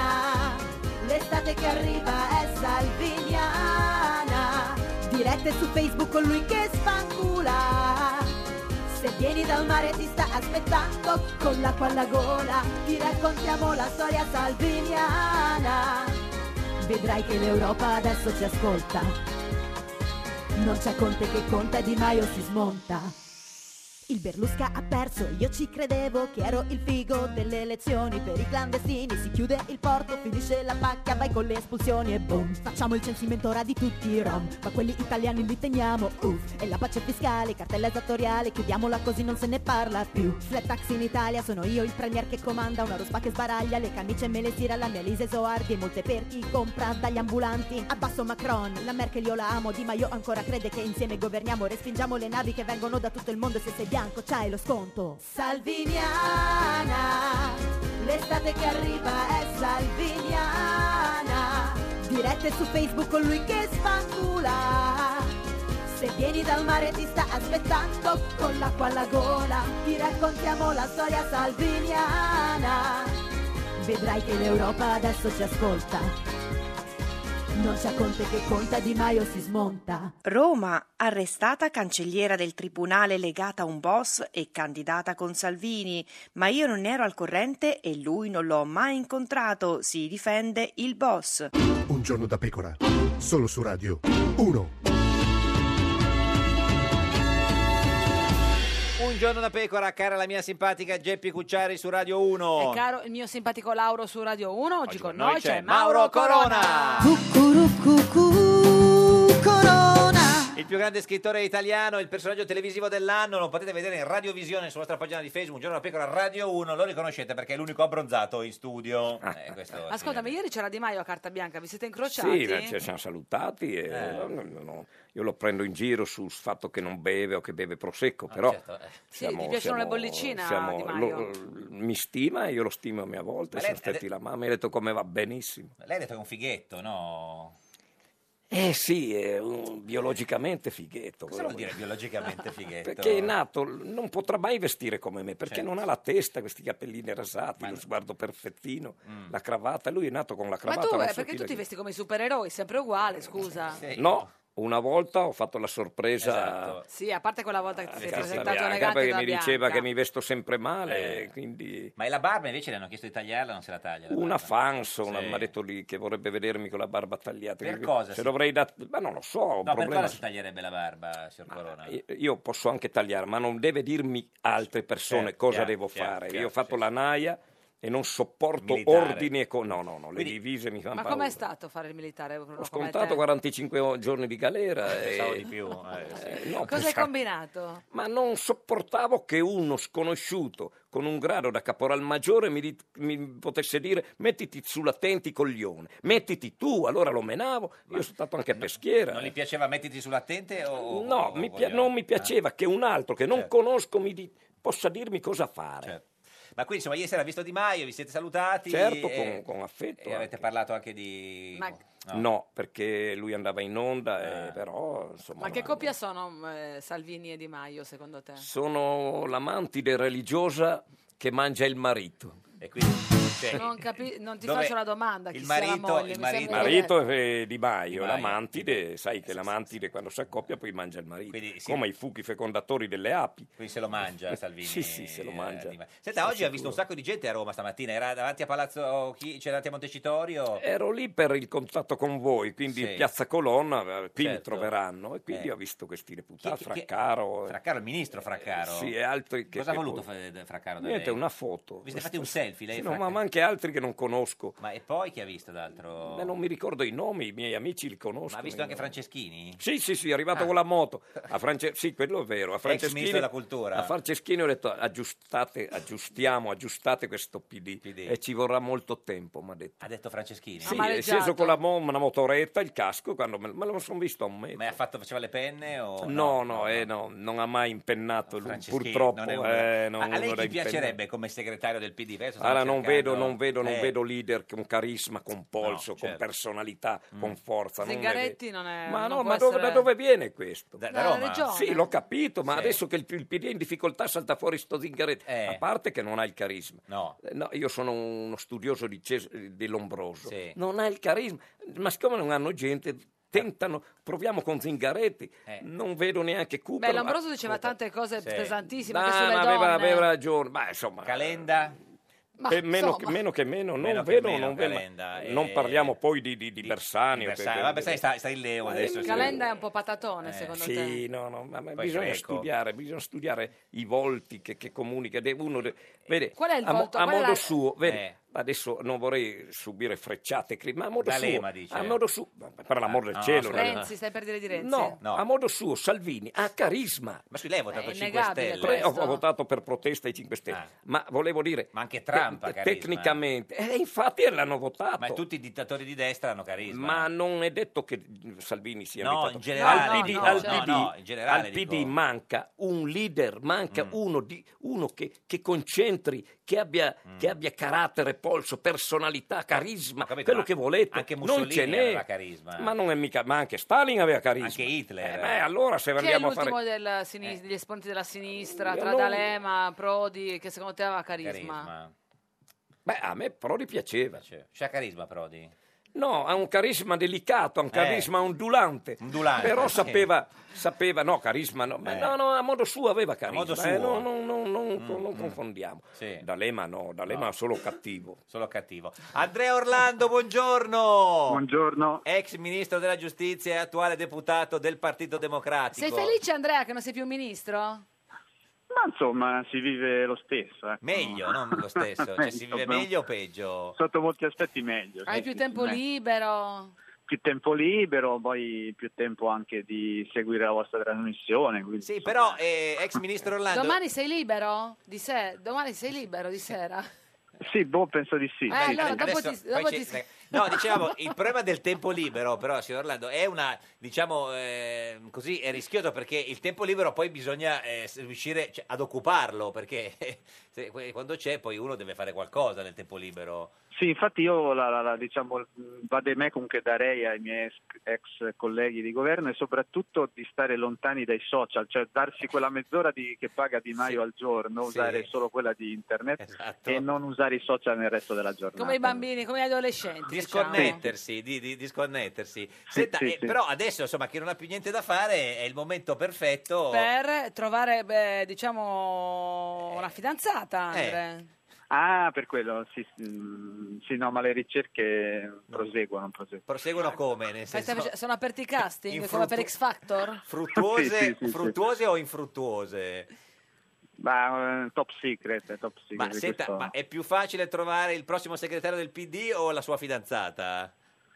[SPEAKER 11] l'estate che arriva è Salviniana. Dirette su Facebook con lui che spancula. Se vieni dal mare ti sta aspettando con l'acqua alla gola. Ti raccontiamo la storia salviniana. Vedrai che l'Europa adesso ci ascolta. Non c'è Conte che conta, Di Maio si smonta. Il Berlusca ha perso, io ci credevo che ero il figo delle elezioni per i clandestini, si chiude il porto, finisce la pacca, vai con le espulsioni e boom, facciamo il censimento ora di tutti i rom, ma quelli italiani li teniamo, uff, e la pace fiscale, cartella esattoriale, chiudiamola così non se ne parla più. Flat tax in Italia, sono io il premier che comanda, una rospa che sbaraglia, le camicie me le tira, la mia Elise Soardi e molte per chi compra dagli ambulanti. Abbasso Macron, la Merkel io la amo, Di Maio ancora crede che insieme governiamo, respingiamo le navi che vengono da tutto il mondo e se sei bianco c'hai lo sconto.
[SPEAKER 18] Salviniana, l'estate che arriva è Salviniana.
[SPEAKER 11] Dirette su Facebook con lui che spacula. Se vieni dal mare ti sta aspettando con l'acqua alla gola. Ti raccontiamo la storia salviniana. Vedrai che l'Europa adesso ci ascolta. Non c'è Conte che conta, Di Maio si smonta.
[SPEAKER 12] Roma, arrestata cancelliera del tribunale legata a un boss e candidata con Salvini, ma io non ero al corrente e lui non l'ho mai incontrato, si difende il boss.
[SPEAKER 13] Un giorno da pecora. Solo su Radio 1.
[SPEAKER 3] Un giorno da pecora, cara la mia simpatica Geppi Cucciari su Radio 1.
[SPEAKER 4] E caro il mio simpatico Lauro su Radio 1, oggi, con noi c'è
[SPEAKER 3] Mauro
[SPEAKER 4] Mauro
[SPEAKER 3] Corona.
[SPEAKER 4] Corona.
[SPEAKER 11] Corona.
[SPEAKER 3] Il più grande scrittore italiano, il personaggio televisivo dell'anno, lo potete vedere in radiovisione sulla nostra pagina di Facebook, un giorno da pecora Radio 1, lo riconoscete perché è l'unico abbronzato in studio.
[SPEAKER 14] Ah.
[SPEAKER 3] Eh, questo, sì.
[SPEAKER 4] Ascoltami, ieri c'era Di Maio a carta bianca, vi siete incrociati?
[SPEAKER 14] Sì, beh, ci siamo salutati. e-
[SPEAKER 3] Eh.
[SPEAKER 14] no, no, no. Io lo prendo in giro sul fatto che non beve o che beve prosecco,
[SPEAKER 3] Ah,
[SPEAKER 14] però...
[SPEAKER 4] certo, eh. Sì, gli piacciono le bollicine a Di Maio?
[SPEAKER 14] lo- mi stima e io lo stimo a mia volta.
[SPEAKER 3] Ma
[SPEAKER 14] Sono
[SPEAKER 3] lei-
[SPEAKER 14] stati la mamma, mi ha detto come va benissimo.
[SPEAKER 3] Lei ha detto che è un fighetto, no?
[SPEAKER 14] Eh sì, è un- biologicamente fighetto.
[SPEAKER 3] Cosa vuol dire biologicamente fighetto?
[SPEAKER 14] Perché è nato, non potrà mai vestire come me, perché
[SPEAKER 3] Certo.
[SPEAKER 14] non ha la testa, questi capellini rasati, lo sguardo perfettino,
[SPEAKER 3] Mm.
[SPEAKER 14] la cravatta. Lui è nato con la
[SPEAKER 4] Ma
[SPEAKER 14] cravatta.
[SPEAKER 4] tu,
[SPEAKER 14] non
[SPEAKER 4] eh,
[SPEAKER 14] so
[SPEAKER 4] perché
[SPEAKER 14] chi
[SPEAKER 4] tu
[SPEAKER 14] l'ha
[SPEAKER 4] ti
[SPEAKER 14] chiesto.
[SPEAKER 4] vesti come i supereroi, sempre
[SPEAKER 14] Eh,
[SPEAKER 4] uguale, scusa.
[SPEAKER 14] No, una volta ho fatto la sorpresa...
[SPEAKER 3] Esatto.
[SPEAKER 4] Sì, a parte quella volta che ti sei
[SPEAKER 14] Ah, Carta
[SPEAKER 4] presentato
[SPEAKER 14] bianca,
[SPEAKER 4] elegante
[SPEAKER 14] perché
[SPEAKER 4] da
[SPEAKER 14] mi
[SPEAKER 4] bianca.
[SPEAKER 14] diceva che mi vesto sempre male,
[SPEAKER 3] Eh.
[SPEAKER 14] quindi...
[SPEAKER 3] Ma e la barba invece le hanno chiesto di tagliarla, non se la taglia. la
[SPEAKER 14] Una
[SPEAKER 3] barba.
[SPEAKER 14] fanso, una
[SPEAKER 3] Sì.
[SPEAKER 14] mi ha detto lì che vorrebbe vedermi con la barba tagliata.
[SPEAKER 3] Per
[SPEAKER 14] Che-
[SPEAKER 3] cosa
[SPEAKER 14] Se
[SPEAKER 3] si-
[SPEAKER 14] dovrei dat- Ma non lo so, ho un
[SPEAKER 3] No, per
[SPEAKER 14] problema.
[SPEAKER 3] cosa si taglierebbe la barba, signor Corona?
[SPEAKER 14] Io- Eh, Io posso anche tagliare, ma non deve dirmi altre persone
[SPEAKER 3] Certo,
[SPEAKER 14] cosa
[SPEAKER 3] chiaro,
[SPEAKER 14] devo
[SPEAKER 3] chiaro,
[SPEAKER 14] fare.
[SPEAKER 3] chiaro,
[SPEAKER 14] Io ho fatto la naia e non sopporto
[SPEAKER 3] Militare.
[SPEAKER 14] ordini e co- No, no, no, le
[SPEAKER 3] Quindi-
[SPEAKER 14] divise mi fanno
[SPEAKER 4] Ma
[SPEAKER 14] paura.
[SPEAKER 4] com'è stato fare il militare? Bruno,
[SPEAKER 14] Ho
[SPEAKER 4] come
[SPEAKER 14] scontato
[SPEAKER 4] te?
[SPEAKER 14] 45 o- giorni di galera.
[SPEAKER 3] Pensavo
[SPEAKER 14] e...
[SPEAKER 3] di più.
[SPEAKER 14] Eh, no,
[SPEAKER 4] Cosa hai
[SPEAKER 14] pensavo-
[SPEAKER 4] combinato?
[SPEAKER 14] Ma non sopportavo che uno sconosciuto con un grado da caporal maggiore mi, dit- mi potesse dire mettiti sulla tenti coglione, mettiti tu, allora lo menavo, io sono stato anche a peschiera. eh.
[SPEAKER 3] Non gli piaceva mettiti sull'attente Eh, o...
[SPEAKER 14] No, mi pia- non
[SPEAKER 3] eh.
[SPEAKER 14] mi piaceva che un altro che non
[SPEAKER 3] Certo.
[SPEAKER 14] conosco mi di- possa dirmi cosa fare.
[SPEAKER 3] Ah, Ma qui insomma ieri sera ha visto Di Maio, vi siete salutati.
[SPEAKER 14] Certo,
[SPEAKER 3] e-
[SPEAKER 14] con, con affetto.
[SPEAKER 3] eh, E avete
[SPEAKER 14] anche.
[SPEAKER 3] parlato anche di...
[SPEAKER 4] Ma,
[SPEAKER 14] No. perché lui andava in onda,
[SPEAKER 3] Eh.
[SPEAKER 14] e però insomma...
[SPEAKER 4] ma che coppia sono eh, Salvini e Di Maio, secondo te?
[SPEAKER 14] Sono l'amantide religiosa che mangia il marito.
[SPEAKER 3] E quindi cioè,
[SPEAKER 4] Non, capi- non ti
[SPEAKER 14] Dove-
[SPEAKER 4] faccio la domanda, chi
[SPEAKER 14] il
[SPEAKER 4] sia la
[SPEAKER 14] marito-
[SPEAKER 4] moglie?
[SPEAKER 14] il
[SPEAKER 4] mi
[SPEAKER 14] marito,
[SPEAKER 4] sembra di-
[SPEAKER 14] è Di Maio,
[SPEAKER 3] Di Maio.
[SPEAKER 14] l'amantide, sai che l'amantide quando si accoppia poi mangia il marito,
[SPEAKER 3] sì.
[SPEAKER 14] come i fuchi fecondatori delle api.
[SPEAKER 3] Quindi se lo mangia Salvini.
[SPEAKER 14] sì, sì, se lo
[SPEAKER 3] eh,
[SPEAKER 14] mangia.
[SPEAKER 3] Di Maio. Senta,
[SPEAKER 14] Sono
[SPEAKER 3] oggi ha visto
[SPEAKER 14] sicuro.
[SPEAKER 3] un sacco di gente a Roma stamattina, era davanti a Palazzo, chi- c'era davanti a Montecitorio.
[SPEAKER 14] Ero lì per il contatto con voi, quindi
[SPEAKER 3] Sì.
[SPEAKER 14] Piazza Colonna, eh, qui mi
[SPEAKER 3] Certo.
[SPEAKER 14] troveranno e quindi
[SPEAKER 3] Eh.
[SPEAKER 14] ho visto questi reputati,
[SPEAKER 3] Chi- chi- chi-
[SPEAKER 14] Fraccaro, eh,
[SPEAKER 3] Fraccaro, il ministro Fraccaro.
[SPEAKER 14] sì, e altri che...
[SPEAKER 3] Cosa ha
[SPEAKER 14] che
[SPEAKER 3] voluto
[SPEAKER 14] poi-
[SPEAKER 3] fa- da Fraccaro? da
[SPEAKER 14] Niente,
[SPEAKER 3] lei?
[SPEAKER 14] una foto.
[SPEAKER 3] Vi siete fatti un selfie lei? e
[SPEAKER 14] Sì, no, ma,
[SPEAKER 3] Fraccaro?
[SPEAKER 14] ma anche altri che non conosco.
[SPEAKER 3] Ma e poi chi ha visto d'altro?
[SPEAKER 14] Beh, non mi ricordo i nomi, i miei amici li conosco.
[SPEAKER 3] Ma ha visto anche Franceschini?
[SPEAKER 14] Sì, sì, sì, è arrivato con la moto. A France- Sì, quello è vero. A Franceschini,
[SPEAKER 3] Ah. ministro della cultura.
[SPEAKER 14] A Franceschini ho detto aggiustate, aggiustiamo, aggiustate questo PD, e ci vorrà molto tempo, mi ha detto.
[SPEAKER 3] Ha detto Franceschini?
[SPEAKER 14] Sì, è sceso con la mo- una motoretta, il casco, quando me, me lo sono visto a un metro.
[SPEAKER 3] Ma ha fatto, faceva le penne o...
[SPEAKER 14] No, no, eh, no, non ha mai impennato lui,
[SPEAKER 3] Franceschini,
[SPEAKER 14] purtroppo.
[SPEAKER 3] non è un-
[SPEAKER 14] eh, non-
[SPEAKER 3] Ma a
[SPEAKER 14] non
[SPEAKER 3] lei
[SPEAKER 14] era
[SPEAKER 3] gli
[SPEAKER 14] impennato.
[SPEAKER 3] piacerebbe come segretario del PD? Adesso stanno
[SPEAKER 14] Allora, non
[SPEAKER 3] cercando-
[SPEAKER 14] vedo, non vedo, non
[SPEAKER 3] Eh,
[SPEAKER 14] vedo leader con carisma, con polso,
[SPEAKER 3] No,
[SPEAKER 14] con
[SPEAKER 3] certo. Mm.
[SPEAKER 14] personalità, con forza. non ne
[SPEAKER 4] Zingaretti non è...
[SPEAKER 14] vedo. Ma
[SPEAKER 4] Eh, non
[SPEAKER 14] no,
[SPEAKER 4] può
[SPEAKER 14] ma dove,
[SPEAKER 4] essere-
[SPEAKER 14] da dove viene questo?
[SPEAKER 4] da Dalla Roma? regione.
[SPEAKER 14] Sì, l'ho capito, ma
[SPEAKER 3] Sì.
[SPEAKER 14] adesso che il, il PD è in difficoltà salta fuori sto Zingaretti.
[SPEAKER 3] Eh.
[SPEAKER 14] A parte che non ha il carisma.
[SPEAKER 3] No.
[SPEAKER 14] Eh, no, io sono uno studioso di, Ces- di Lombroso.
[SPEAKER 3] Sì.
[SPEAKER 14] Non ha il carisma. Ma siccome non hanno gente, tentano, proviamo con Zingaretti.
[SPEAKER 3] Eh.
[SPEAKER 14] Non vedo neanche Cuba.
[SPEAKER 4] Beh, Lombroso diceva tante cose
[SPEAKER 14] Sì.
[SPEAKER 4] pesantissime anche
[SPEAKER 14] Ah,
[SPEAKER 4] sulle
[SPEAKER 14] ma aveva,
[SPEAKER 4] donne.
[SPEAKER 14] aveva ragione. Ma insomma,
[SPEAKER 3] Calenda?
[SPEAKER 4] Ma,
[SPEAKER 14] e meno, che
[SPEAKER 4] insomma.
[SPEAKER 14] meno che meno, non
[SPEAKER 3] Meno che
[SPEAKER 14] vedo,
[SPEAKER 3] meno,
[SPEAKER 14] non vedo.
[SPEAKER 3] Calenda, eh,
[SPEAKER 14] non parliamo poi di, di- di Bersani. o che-
[SPEAKER 3] Bersani, vabbè, sai, sta, sta in
[SPEAKER 14] Eh,
[SPEAKER 3] Leo adesso. sì.
[SPEAKER 4] Calenda è un po' patatone, secondo
[SPEAKER 14] Sì,
[SPEAKER 4] te.
[SPEAKER 14] no, no, ma ma
[SPEAKER 3] Poi ecco.
[SPEAKER 14] bisogna
[SPEAKER 3] Greco.
[SPEAKER 14] studiare, bisogna studiare i volti che, che comunica. de- Uno de- vede,
[SPEAKER 4] Eh, Qual è il
[SPEAKER 14] a, mo-
[SPEAKER 4] volto?
[SPEAKER 14] a
[SPEAKER 4] Qual è
[SPEAKER 14] modo
[SPEAKER 4] la-
[SPEAKER 14] suo, vede,
[SPEAKER 3] Eh.
[SPEAKER 14] adesso non vorrei subire frecciate, cri- ma a modo
[SPEAKER 3] D'Alema,
[SPEAKER 14] suo,
[SPEAKER 3] dice. Ah,
[SPEAKER 14] a modo suo, ma per l'amor del
[SPEAKER 3] no,
[SPEAKER 14] cielo.
[SPEAKER 3] scusa.
[SPEAKER 14] D'Alema.
[SPEAKER 4] Renzi, stai per dire di Renzi?
[SPEAKER 14] No, a modo suo, Salvini ha carisma.
[SPEAKER 3] Ma sui lei ha votato
[SPEAKER 4] Beh, Eh, è
[SPEAKER 3] 5
[SPEAKER 4] innegabile
[SPEAKER 3] Stelle. Ah.
[SPEAKER 14] Pre- ho, ho votato per protesta i 5 Stelle, ma volevo dire. Ma anche
[SPEAKER 3] Trump ha carisma. eh.
[SPEAKER 14] Tecnicamente, e infatti l'hanno votato.
[SPEAKER 3] Ma tutti i dittatori di destra hanno carisma. eh.
[SPEAKER 14] Ma non è detto che mm, Salvini sia
[SPEAKER 3] No,
[SPEAKER 14] invitato.
[SPEAKER 3] in generale,
[SPEAKER 14] Al PD,
[SPEAKER 3] dico.
[SPEAKER 14] al
[SPEAKER 3] No,
[SPEAKER 14] PD,
[SPEAKER 3] no, in generale,
[SPEAKER 14] al PD
[SPEAKER 3] dico. Mm.
[SPEAKER 14] manca un leader, manca uno, di- uno che, che concentri, che abbia,
[SPEAKER 3] Mm.
[SPEAKER 14] che abbia carattere, polso, personalità, carisma, quello che volete.
[SPEAKER 3] Anche
[SPEAKER 14] non ce
[SPEAKER 3] Mussolini
[SPEAKER 14] n'è.
[SPEAKER 3] aveva carisma. eh.
[SPEAKER 14] Ma non è mica, ma anche Stalin aveva carisma. Anche
[SPEAKER 3] Hitler.
[SPEAKER 14] beh, allora se
[SPEAKER 4] Chi è
[SPEAKER 14] andiamo a fare.
[SPEAKER 4] l'ultimo del sinis- degli esponenti della sinistra,
[SPEAKER 14] Eh,
[SPEAKER 4] tra
[SPEAKER 14] non-
[SPEAKER 4] D'Alema, Prodi, che secondo te aveva carisma?
[SPEAKER 14] Beh, a me Prodi piaceva.
[SPEAKER 3] C'ha carisma Prodi?
[SPEAKER 14] No, ha un carisma delicato, ha un
[SPEAKER 3] Eh.
[SPEAKER 14] carisma ondulante.
[SPEAKER 3] Ondulante,
[SPEAKER 14] Però
[SPEAKER 3] sì.
[SPEAKER 14] sapeva, sapeva, no, carisma no, ma
[SPEAKER 3] Eh.
[SPEAKER 14] no, no, a modo suo aveva carisma.
[SPEAKER 3] modo
[SPEAKER 14] eh,
[SPEAKER 3] suo. Mm,
[SPEAKER 14] no, no, no, no, non confondiamo. D'Alema no, D'Alema
[SPEAKER 3] No.
[SPEAKER 14] è solo cattivo.
[SPEAKER 3] Solo cattivo. Andrea Orlando, buongiorno. Buongiorno. Ex ministro della giustizia e attuale deputato del Partito Democratico.
[SPEAKER 4] Sei felice Andrea che non sei più ministro?
[SPEAKER 19] Ma insomma, si vive lo stesso. ecco.
[SPEAKER 3] Meglio, non lo stesso. Cioè, si vive meglio o peggio?
[SPEAKER 19] Sotto molti aspetti meglio.
[SPEAKER 4] Hai
[SPEAKER 19] sì,
[SPEAKER 4] più
[SPEAKER 19] sì,
[SPEAKER 4] tempo
[SPEAKER 19] me-
[SPEAKER 4] libero?
[SPEAKER 19] Più tempo libero, poi più tempo anche di seguire la vostra trasmissione. Quindi,
[SPEAKER 3] Sì, però eh, ex ministro Orlando...
[SPEAKER 4] Domani sei libero? Di se- Domani sei libero di sera?
[SPEAKER 19] Sì, boh, penso di sì.
[SPEAKER 4] Eh, allora, dopo
[SPEAKER 3] Adesso-
[SPEAKER 4] ti- dopo
[SPEAKER 3] poi
[SPEAKER 4] ti-
[SPEAKER 3] c'è- No, dicevamo, il problema del tempo libero, però, signor Orlando, è una, diciamo, eh, così, è rischioso perché il tempo libero poi bisogna eh, s- riuscire cioè, ad occuparlo, perché se- que- quando c'è poi uno deve fare qualcosa nel tempo libero.
[SPEAKER 19] Sì, infatti io la, la- la, diciamo, vademecum che darei ai miei ex, ex colleghi di governo è soprattutto di stare lontani dai social, cioè darsi quella mezz'ora di- che paga Di Maio al giorno,
[SPEAKER 3] Sì. Esatto.
[SPEAKER 19] usare solo quella di internet e non usare i social nel resto della giornata.
[SPEAKER 4] Come i bambini, come gli adolescenti. diciamo.
[SPEAKER 3] Disconnettersi, di, di- disconnettersi. Senta,
[SPEAKER 19] sì,
[SPEAKER 3] eh,
[SPEAKER 19] sì.
[SPEAKER 3] però adesso, insomma, che non ha più niente da fare, è il momento perfetto.
[SPEAKER 4] diciamo. Per trovare, beh, diciamo, una fidanzata, Andre.
[SPEAKER 19] Ah, per quello, sì, sì, mm, sì, no, ma le ricerche proseguono, proseguono. Ah,
[SPEAKER 3] Proseguono come? Nel
[SPEAKER 4] Stai- stai
[SPEAKER 3] senso,
[SPEAKER 4] face- sono aperti i casting
[SPEAKER 3] Cioè, In
[SPEAKER 4] come
[SPEAKER 3] fruttu-
[SPEAKER 4] per X Factor?
[SPEAKER 3] fruttuose,
[SPEAKER 19] Sì, sì, sì, sì.
[SPEAKER 3] fruttuose o infruttuose?
[SPEAKER 19] Ma eh, top secret, eh, top secret.
[SPEAKER 3] Ma, senta,
[SPEAKER 19] questo
[SPEAKER 3] ma è più facile trovare il prossimo segretario del PD o la sua fidanzata?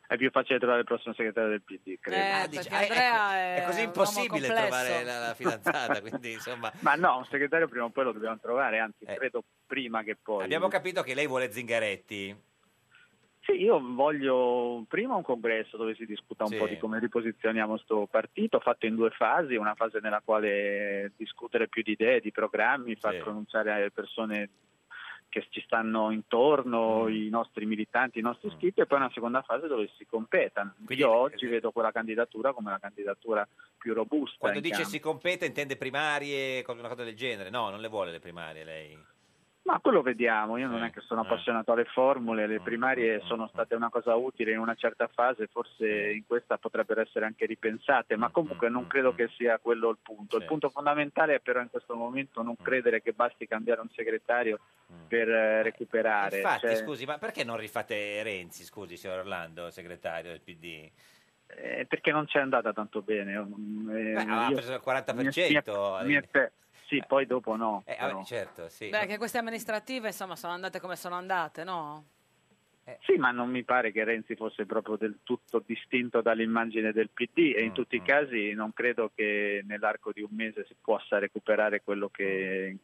[SPEAKER 19] È più facile trovare il prossimo segretario del PD, credo.
[SPEAKER 3] ah,
[SPEAKER 4] Eh, perché Andrea è,
[SPEAKER 3] ecco, È così
[SPEAKER 4] un uomo
[SPEAKER 3] impossibile
[SPEAKER 4] complesso.
[SPEAKER 3] trovare Eh, la, la fidanzata, quindi insomma...
[SPEAKER 19] Ma no, un segretario prima o poi lo dobbiamo trovare, anzi credo prima che poi.
[SPEAKER 3] Eh. Abbiamo capito che lei vuole Zingaretti.
[SPEAKER 19] Sì, io voglio prima un congresso dove si discuta un
[SPEAKER 3] Sì.
[SPEAKER 19] po' di come riposizioniamo sto partito, fatto in due fasi, una fase nella quale discutere più di idee, di programmi, far
[SPEAKER 3] Sì.
[SPEAKER 19] pronunciare alle persone che ci stanno intorno,
[SPEAKER 3] Mm.
[SPEAKER 19] i nostri militanti, i nostri iscritti, e poi una seconda fase dove si competa.
[SPEAKER 3] eh,
[SPEAKER 19] Io oggi vedo quella candidatura come la candidatura più robusta. diciamo.
[SPEAKER 3] Quando
[SPEAKER 19] in
[SPEAKER 3] dice
[SPEAKER 19] campo.
[SPEAKER 3] si compete intende primarie, co- una cosa del genere. No, non le vuole le primarie lei.
[SPEAKER 19] Ah, Ma quello vediamo, io non è che
[SPEAKER 3] Eh.
[SPEAKER 19] sono appassionato alle formule, le primarie sono state una cosa utile in una certa fase, forse in questa potrebbero essere anche ripensate,
[SPEAKER 3] Mm,
[SPEAKER 19] ma comunque non credo che sia quello il punto. Il punto fondamentale è però in questo momento
[SPEAKER 3] Mm.
[SPEAKER 19] non credere che basti cambiare un segretario per eh, recuperare.
[SPEAKER 3] Infatti,
[SPEAKER 19] Cioè,
[SPEAKER 3] scusi, ma perché non rifate Renzi, scusi, signor Orlando, segretario del PD?
[SPEAKER 19] eh, perché non c'è andata tanto bene. mm, eh,
[SPEAKER 3] Beh, aveva
[SPEAKER 19] io-
[SPEAKER 3] preso il 40%.
[SPEAKER 19] mi è- mi è pe- sì, poi dopo no.
[SPEAKER 3] Eh, vabbè,
[SPEAKER 19] però.
[SPEAKER 3] certo, sì.
[SPEAKER 4] Beh, che queste amministrative, insomma, sono andate come sono andate, no?
[SPEAKER 19] Sì, ma non mi pare che Renzi fosse proprio del tutto distinto dall'immagine del PD e in tutti i casi non credo che nell'arco di un mese si possa recuperare quello che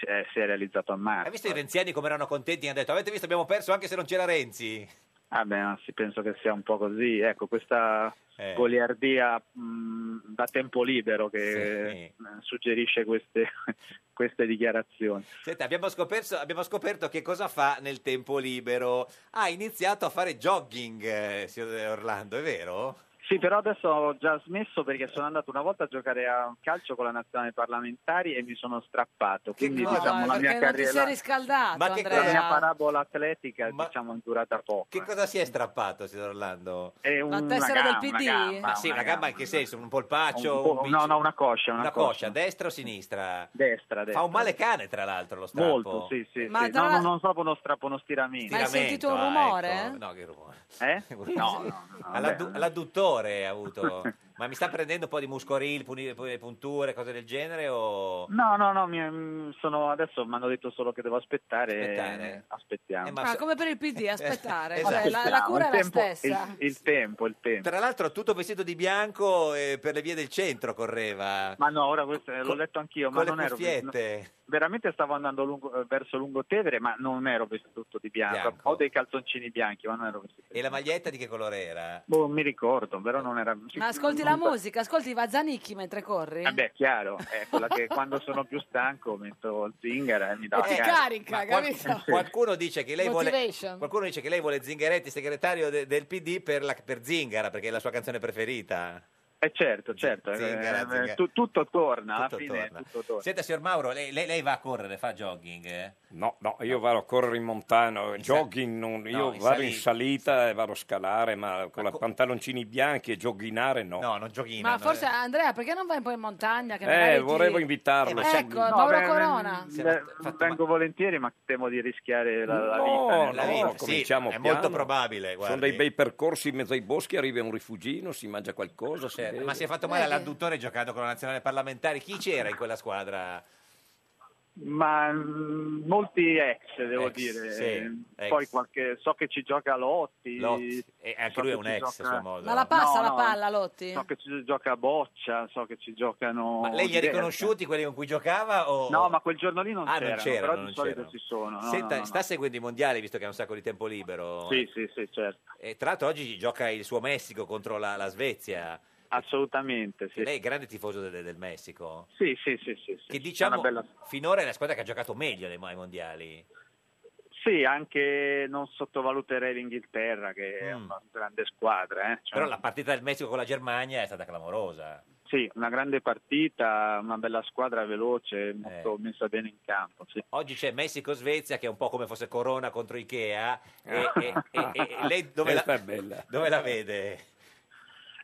[SPEAKER 19] si è, si è realizzato a
[SPEAKER 3] Hai
[SPEAKER 19] marzo.
[SPEAKER 3] visto i renziani come erano contenti? Hanno detto, avete visto, abbiamo perso anche se non c'era Renzi.
[SPEAKER 19] Ah, beh, ma sì, penso che sia un po' così. Ecco, questa
[SPEAKER 3] Eh.
[SPEAKER 19] goliardia mh, da tempo libero che eh, suggerisce queste, queste dichiarazioni.
[SPEAKER 3] Senta, abbiamo scoperto, abbiamo scoperto che cosa fa nel tempo libero. Ha iniziato a fare jogging, eh, signor Orlando, è vero?
[SPEAKER 19] Sì, Sì, però adesso ho già smesso perché sono andato una volta a giocare a calcio con la nazionale parlamentari e mi sono strappato. Quindi
[SPEAKER 4] No,
[SPEAKER 19] diciamo la
[SPEAKER 4] perché
[SPEAKER 19] mia
[SPEAKER 4] non ti sei
[SPEAKER 19] carriera
[SPEAKER 4] riscaldato,
[SPEAKER 3] Ma che
[SPEAKER 4] Andrea.
[SPEAKER 19] la mia parabola atletica diciamo è durata poco.
[SPEAKER 3] Che cosa si è strappato, signor Orlando?
[SPEAKER 19] È
[SPEAKER 4] La una tessera del Ah, gamba, PD? una gamba,
[SPEAKER 3] Ma sì,
[SPEAKER 19] una
[SPEAKER 3] una gamba in che senso? Un polpaccio?
[SPEAKER 19] Un po- no, no,
[SPEAKER 3] una
[SPEAKER 19] coscia.
[SPEAKER 3] Una,
[SPEAKER 19] coscia.
[SPEAKER 3] coscia, destra o sinistra?
[SPEAKER 19] Destra, destra.
[SPEAKER 3] Fa un male cane, tra l'altro, lo strappo.
[SPEAKER 19] Molto, sì, sì.
[SPEAKER 4] Ma
[SPEAKER 19] sì.
[SPEAKER 4] tra
[SPEAKER 19] No,
[SPEAKER 4] la-
[SPEAKER 19] no, non proprio uno strappo, uno stiramento.
[SPEAKER 4] Ma hai sentito un
[SPEAKER 3] Stiramento,
[SPEAKER 4] rumore?
[SPEAKER 3] ah, ecco. No, che rumore.
[SPEAKER 19] Eh?
[SPEAKER 3] No, All'addu-
[SPEAKER 19] vabbè.
[SPEAKER 3] all'adduttore ha avuto. Ma mi sta prendendo un po' di muscoril, puni- pu- punture, cose del genere? O...
[SPEAKER 19] No, no, no, mi- mm, sono, adesso mi hanno detto solo che devo aspettare. eh,
[SPEAKER 3] Aspettare. Eh,
[SPEAKER 19] Aspettiamo.
[SPEAKER 4] Ah, come per il PD, aspettare.
[SPEAKER 3] Esatto.
[SPEAKER 4] Cioè, la, la
[SPEAKER 3] Aspettiamo,
[SPEAKER 4] cura è
[SPEAKER 3] il
[SPEAKER 4] la
[SPEAKER 3] tempo-
[SPEAKER 4] stessa.
[SPEAKER 19] Il, il tempo, il tempo.
[SPEAKER 3] Tra l'altro, tutto vestito di bianco eh, per le vie del centro correva.
[SPEAKER 19] Ma no, ora questo, eh, l'ho
[SPEAKER 3] Con-
[SPEAKER 19] letto anch'io, ma
[SPEAKER 3] con le
[SPEAKER 19] non ero
[SPEAKER 3] cuffiette.
[SPEAKER 19] no, veramente stavo andando lungo- eh, verso Lungotevere, ma non ero vestito di bianco.
[SPEAKER 3] Bianco.
[SPEAKER 19] Ho dei calzoncini bianchi, ma non ero vestito.
[SPEAKER 3] E la maglietta di che colore era?
[SPEAKER 19] Boh, mi ricordo, però non era
[SPEAKER 4] Ma ascolti la musica, ascolti i Vazzanicchi mentre corri?
[SPEAKER 19] Vabbè, chiaro, è quella che quando sono più stanco metto il zingara e mi dà
[SPEAKER 4] E Eh, ti carica,
[SPEAKER 3] Ma qual-
[SPEAKER 4] capito?
[SPEAKER 3] qualcuno, dice che lei vuole,
[SPEAKER 4] Motivation.
[SPEAKER 3] qualcuno dice che lei vuole Zingaretti, segretario de- del PD, per, la- per Zingara, perché è la sua canzone preferita.
[SPEAKER 19] Eh certo, certo, eh,
[SPEAKER 3] Zingara,
[SPEAKER 19] eh,
[SPEAKER 3] zingara.
[SPEAKER 19] tu- tutto torna, alla
[SPEAKER 3] Tutto
[SPEAKER 19] fine
[SPEAKER 3] torna.
[SPEAKER 19] tutto torna.
[SPEAKER 3] Senta, signor Mauro, lei, lei- lei va a correre, fa jogging? eh?
[SPEAKER 14] No, no, io vado a correre in montagna, jogging, non- io
[SPEAKER 3] in
[SPEAKER 14] vado in salita e vado a scalare, ma con la pantaloncini bianchi e jogginare no.
[SPEAKER 3] No, non jogghino.
[SPEAKER 4] Ma
[SPEAKER 19] eh.
[SPEAKER 4] forse Andrea, perché non vai poi in montagna? Che magari
[SPEAKER 14] Eh,
[SPEAKER 4] ti-
[SPEAKER 14] volevo invitarlo.
[SPEAKER 4] Eh, ecco, Mauro Corona.
[SPEAKER 19] Eh, vengo volentieri, ma temo di rischiare la, la
[SPEAKER 14] No,
[SPEAKER 19] vita.
[SPEAKER 14] no,
[SPEAKER 19] diciamo.
[SPEAKER 14] cominciamo
[SPEAKER 3] è
[SPEAKER 14] piano.
[SPEAKER 3] molto probabile,
[SPEAKER 14] Sono
[SPEAKER 3] guardi.
[SPEAKER 14] dei bei percorsi in mezzo ai boschi, arriva un rifugino, si mangia qualcosa. si
[SPEAKER 3] Certo,
[SPEAKER 14] beve.
[SPEAKER 3] ma si è fatto male all'adduttore giocando con la nazionale parlamentare. Chi c'era in quella squadra?
[SPEAKER 19] Ma mm, molti ex, devo
[SPEAKER 3] Ex,
[SPEAKER 19] dire.
[SPEAKER 3] sì, ex.
[SPEAKER 19] Poi qualche, so che ci gioca Lotti.
[SPEAKER 3] Lotti. E anche
[SPEAKER 19] so
[SPEAKER 3] lui è
[SPEAKER 19] che
[SPEAKER 3] un
[SPEAKER 19] ci
[SPEAKER 3] ex, a suo modo.
[SPEAKER 4] Ma la passa
[SPEAKER 19] No,
[SPEAKER 4] la
[SPEAKER 19] no,
[SPEAKER 4] palla, Lotti?
[SPEAKER 19] So che ci gioca Boccia, so che ci giocano...
[SPEAKER 3] Ma lei li ha
[SPEAKER 19] diversi.
[SPEAKER 3] riconosciuti quelli con cui giocava? o-
[SPEAKER 19] No, ma quel giorno lì non
[SPEAKER 3] Ah,
[SPEAKER 19] c'erano,
[SPEAKER 3] non c'erano,
[SPEAKER 19] però
[SPEAKER 3] non
[SPEAKER 19] di solito
[SPEAKER 3] c'erano.
[SPEAKER 19] ci sono. No,
[SPEAKER 3] Senta,
[SPEAKER 19] no, no,
[SPEAKER 3] sta seguendo i mondiali visto che ha un sacco di tempo libero?
[SPEAKER 19] Sì, sì, sì, certo.
[SPEAKER 3] E tra l'altro oggi gioca il suo Messico contro la, la Svezia.
[SPEAKER 19] Assolutamente, sì.
[SPEAKER 3] Lei è grande tifoso del, del Messico?
[SPEAKER 19] Sì, sì, sì, sì, sì.
[SPEAKER 3] Che diciamo
[SPEAKER 19] Una bella-
[SPEAKER 3] finora è la squadra che ha giocato meglio nei- ai mondiali.
[SPEAKER 19] Sì, anche non sottovaluterei l'Inghilterra, che è una grande squadra. eh. Cioè,
[SPEAKER 3] Mm. Però la partita del Messico con la Germania è stata clamorosa.
[SPEAKER 19] Sì, una grande partita, una bella squadra
[SPEAKER 3] Eh.
[SPEAKER 19] veloce, molto messa bene in campo. Sì.
[SPEAKER 3] Oggi c'è Messico-Svezia che è un po' come fosse Corona contro Ikea. E, e- e- e- e lei dove la,
[SPEAKER 19] Ah. Questa è bella.
[SPEAKER 3] dove la vede?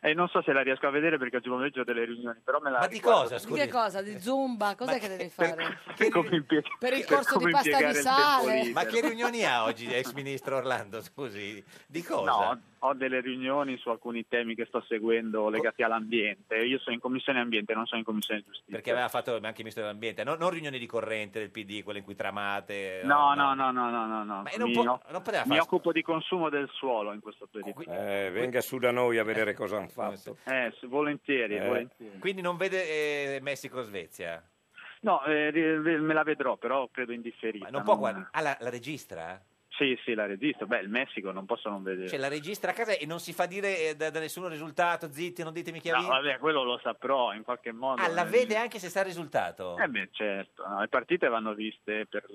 [SPEAKER 19] E non so se la riesco a vedere perché oggi pomeriggio ho delle riunioni, però me la
[SPEAKER 3] Ma di
[SPEAKER 19] riguardo.
[SPEAKER 3] cosa,
[SPEAKER 4] Di che cosa? Di zumba? Cos'è che devi fare?
[SPEAKER 19] Per come impie-
[SPEAKER 4] Per il
[SPEAKER 19] per
[SPEAKER 4] corso
[SPEAKER 19] come
[SPEAKER 4] di pasta di
[SPEAKER 19] impiegare il tempo
[SPEAKER 4] sale?
[SPEAKER 19] libero.
[SPEAKER 3] Ma che riunioni ha oggi ex ministro Orlando? Scusi, di cosa?
[SPEAKER 19] No, ho delle riunioni su alcuni temi che sto seguendo legati all'ambiente. Io sono in commissione ambiente, non sono in commissione giustizia.
[SPEAKER 3] Perché aveva fatto anche il ministro dell'ambiente, non, non riunioni di corrente del PD, quelle in cui tramate.
[SPEAKER 19] No, no, no, no, no, no. no.
[SPEAKER 3] Ma non
[SPEAKER 19] mi,
[SPEAKER 3] può-
[SPEAKER 19] o-
[SPEAKER 3] non poteva
[SPEAKER 19] mi
[SPEAKER 3] fare-
[SPEAKER 19] occupo di consumo del suolo in questo periodo.
[SPEAKER 14] Eh, venga su da noi a vedere cosa hanno fatto.
[SPEAKER 19] Eh, s- volentieri,
[SPEAKER 14] Eh.
[SPEAKER 19] volentieri.
[SPEAKER 3] Quindi non vede eh, Messico-Svezia?
[SPEAKER 19] No, eh, ri- ri- me la vedrò, però credo indifferita.
[SPEAKER 3] Non può guardare. Ah, la, la registra?
[SPEAKER 19] Sì, sì, la registro. Beh, il Messico non posso non vedere.
[SPEAKER 3] Cioè la registra a casa e non si fa dire eh, da, da nessun risultato, zitti, non ditemi chi ha
[SPEAKER 19] No,
[SPEAKER 3] vinto.
[SPEAKER 19] vabbè, quello lo saprò in qualche modo.
[SPEAKER 3] Ah, la
[SPEAKER 19] Eh,
[SPEAKER 3] vede anche se sa il risultato?
[SPEAKER 19] Eh beh, certo, no, le partite vanno viste per-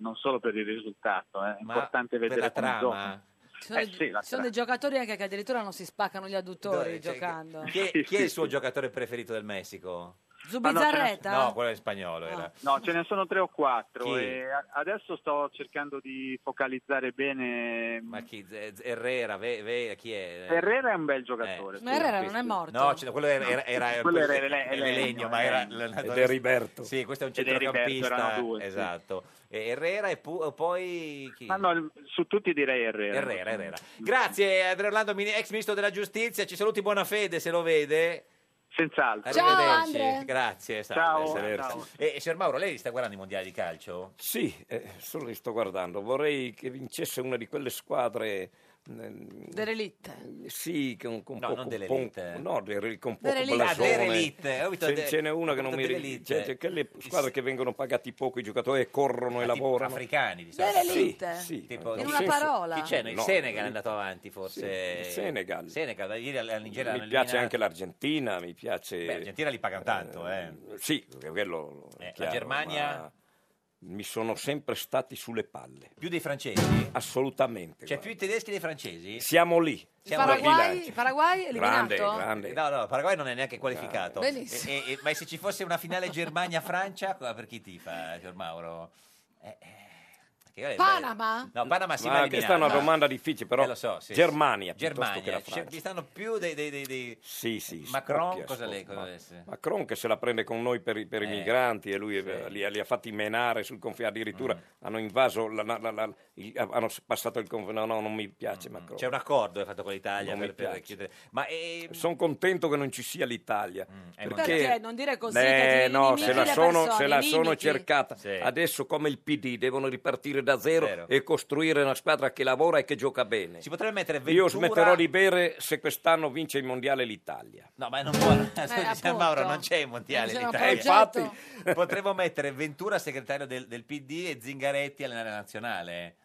[SPEAKER 19] non solo per il risultato, eh, è importante
[SPEAKER 3] per
[SPEAKER 19] vedere
[SPEAKER 3] la
[SPEAKER 19] come
[SPEAKER 3] trama.
[SPEAKER 4] Ci sono,
[SPEAKER 19] Eh sì, la
[SPEAKER 4] ci sono dei giocatori anche che addirittura non si spaccano gli adduttori
[SPEAKER 3] Dove- cioè,
[SPEAKER 4] giocando.
[SPEAKER 3] Chi è, chi è il suo giocatore preferito del Messico?
[SPEAKER 4] Zubizarreta?
[SPEAKER 3] No, quello in spagnolo era.
[SPEAKER 19] No, ce ne sono tre o quattro
[SPEAKER 3] Chi?
[SPEAKER 19] e eh, a- adesso sto cercando di focalizzare bene. mm,
[SPEAKER 3] Ma chi? Z- Z- Herrera, ve, ve- chi è? Eh,
[SPEAKER 19] Herrera è un bel giocatore.
[SPEAKER 4] Ma Herrera non è morto.
[SPEAKER 3] No, cioè, quello era, era, era,
[SPEAKER 19] Quello era
[SPEAKER 3] quello-
[SPEAKER 19] Ele-
[SPEAKER 3] era
[SPEAKER 19] Elenio,
[SPEAKER 3] Elenio, ma era
[SPEAKER 19] Elenio.
[SPEAKER 14] Ed è Riberto.
[SPEAKER 3] Sì, questo è un
[SPEAKER 19] eh. Ed è Riberto,
[SPEAKER 3] centrocampista.
[SPEAKER 19] erano due, sì.
[SPEAKER 3] esatto. E Herrera e pu- poi chi?
[SPEAKER 19] Ma no, su tutti direi Herrera.
[SPEAKER 3] Herrera, Herrera. Grazie Andrea Orlando, mini- ex ministro della giustizia, ci saluti buona fede se lo vede.
[SPEAKER 19] Senz'altro.
[SPEAKER 6] Ciao,
[SPEAKER 3] Arrivederci.
[SPEAKER 6] Andre.
[SPEAKER 3] Grazie,
[SPEAKER 14] Ciao.
[SPEAKER 3] salve, arrivederci.
[SPEAKER 14] Ciao.
[SPEAKER 3] E signor Mauro, lei sta guardando i mondiali di calcio?
[SPEAKER 14] Sì, eh, solo li sto guardando. Vorrei che vincesse una di quelle squadre. eh,
[SPEAKER 4] Derelitte.
[SPEAKER 14] Sì, con, con
[SPEAKER 3] No,
[SPEAKER 14] poco,
[SPEAKER 3] non delle
[SPEAKER 14] con-
[SPEAKER 3] elite.
[SPEAKER 14] no, del- con poco
[SPEAKER 3] Delle elite.
[SPEAKER 14] blasone.
[SPEAKER 3] Ah, delle elite. Ho visto
[SPEAKER 14] Ce,
[SPEAKER 3] de-
[SPEAKER 14] ce n'è una
[SPEAKER 3] ho
[SPEAKER 14] che non
[SPEAKER 3] detto
[SPEAKER 14] mi
[SPEAKER 3] delle
[SPEAKER 14] ricordo.
[SPEAKER 3] elite.
[SPEAKER 14] quelle squadre che vengono pagati poco, i giocatori e corrono e lavorano.
[SPEAKER 3] Ah, africani, di
[SPEAKER 14] solito.
[SPEAKER 4] Delle elite?
[SPEAKER 14] Sì, sì.
[SPEAKER 3] Tipo-
[SPEAKER 14] Nel
[SPEAKER 4] In una
[SPEAKER 14] senso-
[SPEAKER 4] parola?
[SPEAKER 3] Chi c'è? Il
[SPEAKER 14] No,
[SPEAKER 3] Senegal è
[SPEAKER 14] eh,
[SPEAKER 3] andato avanti forse.
[SPEAKER 14] sì, il Senegal.
[SPEAKER 3] Senegal, ieri la Nigeria
[SPEAKER 14] mi
[SPEAKER 3] l'hanno
[SPEAKER 14] piace
[SPEAKER 3] eliminata.
[SPEAKER 14] anche l'Argentina, mi piace...
[SPEAKER 3] Beh, l'Argentina li pagano tanto, eh.
[SPEAKER 14] Sì, quello...
[SPEAKER 3] Eh, la
[SPEAKER 14] chiaro,
[SPEAKER 3] Germania?
[SPEAKER 14] ma- mi sono sempre stati sulle palle.
[SPEAKER 3] Più dei francesi?
[SPEAKER 14] Assolutamente.
[SPEAKER 3] Cioè più i tedeschi dei francesi?
[SPEAKER 14] Siamo lì.
[SPEAKER 4] Il Paraguay, il Paraguay è eliminato? Ah,
[SPEAKER 14] Grande, grande.
[SPEAKER 3] No, no, Paraguay non è neanche qualificato.
[SPEAKER 4] Benissimo.
[SPEAKER 3] E- e- e- ma se ci fosse una finale Germania-Francia, qua per chi tifa, Gior Mauro? Eh, eh, che io-
[SPEAKER 4] Panama?
[SPEAKER 3] No, Panama si va
[SPEAKER 14] Ma questa è
[SPEAKER 3] eliminata.
[SPEAKER 14] Ah, una domanda difficile, però.
[SPEAKER 3] Eh, lo so, sì, sì.
[SPEAKER 14] Germania, piuttosto
[SPEAKER 3] Germania.
[SPEAKER 14] che la
[SPEAKER 3] C'è-
[SPEAKER 14] Francia.
[SPEAKER 3] ci stanno più dei... dei, dei, dei-
[SPEAKER 14] Sì, sì.
[SPEAKER 3] Macron,
[SPEAKER 14] spocchi,
[SPEAKER 3] cosa lei-
[SPEAKER 14] ascolta,
[SPEAKER 3] cosa
[SPEAKER 14] ma-
[SPEAKER 3] deve-
[SPEAKER 14] Macron che se la prende con noi per, i- per i
[SPEAKER 3] Eh,
[SPEAKER 14] migranti e lui eh, li, ha- li ha fatti menare sul confine, addirittura
[SPEAKER 3] Mm.
[SPEAKER 14] hanno invaso, la- la- la- la- il- hanno passato il confine. No, no, non mi piace Macron.
[SPEAKER 3] Mm, C'è un accordo fatto con l'Italia
[SPEAKER 14] Non mi
[SPEAKER 3] per, per
[SPEAKER 14] piace.
[SPEAKER 3] chiudere. Ma Mm, eh,
[SPEAKER 14] Sono contento che non ci sia l'Italia.
[SPEAKER 4] Perché non dire così?
[SPEAKER 14] Eh, Beh,
[SPEAKER 4] che ti
[SPEAKER 14] no,
[SPEAKER 4] limiti
[SPEAKER 14] se la
[SPEAKER 4] le
[SPEAKER 14] sono,
[SPEAKER 4] persone,
[SPEAKER 14] se la
[SPEAKER 4] i
[SPEAKER 14] sono
[SPEAKER 4] limiti.
[SPEAKER 14] cercata. Adesso, come il PD, devono ripartire da zero
[SPEAKER 3] Vero.
[SPEAKER 14] e costruire una squadra che lavora e che gioca bene.
[SPEAKER 3] si potrebbe mettere
[SPEAKER 14] Io
[SPEAKER 3] Ventura...
[SPEAKER 14] smetterò di bere se quest'anno vince il mondiale l'Italia.
[SPEAKER 3] No, ma non vuole.
[SPEAKER 4] Eh,
[SPEAKER 3] Scusi, Gian Mauro,
[SPEAKER 14] appunto.
[SPEAKER 3] non c'è il mondiale
[SPEAKER 14] Non
[SPEAKER 3] in
[SPEAKER 14] c'era un
[SPEAKER 3] Italia.
[SPEAKER 14] progetto.
[SPEAKER 3] infatti, potremmo mettere Ventura segretario del, del PD e Zingaretti allenare la nazionale.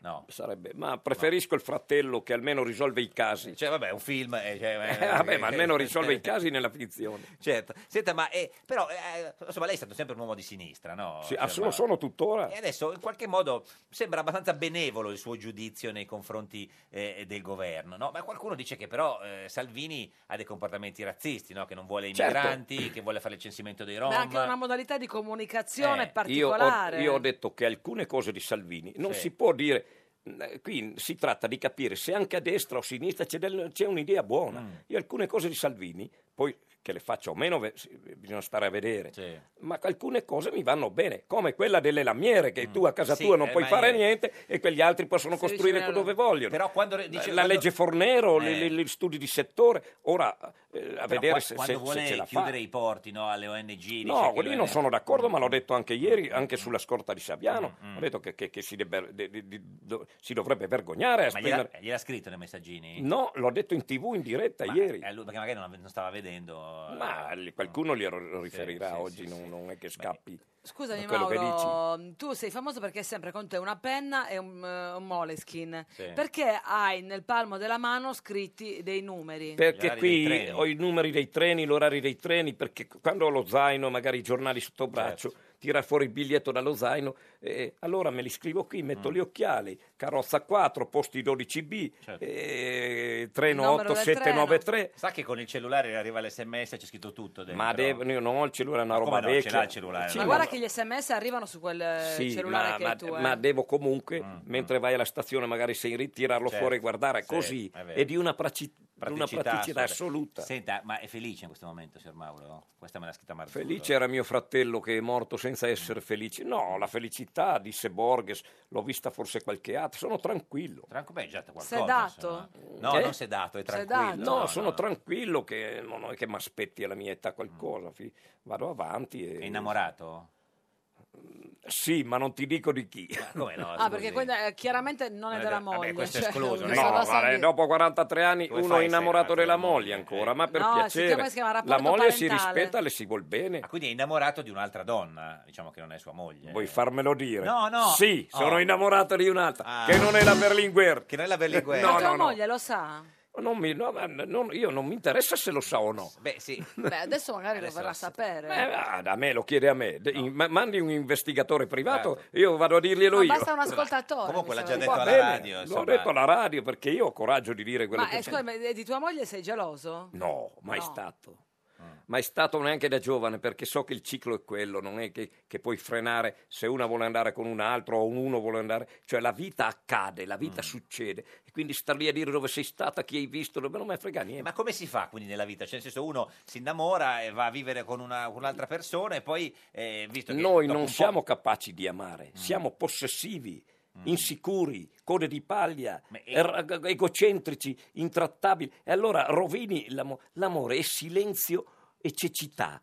[SPEAKER 3] No.
[SPEAKER 14] Sarebbe, ma preferisco il fratello che almeno risolve i casi.
[SPEAKER 3] Cioè, vabbè, un film. eh, cioè, eh,
[SPEAKER 14] Eh, vabbè, ma almeno risolve i casi nella fizione.
[SPEAKER 3] Certo. Senta, ma eh, però, eh, insomma, lei è stato sempre un uomo di sinistra, no?
[SPEAKER 14] Sì,
[SPEAKER 3] Cioè,
[SPEAKER 14] ah, sono,
[SPEAKER 3] ma-
[SPEAKER 14] sono tuttora.
[SPEAKER 3] E adesso, in qualche modo, sembra abbastanza benevolo il suo giudizio nei confronti eh, del governo, no? Ma qualcuno dice che però eh, Salvini ha dei comportamenti razzisti, no? Che non vuole i
[SPEAKER 14] Certo.
[SPEAKER 3] migranti, che vuole fare il censimento dei Rom.
[SPEAKER 4] Ma è anche una modalità di comunicazione
[SPEAKER 14] Eh, Io ho,
[SPEAKER 4] particolare.
[SPEAKER 14] io ho detto che alcune cose di Salvini non
[SPEAKER 3] Sì.
[SPEAKER 14] si può dire. eh, Qui si tratta di capire se anche a destra o a sinistra c'è, del- c'è un'idea buona.
[SPEAKER 3] Mm.
[SPEAKER 14] Io alcune cose di Salvini, poi che le faccio o meno, ve- si- bisogna stare a vedere. Ma alcune cose mi vanno bene, come quella delle lamiere, che tu a casa
[SPEAKER 3] Sì,
[SPEAKER 14] tua non
[SPEAKER 3] eh,
[SPEAKER 14] puoi
[SPEAKER 3] ma
[SPEAKER 14] fare
[SPEAKER 3] io-
[SPEAKER 14] niente e quegli altri possono
[SPEAKER 3] Sì,
[SPEAKER 14] costruire
[SPEAKER 3] vicino-
[SPEAKER 14] dove vogliono. Eh,
[SPEAKER 3] Però quando re- dice-
[SPEAKER 14] la
[SPEAKER 3] quando-
[SPEAKER 14] legge Fornero, le-
[SPEAKER 3] Eh.
[SPEAKER 14] le- gli studi di settore, ora eh, a
[SPEAKER 3] Però
[SPEAKER 14] vedere
[SPEAKER 3] qua-
[SPEAKER 14] se,
[SPEAKER 3] quando
[SPEAKER 14] se- se
[SPEAKER 3] vuole
[SPEAKER 14] ce la fa.
[SPEAKER 3] chiudere i porti no, alle ONG dice
[SPEAKER 14] No,
[SPEAKER 3] che Mm.
[SPEAKER 14] io
[SPEAKER 3] lo-
[SPEAKER 14] non sono d'accordo, ma l'ho detto anche ieri, anche sulla scorta di Saviano.
[SPEAKER 3] Mm,
[SPEAKER 14] Ho detto che, che- che si, debbe- de- de- di- do- si dovrebbe vergognare a
[SPEAKER 3] Ma gliel'ha,
[SPEAKER 14] esprimere.
[SPEAKER 3] gliel'ha scritto nei messaggini?
[SPEAKER 14] No, l'ho detto in tv in diretta ieri.
[SPEAKER 3] Eh, lui- perché magari non, non stava vedendo. eh,
[SPEAKER 14] Ma li- qualcuno glielo riferirà oggi, non, non è che scappi.
[SPEAKER 4] Scusami
[SPEAKER 14] da quello che
[SPEAKER 4] Mauro, tu sei famoso perché hai sempre con te una penna e un, eh, un moleskin.
[SPEAKER 14] Sì.
[SPEAKER 4] Perché hai nel palmo della mano scritti dei numeri?
[SPEAKER 14] Perché qui ho i numeri dei treni, l'orario dei treni, perché quando ho lo zaino, magari i giornali sotto braccio,
[SPEAKER 3] Certo.
[SPEAKER 14] tira fuori il biglietto dallo zaino, eh, allora me li scrivo qui,
[SPEAKER 3] Mm.
[SPEAKER 14] metto gli occhiali, carrozza 4, posti 12B, eh, treno 8793.
[SPEAKER 3] Certo. Sa che con il cellulare arriva l'SMS e c'è scritto tutto dentro.
[SPEAKER 14] Ma devo- io non ho il cellulare, è una
[SPEAKER 3] Ma come
[SPEAKER 14] roba
[SPEAKER 3] no? Ce
[SPEAKER 14] vecchia.
[SPEAKER 3] l'ha il cellulare,
[SPEAKER 14] Sì,
[SPEAKER 4] ma
[SPEAKER 14] ma-
[SPEAKER 4] guarda che gli sms arrivano su quel eh,
[SPEAKER 14] sì,
[SPEAKER 4] cellulare
[SPEAKER 14] ma,
[SPEAKER 4] che
[SPEAKER 14] ma-
[SPEAKER 4] è tuo. eh.
[SPEAKER 14] ma devo comunque, mentre vai alla stazione, magari se in tirarlo
[SPEAKER 3] Mm, Certo,
[SPEAKER 14] fuori e guardare
[SPEAKER 3] sì,
[SPEAKER 14] così.
[SPEAKER 3] è vero.
[SPEAKER 14] È di una, praci- di una
[SPEAKER 3] Praticità
[SPEAKER 14] praticità
[SPEAKER 3] assoluta.
[SPEAKER 14] assoluta.
[SPEAKER 3] Senta, ma è felice in questo momento, signor Mauro? Questa me l'ha scritta Marzullo.
[SPEAKER 14] Felice era mio fratello che è morto senza essere felice. No, la felicità, disse Borges, l'ho vista forse qualche altro. Sono tranquillo.
[SPEAKER 3] Tranquillo, già qualcosa.
[SPEAKER 4] Sedato?
[SPEAKER 3] No, non sedato, è tranquillo.
[SPEAKER 14] No,
[SPEAKER 3] No, no,
[SPEAKER 14] sono tranquillo che non è che mi aspetti alla mia età qualcosa. fi- Vado avanti. E...
[SPEAKER 3] È innamorato?
[SPEAKER 14] Sì, ma non ti dico di chi.
[SPEAKER 3] come no?
[SPEAKER 4] Ah, perché quella, eh, chiaramente non è della moglie. cioè, non so,
[SPEAKER 14] No,
[SPEAKER 4] lo so
[SPEAKER 14] guarda,
[SPEAKER 4] dire.
[SPEAKER 14] dopo 43 anni
[SPEAKER 3] Come
[SPEAKER 14] uno
[SPEAKER 3] fai
[SPEAKER 14] è
[SPEAKER 3] se
[SPEAKER 14] innamorato della moglie ancora, ma per
[SPEAKER 4] No, si
[SPEAKER 14] piacere.
[SPEAKER 4] chiama- si chiama
[SPEAKER 14] la
[SPEAKER 4] rapporto
[SPEAKER 14] moglie si
[SPEAKER 4] parentale.
[SPEAKER 14] rispetta, le si vuol bene.
[SPEAKER 3] Ah, quindi è innamorato di un'altra donna, diciamo che non è sua moglie.
[SPEAKER 14] Vuoi farmelo dire?
[SPEAKER 3] No, no.
[SPEAKER 14] Sì,
[SPEAKER 3] Oh. Ah.
[SPEAKER 14] sono innamorato di un'altra, che non è la Berlinguer.
[SPEAKER 3] Che non è la Berlinguer.
[SPEAKER 4] Ma
[SPEAKER 14] no,
[SPEAKER 4] tua
[SPEAKER 14] no, no.
[SPEAKER 4] moglie lo sa?
[SPEAKER 14] Non mi- no, ma non- io non mi interessa se lo sa o no.
[SPEAKER 3] Beh, sì.
[SPEAKER 4] Beh, adesso magari lo verrà a sapere.
[SPEAKER 14] Ah, da me, lo chiede a me. De- in- ma- mandi un investigatore privato, io vado a dirglielo
[SPEAKER 4] Ma
[SPEAKER 14] io.
[SPEAKER 4] basta un ascoltatore.
[SPEAKER 3] Certo. Comunque
[SPEAKER 4] mi
[SPEAKER 3] l'ha già
[SPEAKER 4] sembra.
[SPEAKER 3] detto
[SPEAKER 14] Va
[SPEAKER 3] alla
[SPEAKER 14] bene,
[SPEAKER 3] radio,
[SPEAKER 14] L'ho
[SPEAKER 3] insomma.
[SPEAKER 14] detto alla radio perché io ho coraggio di dire quello
[SPEAKER 4] Ma
[SPEAKER 14] che
[SPEAKER 4] eh, scusa, ma, eh, di tua moglie sei geloso?
[SPEAKER 14] No, mai
[SPEAKER 4] No.
[SPEAKER 14] stato.
[SPEAKER 3] Ah.
[SPEAKER 14] Mai stato neanche da giovane, perché so che il ciclo è quello, non è che, che puoi frenare se una vuole andare con un altro o un uno vuole andare. Cioè la vita accade, la vita
[SPEAKER 3] Mm.
[SPEAKER 14] succede. E quindi star lì a dire dove sei stata, chi hai visto, dove non me ne frega niente.
[SPEAKER 3] Ma come si fa quindi nella vita? Cioè, nel senso, uno si innamora e va a vivere con, una- con un'altra persona e poi, eh, visto che...
[SPEAKER 14] Noi
[SPEAKER 3] dopo un
[SPEAKER 14] non
[SPEAKER 3] po'-
[SPEAKER 14] siamo capaci di
[SPEAKER 3] Mm.
[SPEAKER 14] amare, siamo possessivi, insicuri, code di paglia, er- egocentrici, intrattabili. E allora rovini l'amo- l'amore, è silenzio e cecità.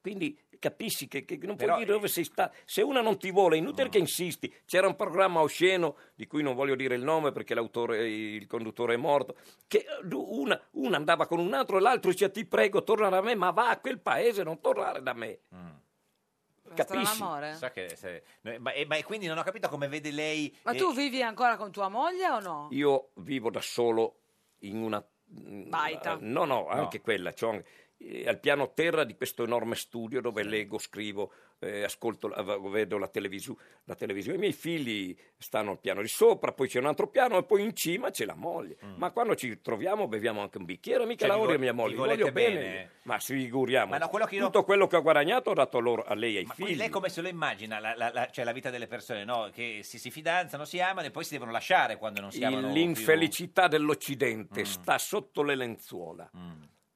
[SPEAKER 14] Quindi capisci che, che non
[SPEAKER 3] Però-
[SPEAKER 14] puoi dire dove sei stato. Se una non ti vuole, è inutile che insisti. C'era un programma osceno, di cui non voglio dire il nome perché l'autore, il conduttore è morto, che eh, una, una andava con un altro e l'altro diceva ti prego torna da me, ma va a quel paese, non tornare da me. Capisci?
[SPEAKER 3] Sa che se- no, ma, e, ma e quindi non ho capito come vede lei...
[SPEAKER 4] Ma
[SPEAKER 3] eh,
[SPEAKER 4] tu vivi ancora con tua moglie o no?
[SPEAKER 14] Io vivo da solo in una... mm,
[SPEAKER 4] Baita.
[SPEAKER 14] No, no, anche quella. c'ho anche- eh, al piano terra di questo enorme studio dove leggo, scrivo, eh, ascolto, la- v- vedo la, televisu- la televisione. I miei figli stanno al piano di sopra, poi c'è un altro piano e poi in cima c'è la moglie. Ma quando ci troviamo beviamo anche un bicchiere, mica
[SPEAKER 3] Mm. Cioè,
[SPEAKER 14] la
[SPEAKER 3] vi
[SPEAKER 14] odio
[SPEAKER 3] vo-
[SPEAKER 14] mia
[SPEAKER 3] vi
[SPEAKER 14] moglie, li
[SPEAKER 3] volete
[SPEAKER 14] voglio bene.
[SPEAKER 3] bene?
[SPEAKER 14] Ma si figuriamo.
[SPEAKER 3] Ma no, quello che io-
[SPEAKER 14] Tutto quello che ho guadagnato ho dato loro, a lei e ai
[SPEAKER 3] Quindi
[SPEAKER 14] figli.
[SPEAKER 3] lei come se lo immagina la, la- la- cioè la vita delle persone, no? Che si, si fidanzano, si amano e poi si devono lasciare quando non si amano più. Mm.
[SPEAKER 14] L'infelicità dell'Occidente sta sotto le lenzuola.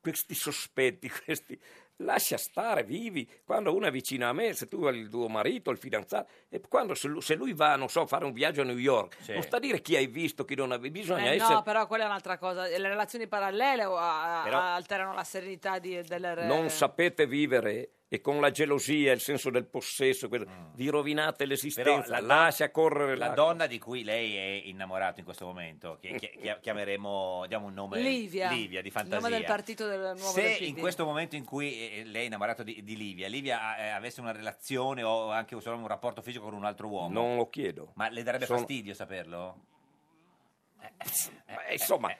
[SPEAKER 14] Questi sospetti, questi... Lascia stare, vivi. Quando una è vicina a me, se tu hai il tuo marito, il fidanzato, e quando se lui, se lui va, non so, a fare un viaggio a New York, non sta a dire chi hai visto, chi non avevi, bisogna
[SPEAKER 4] Eh,
[SPEAKER 14] essere...
[SPEAKER 4] No, però quella è un'altra cosa. Le relazioni parallele o a- a-
[SPEAKER 14] Però-
[SPEAKER 4] alterano la serenità di- del re.
[SPEAKER 14] Non sapete vivere e con la gelosia, il senso del possesso, quello- vi rovinate
[SPEAKER 3] Mm. Però
[SPEAKER 14] l'esistenza.
[SPEAKER 3] la,
[SPEAKER 14] lascia correre
[SPEAKER 3] la
[SPEAKER 14] l'acqua.
[SPEAKER 3] donna di cui lei è innamorato in questo momento, che chi- chi- chiameremo, diamo un nome
[SPEAKER 4] Livia.
[SPEAKER 3] di
[SPEAKER 4] Il nome
[SPEAKER 3] fantasia.
[SPEAKER 4] del partito del nuovo
[SPEAKER 3] Se
[SPEAKER 4] del PD.
[SPEAKER 3] in questo momento in cui eh, lei è innamorato di, di Livia, Livia eh, avesse una relazione o anche solo un rapporto fisico con un altro uomo,
[SPEAKER 14] Non lo chiedo.
[SPEAKER 3] ma le darebbe
[SPEAKER 14] Sono-
[SPEAKER 3] fastidio saperlo? Eh,
[SPEAKER 14] Ma, insomma,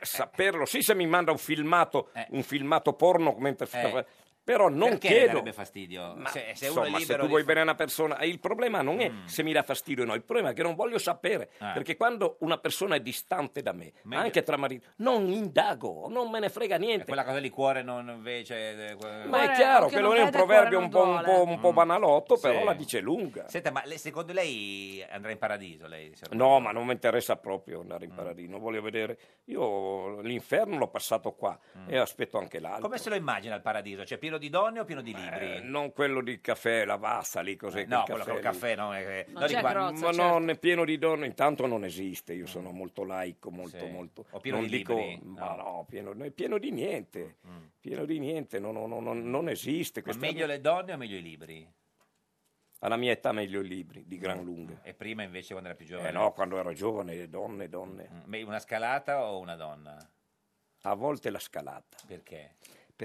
[SPEAKER 14] saperlo, sì, se mi manda un filmato, un filmato porno mentre
[SPEAKER 3] Eh.
[SPEAKER 14] però non
[SPEAKER 3] Perché le
[SPEAKER 14] chiedo.
[SPEAKER 3] darebbe fastidio?
[SPEAKER 14] Ma,
[SPEAKER 3] se, se uno è
[SPEAKER 14] insomma, se
[SPEAKER 3] libero
[SPEAKER 14] tu
[SPEAKER 3] di
[SPEAKER 14] vuoi
[SPEAKER 3] fa- Mm.
[SPEAKER 14] bene a una persona, eh, il problema non è se mi dà fastidio o no, il problema è che non voglio sapere,
[SPEAKER 3] Ah.
[SPEAKER 14] perché quando una persona è distante da me, ma anche tra marito, non indago, non me ne frega niente.
[SPEAKER 3] Eh, quella cosa di cuore non invece... eh,
[SPEAKER 14] Ma è chiaro, quello è un proverbio un po', un po'- un po' banalotto,
[SPEAKER 3] Mm. Sì.
[SPEAKER 14] però la dice lunga.
[SPEAKER 3] Senta, ma le- secondo lei andrà in paradiso? Lei, signor
[SPEAKER 14] No, ma non mi interessa proprio andare
[SPEAKER 3] Mm.
[SPEAKER 14] in paradiso, non voglio vedere. Io l'inferno l'ho passato qua e aspetto anche l'altro.
[SPEAKER 3] Mm. Come se lo immagina il paradiso? Cioè pieno di donne o pieno di libri? Eh,
[SPEAKER 14] Eh, non quello di caffè, la vassa lì, cos'è?
[SPEAKER 3] no,
[SPEAKER 14] quel
[SPEAKER 3] quello col
[SPEAKER 14] lì?
[SPEAKER 3] caffè, no, eh,
[SPEAKER 14] No,
[SPEAKER 3] no, di qua-
[SPEAKER 14] ma
[SPEAKER 3] certo.
[SPEAKER 14] non è pieno di donne, intanto non esiste, io sono molto laico, molto, molto...
[SPEAKER 3] Mm. O pieno
[SPEAKER 14] non
[SPEAKER 3] di
[SPEAKER 14] dico,
[SPEAKER 3] libri, Mm,
[SPEAKER 14] Ma no, pieno, è pieno di niente, pieno di niente, no, no, no, no, non esiste.
[SPEAKER 3] Ma
[SPEAKER 14] questa-
[SPEAKER 3] meglio le donne o meglio i libri? Mm.
[SPEAKER 14] Alla mia età meglio i libri, di gran lunga.
[SPEAKER 3] E prima invece quando era più giovane?
[SPEAKER 14] Eh no, quando ero giovane, donne, donne.
[SPEAKER 3] Me- Una scalata o una donna?
[SPEAKER 14] A volte la scalata.
[SPEAKER 3] Perché?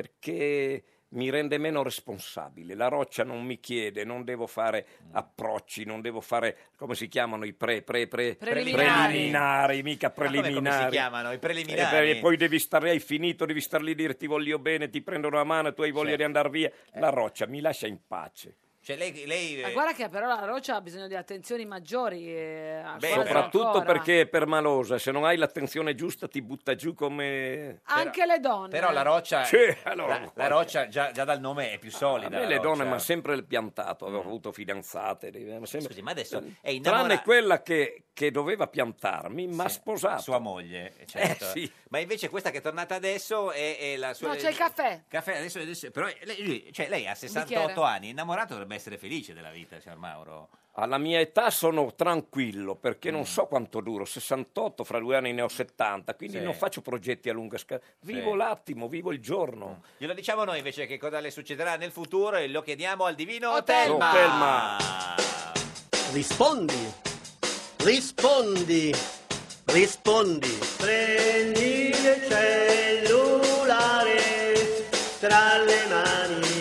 [SPEAKER 14] Perché mi rende meno responsabile. La roccia non mi chiede, non devo fare approcci, non devo fare, come si chiamano i pre, pre, pre,
[SPEAKER 3] Preliminari.
[SPEAKER 14] preliminari, mica
[SPEAKER 3] Ma come- come
[SPEAKER 14] preliminari.
[SPEAKER 3] si chiamano? I preliminari?
[SPEAKER 14] Eh, beh, E poi devi stare, hai finito, devi stare lì a dire ti voglio bene, ti prendono la mano, tu hai voglia
[SPEAKER 3] Certo.
[SPEAKER 14] di andare via.
[SPEAKER 3] Eh.
[SPEAKER 14] La roccia mi lascia in pace.
[SPEAKER 3] Cioè lei... lei
[SPEAKER 4] Ma
[SPEAKER 3] eh,
[SPEAKER 4] guarda che però la roccia ha bisogno di attenzioni maggiori. eh,
[SPEAKER 3] Ah,
[SPEAKER 14] Beh,
[SPEAKER 4] quasi
[SPEAKER 14] soprattutto
[SPEAKER 4] ancora.
[SPEAKER 14] perché è permalosa, se non hai l'attenzione giusta ti butta giù come...
[SPEAKER 4] Anche le donne.
[SPEAKER 3] Però la roccia,
[SPEAKER 14] Sì, allora,
[SPEAKER 3] la, la roccia già, già dal nome è più
[SPEAKER 14] A
[SPEAKER 3] solida.
[SPEAKER 14] me
[SPEAKER 3] la
[SPEAKER 14] le donne
[SPEAKER 3] roccia. Mm.
[SPEAKER 14] mi ha sempre piantato, avevo avuto fidanzate. mi ha sempre- Eh,
[SPEAKER 3] Scusi, ma adesso è innamorata-
[SPEAKER 14] Tranne quella che, che doveva piantarmi, ma ha sposato.
[SPEAKER 3] Sua moglie, certo.
[SPEAKER 14] Eh, sì.
[SPEAKER 3] Ma invece questa che è tornata adesso è, è la sua...
[SPEAKER 4] No, c'è il caffè.
[SPEAKER 3] Caffè, adesso, adesso- però lei, lui- cioè lei ha 68
[SPEAKER 4] Bicchiere.
[SPEAKER 3] anni, innamorato dovrebbe essere felice della vita, signor Mauro.
[SPEAKER 14] Alla mia età sono tranquillo perché
[SPEAKER 3] Mm.
[SPEAKER 14] non so quanto duro, 68, fra due anni ne ho 70, quindi
[SPEAKER 3] Sì.
[SPEAKER 14] non faccio progetti a lunga scala. Vivo
[SPEAKER 3] Sì.
[SPEAKER 14] l'attimo, vivo il giorno.
[SPEAKER 3] Glielo diciamo noi invece che cosa le succederà nel futuro e lo chiediamo al divino
[SPEAKER 14] Telma.
[SPEAKER 3] Telma.
[SPEAKER 14] Oh, Telma.
[SPEAKER 20] Rispondi, rispondi, rispondi. Prendi il cellulare tra le mani.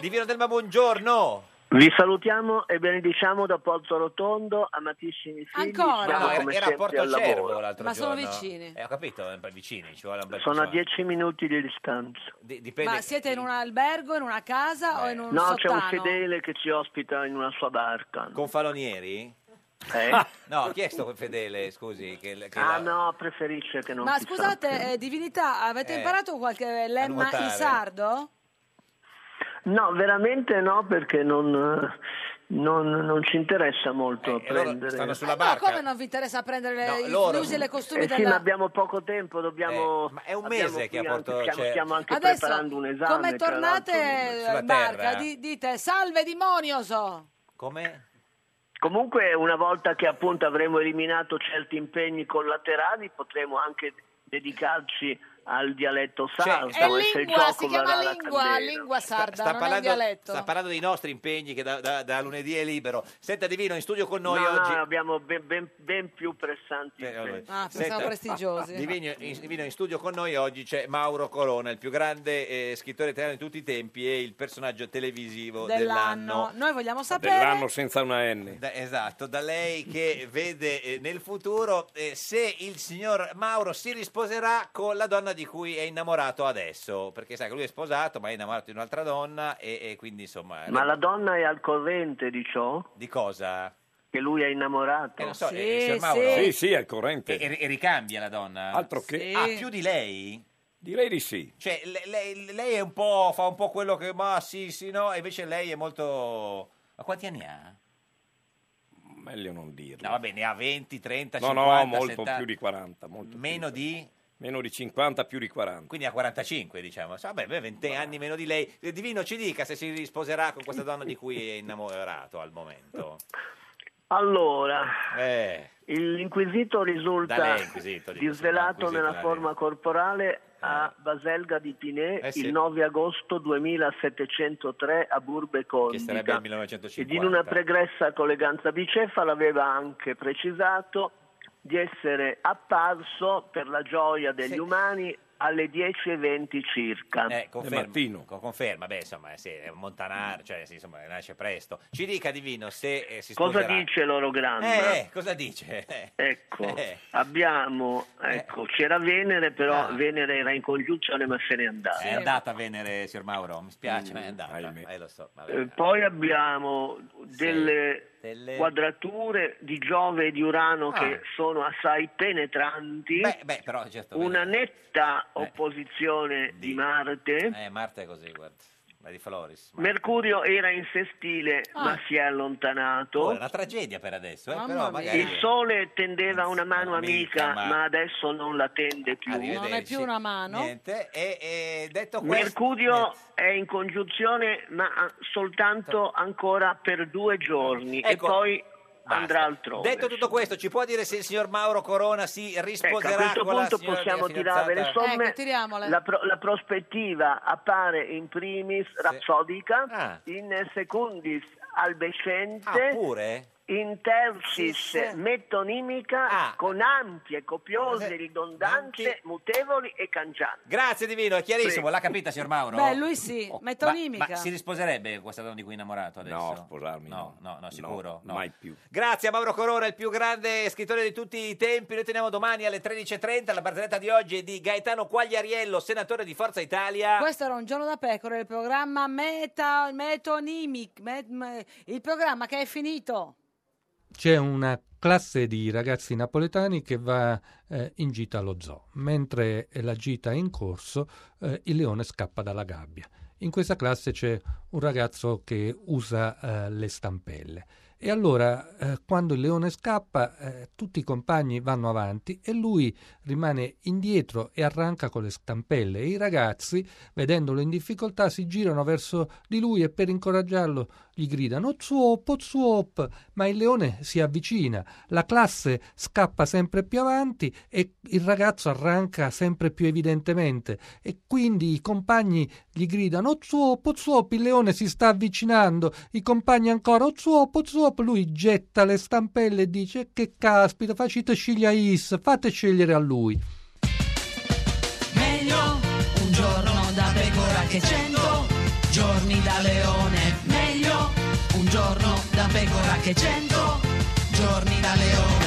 [SPEAKER 3] Divino Telma, buongiorno.
[SPEAKER 20] Vi salutiamo e benediciamo da Porto Rotondo, amatissimi figli.
[SPEAKER 3] No,
[SPEAKER 20] siamo
[SPEAKER 3] no, era,
[SPEAKER 20] come
[SPEAKER 3] era a
[SPEAKER 20] sempre
[SPEAKER 3] Porto
[SPEAKER 20] al
[SPEAKER 3] Cervo
[SPEAKER 20] lavoro.
[SPEAKER 3] l'altro giorno. Eh, ho capito, eh, vicini, ci vuole un bel
[SPEAKER 20] Sono a
[SPEAKER 3] po'. eh.
[SPEAKER 20] 10 minuti di distanza.
[SPEAKER 3] Di- dipende-
[SPEAKER 4] Ma siete in un albergo, in una casa o in un
[SPEAKER 20] No, c'è un
[SPEAKER 4] sottano?
[SPEAKER 20] fedele che ci ospita in una sua barca.
[SPEAKER 3] Con Falonieri? Ah,
[SPEAKER 20] Eh?
[SPEAKER 3] No, ho chiesto quel fedele, scusi. Che, che
[SPEAKER 20] Ah
[SPEAKER 3] la-
[SPEAKER 20] no, preferisce che non
[SPEAKER 4] Ma
[SPEAKER 20] si
[SPEAKER 4] scusate, eh, divinità, avete
[SPEAKER 20] Eh,
[SPEAKER 4] imparato qualche lemma
[SPEAKER 20] nuotare.
[SPEAKER 4] in sardo?
[SPEAKER 20] No, veramente no, perché non, non- non ci interessa molto prendere.
[SPEAKER 3] Eh, stanno sulla
[SPEAKER 4] Eh, Ma come non vi interessa prendere le-
[SPEAKER 20] No,
[SPEAKER 4] i
[SPEAKER 20] loro-
[SPEAKER 4] usi e le costumi
[SPEAKER 20] Eh sì,
[SPEAKER 4] della...
[SPEAKER 20] ma abbiamo poco tempo, dobbiamo... ma è
[SPEAKER 3] Eh, un mese che cioè, a Porto
[SPEAKER 20] Stiamo,
[SPEAKER 3] Cervo-
[SPEAKER 20] stiamo anche
[SPEAKER 4] Adesso,
[SPEAKER 20] preparando un esame.
[SPEAKER 4] come
[SPEAKER 20] tra
[SPEAKER 4] tornate
[SPEAKER 20] l'altro.
[SPEAKER 4] in barca, di- dite salve demonioso!
[SPEAKER 3] eh? Come?
[SPEAKER 20] Comunque, una volta che appunto avremo eliminato certi impegni collaterali, potremo anche dedicarci al dialetto
[SPEAKER 3] Cioè,
[SPEAKER 20] sardo.
[SPEAKER 4] È
[SPEAKER 20] e se il
[SPEAKER 4] lingua, si
[SPEAKER 20] gioco
[SPEAKER 4] chiama
[SPEAKER 20] varrà la
[SPEAKER 4] lingua,
[SPEAKER 20] candela.
[SPEAKER 4] lingua sarda,
[SPEAKER 3] sta
[SPEAKER 4] non è un dialetto.
[SPEAKER 3] sta parlando dei nostri impegni che da, da- da lunedì è libero. Senta Divino, in studio con
[SPEAKER 20] No,
[SPEAKER 3] noi
[SPEAKER 20] no,
[SPEAKER 3] oggi... Eh,
[SPEAKER 20] abbiamo ben, ben- ben più pressanti. impegni.
[SPEAKER 4] Ah, pensavo prestigiosi.
[SPEAKER 3] Divino in, Divino in studio con noi oggi c'è Mauro Corona, il più grande eh, scrittore italiano di tutti i tempi e il personaggio televisivo
[SPEAKER 4] Dell'anno.
[SPEAKER 3] dell'anno.
[SPEAKER 4] Noi vogliamo sapere...
[SPEAKER 14] Dell'anno senza una N.
[SPEAKER 3] Da- esatto, da lei che vede eh, nel futuro eh, se il signor Mauro si risposerà con la donna di cui è innamorato adesso? Perché sai che lui è sposato, ma è innamorato di un'altra donna e, e quindi insomma...
[SPEAKER 20] Ma la donna è al corrente di ciò?
[SPEAKER 3] Eh, Di cosa?
[SPEAKER 20] Che lui è innamorato?
[SPEAKER 3] Eh, non so, eh, signor Mauro?
[SPEAKER 14] Sì, sì, al corrente.
[SPEAKER 3] E, e- e ricambia la donna?
[SPEAKER 14] Altro che-
[SPEAKER 3] Ah, più di lei?
[SPEAKER 14] Direi di sì.
[SPEAKER 3] Cioè, le- lei, lei è un po', fa un po' quello che, ma sì, sì, no, e invece lei è molto... Ma quanti anni ha?
[SPEAKER 14] Meglio non dirlo.
[SPEAKER 3] No, vabbè, ne ha 20, 30,
[SPEAKER 14] No,
[SPEAKER 3] 50,
[SPEAKER 14] no, molto
[SPEAKER 3] 70.
[SPEAKER 14] più di 40. molto più
[SPEAKER 3] Meno di?
[SPEAKER 14] Meno di 50, più di 40.
[SPEAKER 3] Quindi ha 45, diciamo. So, Vabbè, beh, 20 anni meno di lei. Eh, Divino ci dica se si risposerà con questa donna di cui è innamorato al momento.
[SPEAKER 20] Allora,
[SPEAKER 3] Eh,
[SPEAKER 20] l'inquisito
[SPEAKER 3] Da
[SPEAKER 20] risulta
[SPEAKER 3] lei, inquisito, dico,
[SPEAKER 20] disvelato
[SPEAKER 3] inquisito,
[SPEAKER 20] nella
[SPEAKER 3] dai.
[SPEAKER 20] forma corporale a Baselga di Pinet
[SPEAKER 3] Eh sì.
[SPEAKER 20] il 9 agosto 2703 a Burbe
[SPEAKER 3] che sarebbe il
[SPEAKER 20] Condita. Ed
[SPEAKER 3] 1950.
[SPEAKER 20] in una pregressa colleganza bicefala aveva anche precisato di essere apparso per la gioia degli umani alle 10.20 circa.
[SPEAKER 3] Eh, conferma, co- conferma, beh, insomma, eh, sì, è un montanaro, cioè, sì, insomma, nasce presto. Ci dica, Divino, se eh, si
[SPEAKER 20] Cosa
[SPEAKER 3] sposerà.
[SPEAKER 20] dice l'orogramma?
[SPEAKER 3] Eh, eh, cosa dice? Eh.
[SPEAKER 20] Ecco,
[SPEAKER 3] Eh.
[SPEAKER 20] abbiamo, ecco, c'era Venere, però Venere era in congiunzione ma se n'è andata.
[SPEAKER 3] È andata a Venere, signor Mauro, mi spiace, ma è andata. Eh, lo so, vabbè.
[SPEAKER 20] Mm, Eh, poi abbiamo delle,
[SPEAKER 3] delle-
[SPEAKER 20] quadrature di Giove e di Urano
[SPEAKER 3] Ah.
[SPEAKER 20] che sono assai penetranti,
[SPEAKER 3] Beh, però, certo,
[SPEAKER 20] una netta opposizione di Marte.
[SPEAKER 3] Eh, Marta è così, guarda. La di Floris. Ma...
[SPEAKER 20] Mercurio era in sestile ma si è allontanato.
[SPEAKER 3] Ah. Oh, è una tragedia per adesso, eh,
[SPEAKER 20] Mamma
[SPEAKER 3] però
[SPEAKER 20] mia.
[SPEAKER 3] magari...
[SPEAKER 20] Esatto. Il sole tendeva una mano amica,
[SPEAKER 3] Amica,
[SPEAKER 20] ma...
[SPEAKER 3] ma-
[SPEAKER 20] adesso non la tende più.
[SPEAKER 3] Arrivederci. Non è più una
[SPEAKER 20] mano.
[SPEAKER 3] Niente, e, e detto questo...
[SPEAKER 20] Mercurio è in congiunzione, ma ah, soltanto ancora per due giorni
[SPEAKER 3] Ecco,
[SPEAKER 20] e poi
[SPEAKER 3] basta.
[SPEAKER 20] andrà altrove.
[SPEAKER 3] Detto tutto questo, ci può dire se il signor Mauro Corona si
[SPEAKER 20] Ecco, a
[SPEAKER 3] risposerà
[SPEAKER 20] questo
[SPEAKER 3] con la
[SPEAKER 20] punto
[SPEAKER 3] signora
[SPEAKER 20] possiamo
[SPEAKER 3] mia
[SPEAKER 20] tirare le
[SPEAKER 3] fidanzata?
[SPEAKER 4] Ecco,
[SPEAKER 20] somme. la, pro- la prospettiva appare in primis rapsodica, in secundis albescente,
[SPEAKER 3] Ah, pure?
[SPEAKER 20] in tercis metonimica,
[SPEAKER 3] Ah.
[SPEAKER 20] con ampie,
[SPEAKER 3] Eh,
[SPEAKER 20] copiose, ridondanze, mutevoli e cangianti.
[SPEAKER 3] Grazie Divino, è chiarissimo,
[SPEAKER 20] Sì.
[SPEAKER 3] l'ha capita signor Mauro?
[SPEAKER 4] Beh, lui sì,
[SPEAKER 3] Ma-
[SPEAKER 4] metonimica.
[SPEAKER 3] Ma, si risposerebbe con questa donna di cui è innamorato adesso? No, sposarmi. No, no, no, sicuro. no.
[SPEAKER 14] Mai più.
[SPEAKER 3] Grazie a Mauro Corona, il più grande scrittore di tutti i tempi. Noi teniamo domani alle 13.30 la barzelletta di oggi è di Gaetano Quagliariello, senatore di Forza Italia.
[SPEAKER 4] Questo era un giorno da pecora, il programma meta, metonimic, met- me- il programma che è finito.
[SPEAKER 21] c'è una classe di ragazzi napoletani che va eh, in gita allo zoo. Mentre la gita è in corso, eh, il leone scappa dalla gabbia. In questa classe c'è un ragazzo che usa eh, le stampelle. E allora, eh, quando il leone scappa, eh, tutti i compagni vanno avanti e lui rimane indietro e arranca con le stampelle. E i ragazzi, vedendolo in difficoltà, si girano verso di lui e per incoraggiarlo gli gridano Zuop, Zuop! Ma il leone si avvicina, la classe scappa sempre più avanti e il ragazzo arranca sempre più evidentemente. E quindi i compagni gli gridano Zuop, Zuop! Il leone si sta avvicinando, i compagni ancora Zuop, Zuop! Lui getta le stampelle e dice Che caspita, facite sciglia is, fate scegliere a lui.
[SPEAKER 18] Meglio un giorno da pecora che cento giorni da leone. Meglio un giorno da pecora che cento giorni da leone.